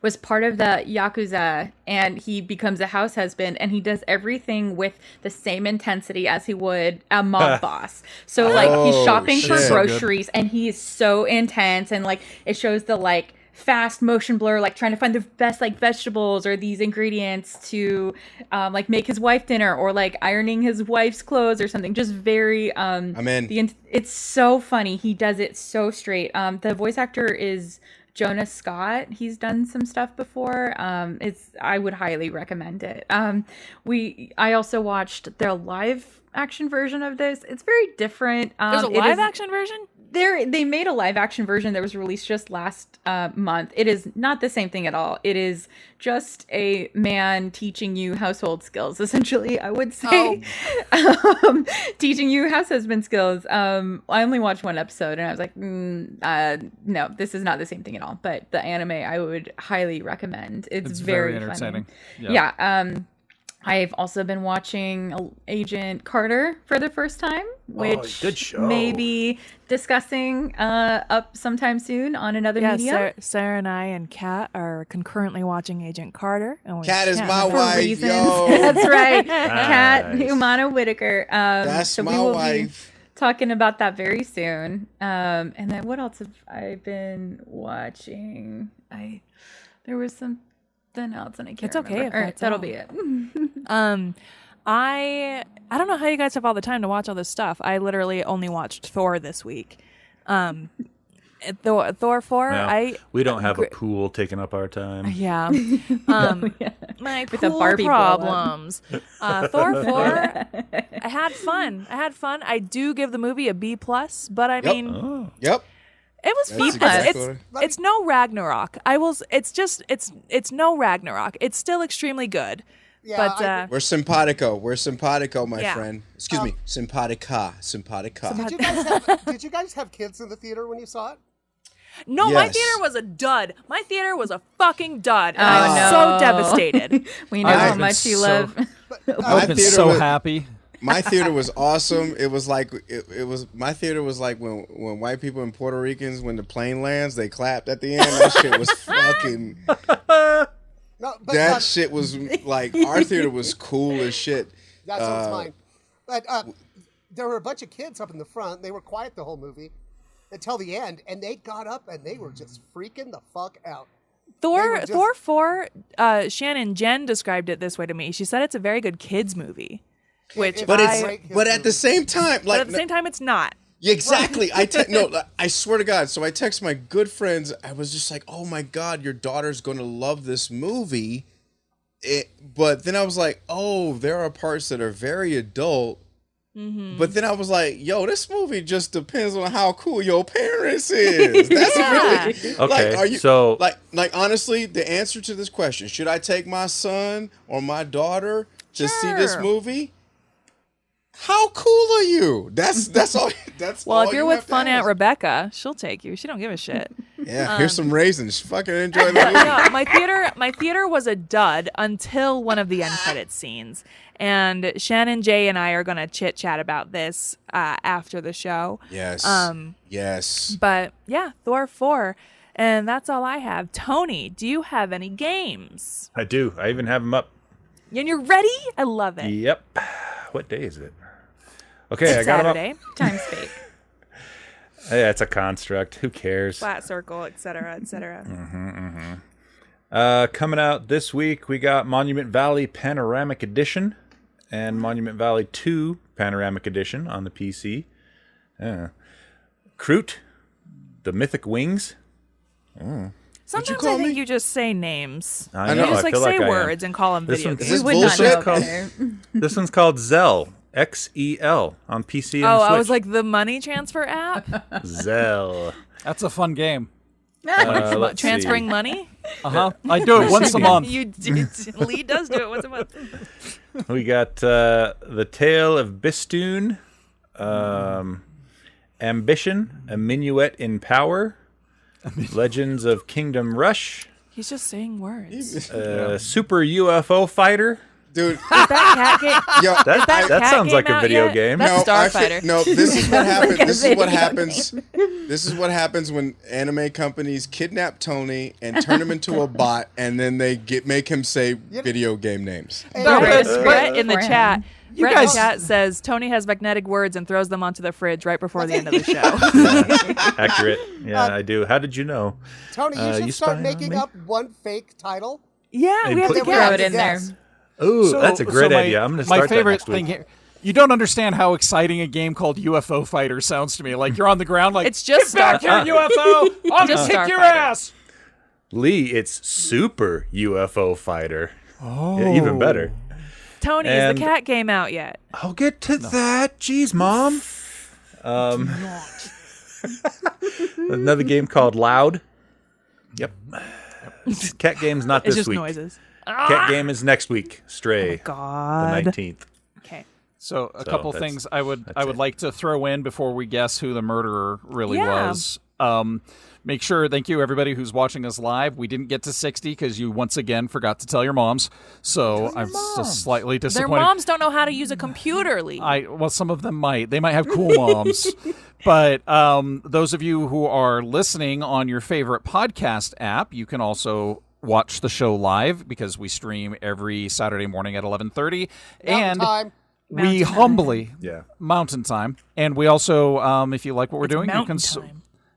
Speaker 5: was part of the yakuza and he becomes a house husband and he does everything with the same intensity as he would a mob boss so like he's
Speaker 13: Oh,
Speaker 5: shopping
Speaker 13: shit.
Speaker 5: for
Speaker 13: So good.
Speaker 5: groceries and he is so intense and like it shows the like fast motion blur like trying to find the best like vegetables or these ingredients to um, like make his wife dinner or like ironing his wife's clothes or something just very um
Speaker 8: I'm in.
Speaker 5: the in- it's so funny he does it so straight um the voice actor is Jonas Scott. He's done some stuff before. Um, it's I would highly recommend it. Um, we I also watched their live action version of this. It's very different. Um,
Speaker 3: There's a
Speaker 5: it is-
Speaker 3: live action version?
Speaker 5: there they made a live action version that was released just last uh, month it is not the same thing at all it is just a man teaching you household skills essentially i would say um, teaching you house husband skills um, i only watched one episode and i was like mm, uh, no this is not the same thing at all but the anime i would highly recommend it's,
Speaker 7: It's
Speaker 5: very,
Speaker 7: very
Speaker 5: funny.
Speaker 7: entertaining.
Speaker 5: yeah,
Speaker 7: Yeah.
Speaker 5: um I've also been watching Agent Carter for the first time, which
Speaker 3: good show.
Speaker 5: may be discussing uh, up sometime soon on another
Speaker 3: yeah,
Speaker 5: media.
Speaker 3: Sarah, Sarah and I and Kat are concurrently watching Agent Carter. And we
Speaker 8: Kat is
Speaker 3: can't
Speaker 8: my
Speaker 3: for
Speaker 8: wife,
Speaker 3: reasons.
Speaker 8: yo.
Speaker 5: That's right.
Speaker 3: Nice.
Speaker 5: Kat Umana Whitaker. Um,
Speaker 8: That's
Speaker 5: so we
Speaker 8: my
Speaker 5: will
Speaker 8: wife.
Speaker 5: Be talking about that very soon. Um, and then what else have I been watching? I there was something else, and I can't.
Speaker 3: It's okay. If
Speaker 5: remember. All right,
Speaker 3: that's
Speaker 5: that'll
Speaker 3: all.
Speaker 5: be it.
Speaker 3: um, I I don't know how you guys have all the time to watch all this stuff. I literally only watched Thor this week. Um, Thor, Thor four.
Speaker 1: No,
Speaker 3: I
Speaker 1: we don't have a pool taking up our time.
Speaker 3: Yeah. Um, My
Speaker 5: With a
Speaker 3: pool
Speaker 5: Barbie blow-up.
Speaker 3: problems. Uh, Thor four. I had fun. I had fun. I do give the movie a B plus, but I
Speaker 8: Yep.
Speaker 3: mean,
Speaker 8: Yep.
Speaker 3: it was
Speaker 8: That's
Speaker 3: fun.
Speaker 8: exactly
Speaker 3: It's,
Speaker 8: what
Speaker 3: it's, it's no Ragnarok. I will. s- It's just it's it's no Ragnarok. It's still extremely good. but uh,
Speaker 8: We're simpatico. We're simpatico, my
Speaker 3: Yeah.
Speaker 8: friend. Excuse me, simpatica, simpatica.
Speaker 6: Did you guys have Did you guys have kids in the theater when you saw it?
Speaker 3: no, my
Speaker 8: Yes.
Speaker 3: theater was a dud. My theater was a fucking dud. and
Speaker 5: Oh,
Speaker 3: I'm
Speaker 5: no.
Speaker 3: so devastated.
Speaker 5: we
Speaker 8: know
Speaker 5: know
Speaker 8: I've
Speaker 5: how
Speaker 8: been
Speaker 5: much you
Speaker 8: so-
Speaker 5: love.
Speaker 8: My
Speaker 7: been
Speaker 8: theater
Speaker 7: so
Speaker 8: was-
Speaker 7: happy.
Speaker 8: My theater was awesome. It was like it, it was my theater was like when when white people and Puerto Ricans when the plane lands they clapped at the end. That shit was fucking. that shit was like our theater was cool as shit.
Speaker 6: That sounds
Speaker 8: Uh,
Speaker 6: fine. But uh, there were a bunch of kids up in the front. They were quiet the whole movie until the end, and they got up and they were just freaking the fuck out.
Speaker 3: Thor,
Speaker 6: just-
Speaker 3: Thor four. Uh, Shannon Jen described it this way to me. She said it's a very good kids movie, which
Speaker 8: But
Speaker 3: I,
Speaker 8: it's but at the same time,
Speaker 3: but
Speaker 8: like
Speaker 3: at the same time it's not.
Speaker 8: Yeah, exactly. I te- no, like, I swear to God. So I text my good friends. I was just like, "Oh my God, your daughter's going to love this movie." It, but then I was like, "Oh, there are parts that are very adult."
Speaker 3: Mm-hmm.
Speaker 8: But then I was like, "Yo, this movie just depends on how cool your parents is." That's really
Speaker 1: Okay,
Speaker 8: Like, are you
Speaker 1: so-
Speaker 8: like like honestly, the answer to this question: Should I take my son or my daughter to see this
Speaker 3: Sure.
Speaker 8: movie? How cool are you? That's that's all. That's
Speaker 3: well,
Speaker 8: all
Speaker 3: if you're
Speaker 8: you
Speaker 3: with
Speaker 8: have to
Speaker 3: Fun
Speaker 8: ask.
Speaker 3: Aunt Rebecca, she'll take you. She don't give a shit.
Speaker 8: Yeah,
Speaker 3: Um,
Speaker 8: here's some raisins. Fucking enjoy that.
Speaker 3: yeah, my theater my theater was a dud until one of the end credit scenes. And Shannon Jay and I are gonna chit chat about this uh, after the show.
Speaker 8: Yes.
Speaker 3: Um
Speaker 8: yes.
Speaker 3: but yeah, Thor four. And that's all I have. Tony, do you have any games?
Speaker 1: I do. I even have them up.
Speaker 3: And you're ready? I love it.
Speaker 1: Yep. What day is it? Okay, I got 'em
Speaker 3: Saturday.
Speaker 1: up.
Speaker 3: Time fake.
Speaker 1: Yeah, it's a construct. Who cares?
Speaker 3: Flat circle, etc. etc.
Speaker 1: Mhm, mhm. Uh, coming out this week, we got Monument Valley Panoramic Edition and
Speaker 3: Mm-hmm.
Speaker 1: Monument Valley 2 Panoramic Edition on the PC. Uh, Crute, The Mythic Wings. Mm.
Speaker 3: Sometimes I think you just say names.
Speaker 1: I
Speaker 3: You
Speaker 1: know,
Speaker 3: just
Speaker 1: I
Speaker 3: like
Speaker 1: feel
Speaker 3: say
Speaker 1: like I am.
Speaker 3: words and call them
Speaker 1: This
Speaker 3: video
Speaker 1: one's-
Speaker 3: games.
Speaker 1: This
Speaker 5: We would not bullshit? know
Speaker 3: Oh,
Speaker 5: there.
Speaker 1: this one's called Zell, X E L, on PC and Switch.
Speaker 3: Oh, I was like the money transfer app.
Speaker 1: Zell.
Speaker 7: That's a fun game.
Speaker 1: Uh, let's see.
Speaker 3: Transferring money.
Speaker 7: Uh huh. I do it once a month.
Speaker 3: you do, Lee does do it once a month.
Speaker 1: we got uh, the tale of Bistoon, um, ambition, a minuet in power, legends of Kingdom Rush,
Speaker 3: He's just saying words.
Speaker 1: uh, super UFO fighter.
Speaker 8: Dude,
Speaker 3: Is that cat game?
Speaker 8: Yo,
Speaker 3: is
Speaker 1: that,
Speaker 3: cat
Speaker 1: that sounds
Speaker 3: game
Speaker 1: like a
Speaker 3: out
Speaker 1: video
Speaker 3: yet?
Speaker 1: game.
Speaker 3: That's
Speaker 8: I
Speaker 3: Starfighter.
Speaker 8: fi- no, this is what
Speaker 3: Sounds
Speaker 8: happens.
Speaker 3: like a
Speaker 8: this is what
Speaker 3: video
Speaker 8: happens. This is what happens when anime companies kidnap Tony and turn him into a bot, and then they get make him say video game names.
Speaker 3: Brett,
Speaker 8: Right.
Speaker 3: Brett in the
Speaker 5: beforehand.
Speaker 3: chat.
Speaker 5: You
Speaker 3: Brett in
Speaker 5: guys-
Speaker 3: the chat says Tony has magnetic words and throws them onto the fridge right before the end of the show.
Speaker 1: Accurate. Yeah, I do. How did you know?
Speaker 6: Tony, you
Speaker 1: Uh,
Speaker 6: should
Speaker 1: spy
Speaker 6: start
Speaker 1: on
Speaker 6: making
Speaker 1: me?
Speaker 6: up one fake title.
Speaker 3: Yeah,
Speaker 1: And we have put- to
Speaker 6: Then we'll
Speaker 5: guess. Throw it in there.
Speaker 6: guess.
Speaker 1: Ooh,
Speaker 7: So-
Speaker 1: that's a
Speaker 7: so
Speaker 1: great
Speaker 7: my-
Speaker 1: idea. I'm going to
Speaker 7: My
Speaker 1: start that
Speaker 7: favorite
Speaker 1: next week.
Speaker 7: thing here. You don't understand how exciting a game called UFO Fighter sounds to me. Like you're on the ground, like
Speaker 3: It's just
Speaker 7: get back here,
Speaker 3: Starfighter.
Speaker 7: UFO! I'll
Speaker 3: Just
Speaker 7: just kick your
Speaker 3: Starfighter.
Speaker 7: ass.
Speaker 1: Lee, it's super UFO fighter. Oh, even better.
Speaker 3: Tony,
Speaker 1: And-
Speaker 3: is the cat game out yet?
Speaker 1: I'll get to that. Jeez, mom. Um, another game called Loud. Yep. Cat game's not
Speaker 3: It's
Speaker 1: this
Speaker 3: just
Speaker 1: week.
Speaker 3: noises. Oh
Speaker 1: Cat game is next week. Stray.
Speaker 3: God.
Speaker 1: The nineteenth.
Speaker 3: Okay.
Speaker 7: So a
Speaker 1: So
Speaker 7: couple
Speaker 1: that's-
Speaker 7: things I would
Speaker 1: that's
Speaker 7: I would
Speaker 1: it.
Speaker 7: like to throw in before we guess who the murderer really
Speaker 3: Yeah.
Speaker 7: was. Um, make sure thank you everybody who's watching us live. We didn't get to sixty because you once again forgot to tell your moms. So I'm so slightly
Speaker 3: Their
Speaker 7: disappointed.
Speaker 3: moms don't know how to use a computer, Lee.
Speaker 7: I well, some of them might. They might have cool moms. but um, those of you who are listening on your favorite podcast app, you can also watch the show live because we stream every Saturday morning at eleven thirty, and
Speaker 6: time.
Speaker 7: we
Speaker 6: Mountain time.
Speaker 7: humbly
Speaker 1: Yeah.
Speaker 7: mountain time. And we also, um, if you like what we're
Speaker 3: It's
Speaker 7: doing, you
Speaker 3: mountain
Speaker 7: can su-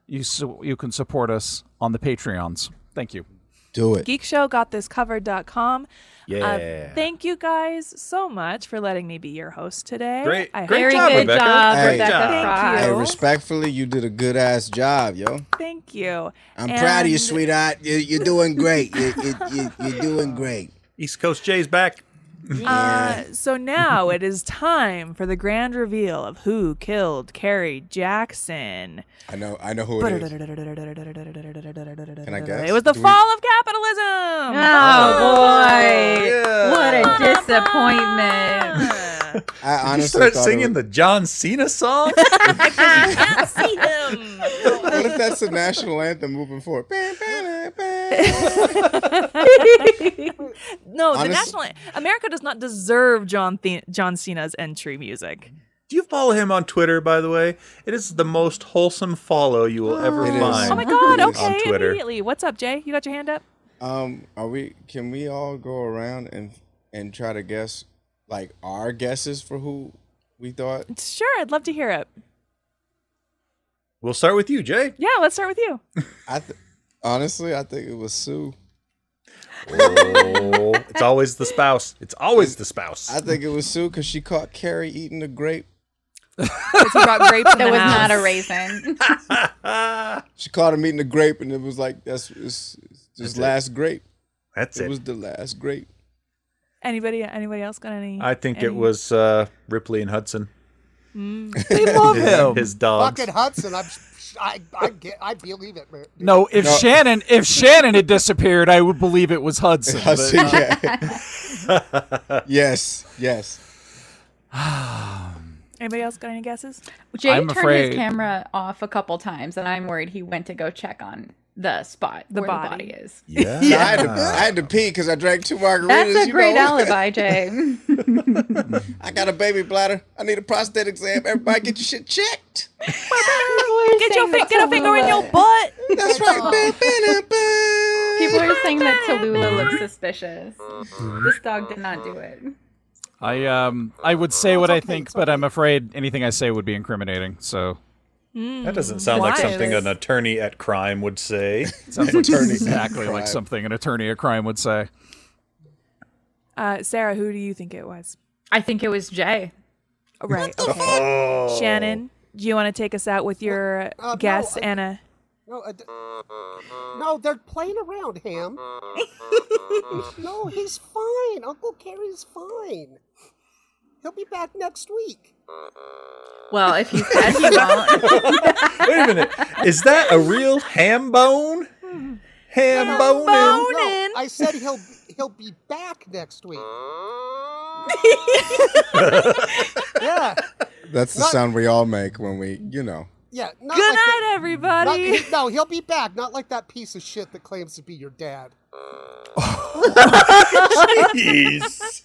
Speaker 7: you su- you can support us on the Patreons. Thank you.
Speaker 8: Do it.
Speaker 3: geekshowgotthiscovered.com.
Speaker 7: Yeah.
Speaker 3: Uh, thank you guys so much for letting me be your host today.
Speaker 1: Great-
Speaker 3: I
Speaker 1: great
Speaker 3: hope-
Speaker 5: Very job, good Rebecca. job,
Speaker 8: Hey.
Speaker 5: Rebecca Frost.
Speaker 8: Hey,
Speaker 3: you.
Speaker 8: respectfully, you did a good ass job, yo.
Speaker 3: Thank you.
Speaker 8: I'm
Speaker 3: And-
Speaker 8: proud of you, sweetheart. You, you're doing great. You, you, you, you're doing great.
Speaker 1: East Coast Jay's back.
Speaker 3: Uh, so now it is time for the grand reveal of who killed Carrie Jackson.
Speaker 8: I know. I know who it is. Can I guess?
Speaker 3: It was the
Speaker 8: Do we-
Speaker 3: fall of capitalism.
Speaker 5: Oh boy!
Speaker 1: Yeah.
Speaker 5: What a disappointment!
Speaker 8: I
Speaker 1: Did you
Speaker 8: honestly
Speaker 1: start
Speaker 8: thought it
Speaker 1: singing
Speaker 8: was-
Speaker 1: the John Cena song?
Speaker 3: See him.
Speaker 8: What if that's the national anthem moving forward? Bam, bam, bam.
Speaker 3: No, the
Speaker 8: Honest-
Speaker 3: national America does not deserve John the- John Cena's entry music.
Speaker 1: Do you follow him on Twitter, by the way? It is the most wholesome follow you will ever
Speaker 8: It is.
Speaker 1: find.
Speaker 3: Oh my God!
Speaker 8: It is.
Speaker 3: Okay,
Speaker 1: On Twitter.
Speaker 3: immediately. What's up, Jay? You got your hand up?
Speaker 8: Um, are we? Can we all go around and and try to guess like our guesses for who we thought?
Speaker 3: Sure, I'd love to hear it.
Speaker 1: We'll start with you, Jay.
Speaker 3: Yeah, let's start with you.
Speaker 8: I th- honestly, I think it was Sue.
Speaker 1: Oh, it's always the spouse. It's always the spouse.
Speaker 8: I think it was Sue because she caught Carrie eating a grape.
Speaker 3: It's about grapes. in
Speaker 5: That
Speaker 3: the
Speaker 5: was not a
Speaker 3: house.
Speaker 5: raisin.
Speaker 8: She caught him eating a grape, and it was like that's it's, it's his
Speaker 1: it.
Speaker 8: last grape.
Speaker 1: That's
Speaker 8: It
Speaker 1: it.
Speaker 8: was the last grape.
Speaker 3: Anybody? Anybody else got any?
Speaker 1: I think
Speaker 3: any-
Speaker 1: it was uh, Ripley and Hudson.
Speaker 7: We love
Speaker 1: His,
Speaker 7: him.
Speaker 1: his dogs.
Speaker 6: Fucking Hudson. I'm, I, I, get, I believe it. man.
Speaker 7: No, if
Speaker 8: No.
Speaker 7: Shannon if Shannon had disappeared, I would believe it was Hudson.
Speaker 8: I
Speaker 7: but-
Speaker 8: see, yeah. yes, yes.
Speaker 3: Anybody else got any guesses?
Speaker 5: Jay
Speaker 7: I'm
Speaker 5: turned
Speaker 7: afraid-
Speaker 5: his camera off a couple times, and I'm worried he went to go check on the spot
Speaker 3: The
Speaker 5: where
Speaker 3: body.
Speaker 5: the body is.
Speaker 8: Yeah. I, had to, I had to pee because I drank two margaritas.
Speaker 5: That's a
Speaker 8: you
Speaker 5: great
Speaker 8: know?
Speaker 5: alibi, Jay.
Speaker 8: I got a baby bladder. I need a prostate exam. Everybody get your shit checked.
Speaker 3: Get your, fi- get a finger in your butt.
Speaker 8: That's right,
Speaker 5: People are saying that Tallulah looks suspicious. This dog did not do it.
Speaker 7: I um I would say what I think, but I'm afraid anything I say would be incriminating. So
Speaker 1: That doesn't sound like something an attorney at crime would say.
Speaker 7: sounds like exactly like something an attorney at crime would say.
Speaker 3: Uh, Sarah, who do you think it was?
Speaker 5: I think it was Jay.
Speaker 3: Right. okay.
Speaker 1: fuck?
Speaker 3: Shannon, do you want to take us out with your
Speaker 6: Uh, no,
Speaker 3: guess,
Speaker 6: I-
Speaker 3: Anna?
Speaker 6: No, I d- no, they're playing around, Ham. no, he's fine. Uncle Carrie's fine. He'll be back next week.
Speaker 5: Well, if you said he won't.
Speaker 1: Wait a minute. Is that a real ham bone? Ham bone?
Speaker 3: Oh,
Speaker 6: No, I said he'll he'll be back next week. yeah,
Speaker 8: That's the
Speaker 6: Not-
Speaker 8: sound we all make when we, you know.
Speaker 6: yeah. Not like
Speaker 3: Good night,
Speaker 6: that- not-
Speaker 3: everybody.
Speaker 6: he- no, he'll be back. Not like that piece of shit that claims to be your dad.
Speaker 1: Jeez.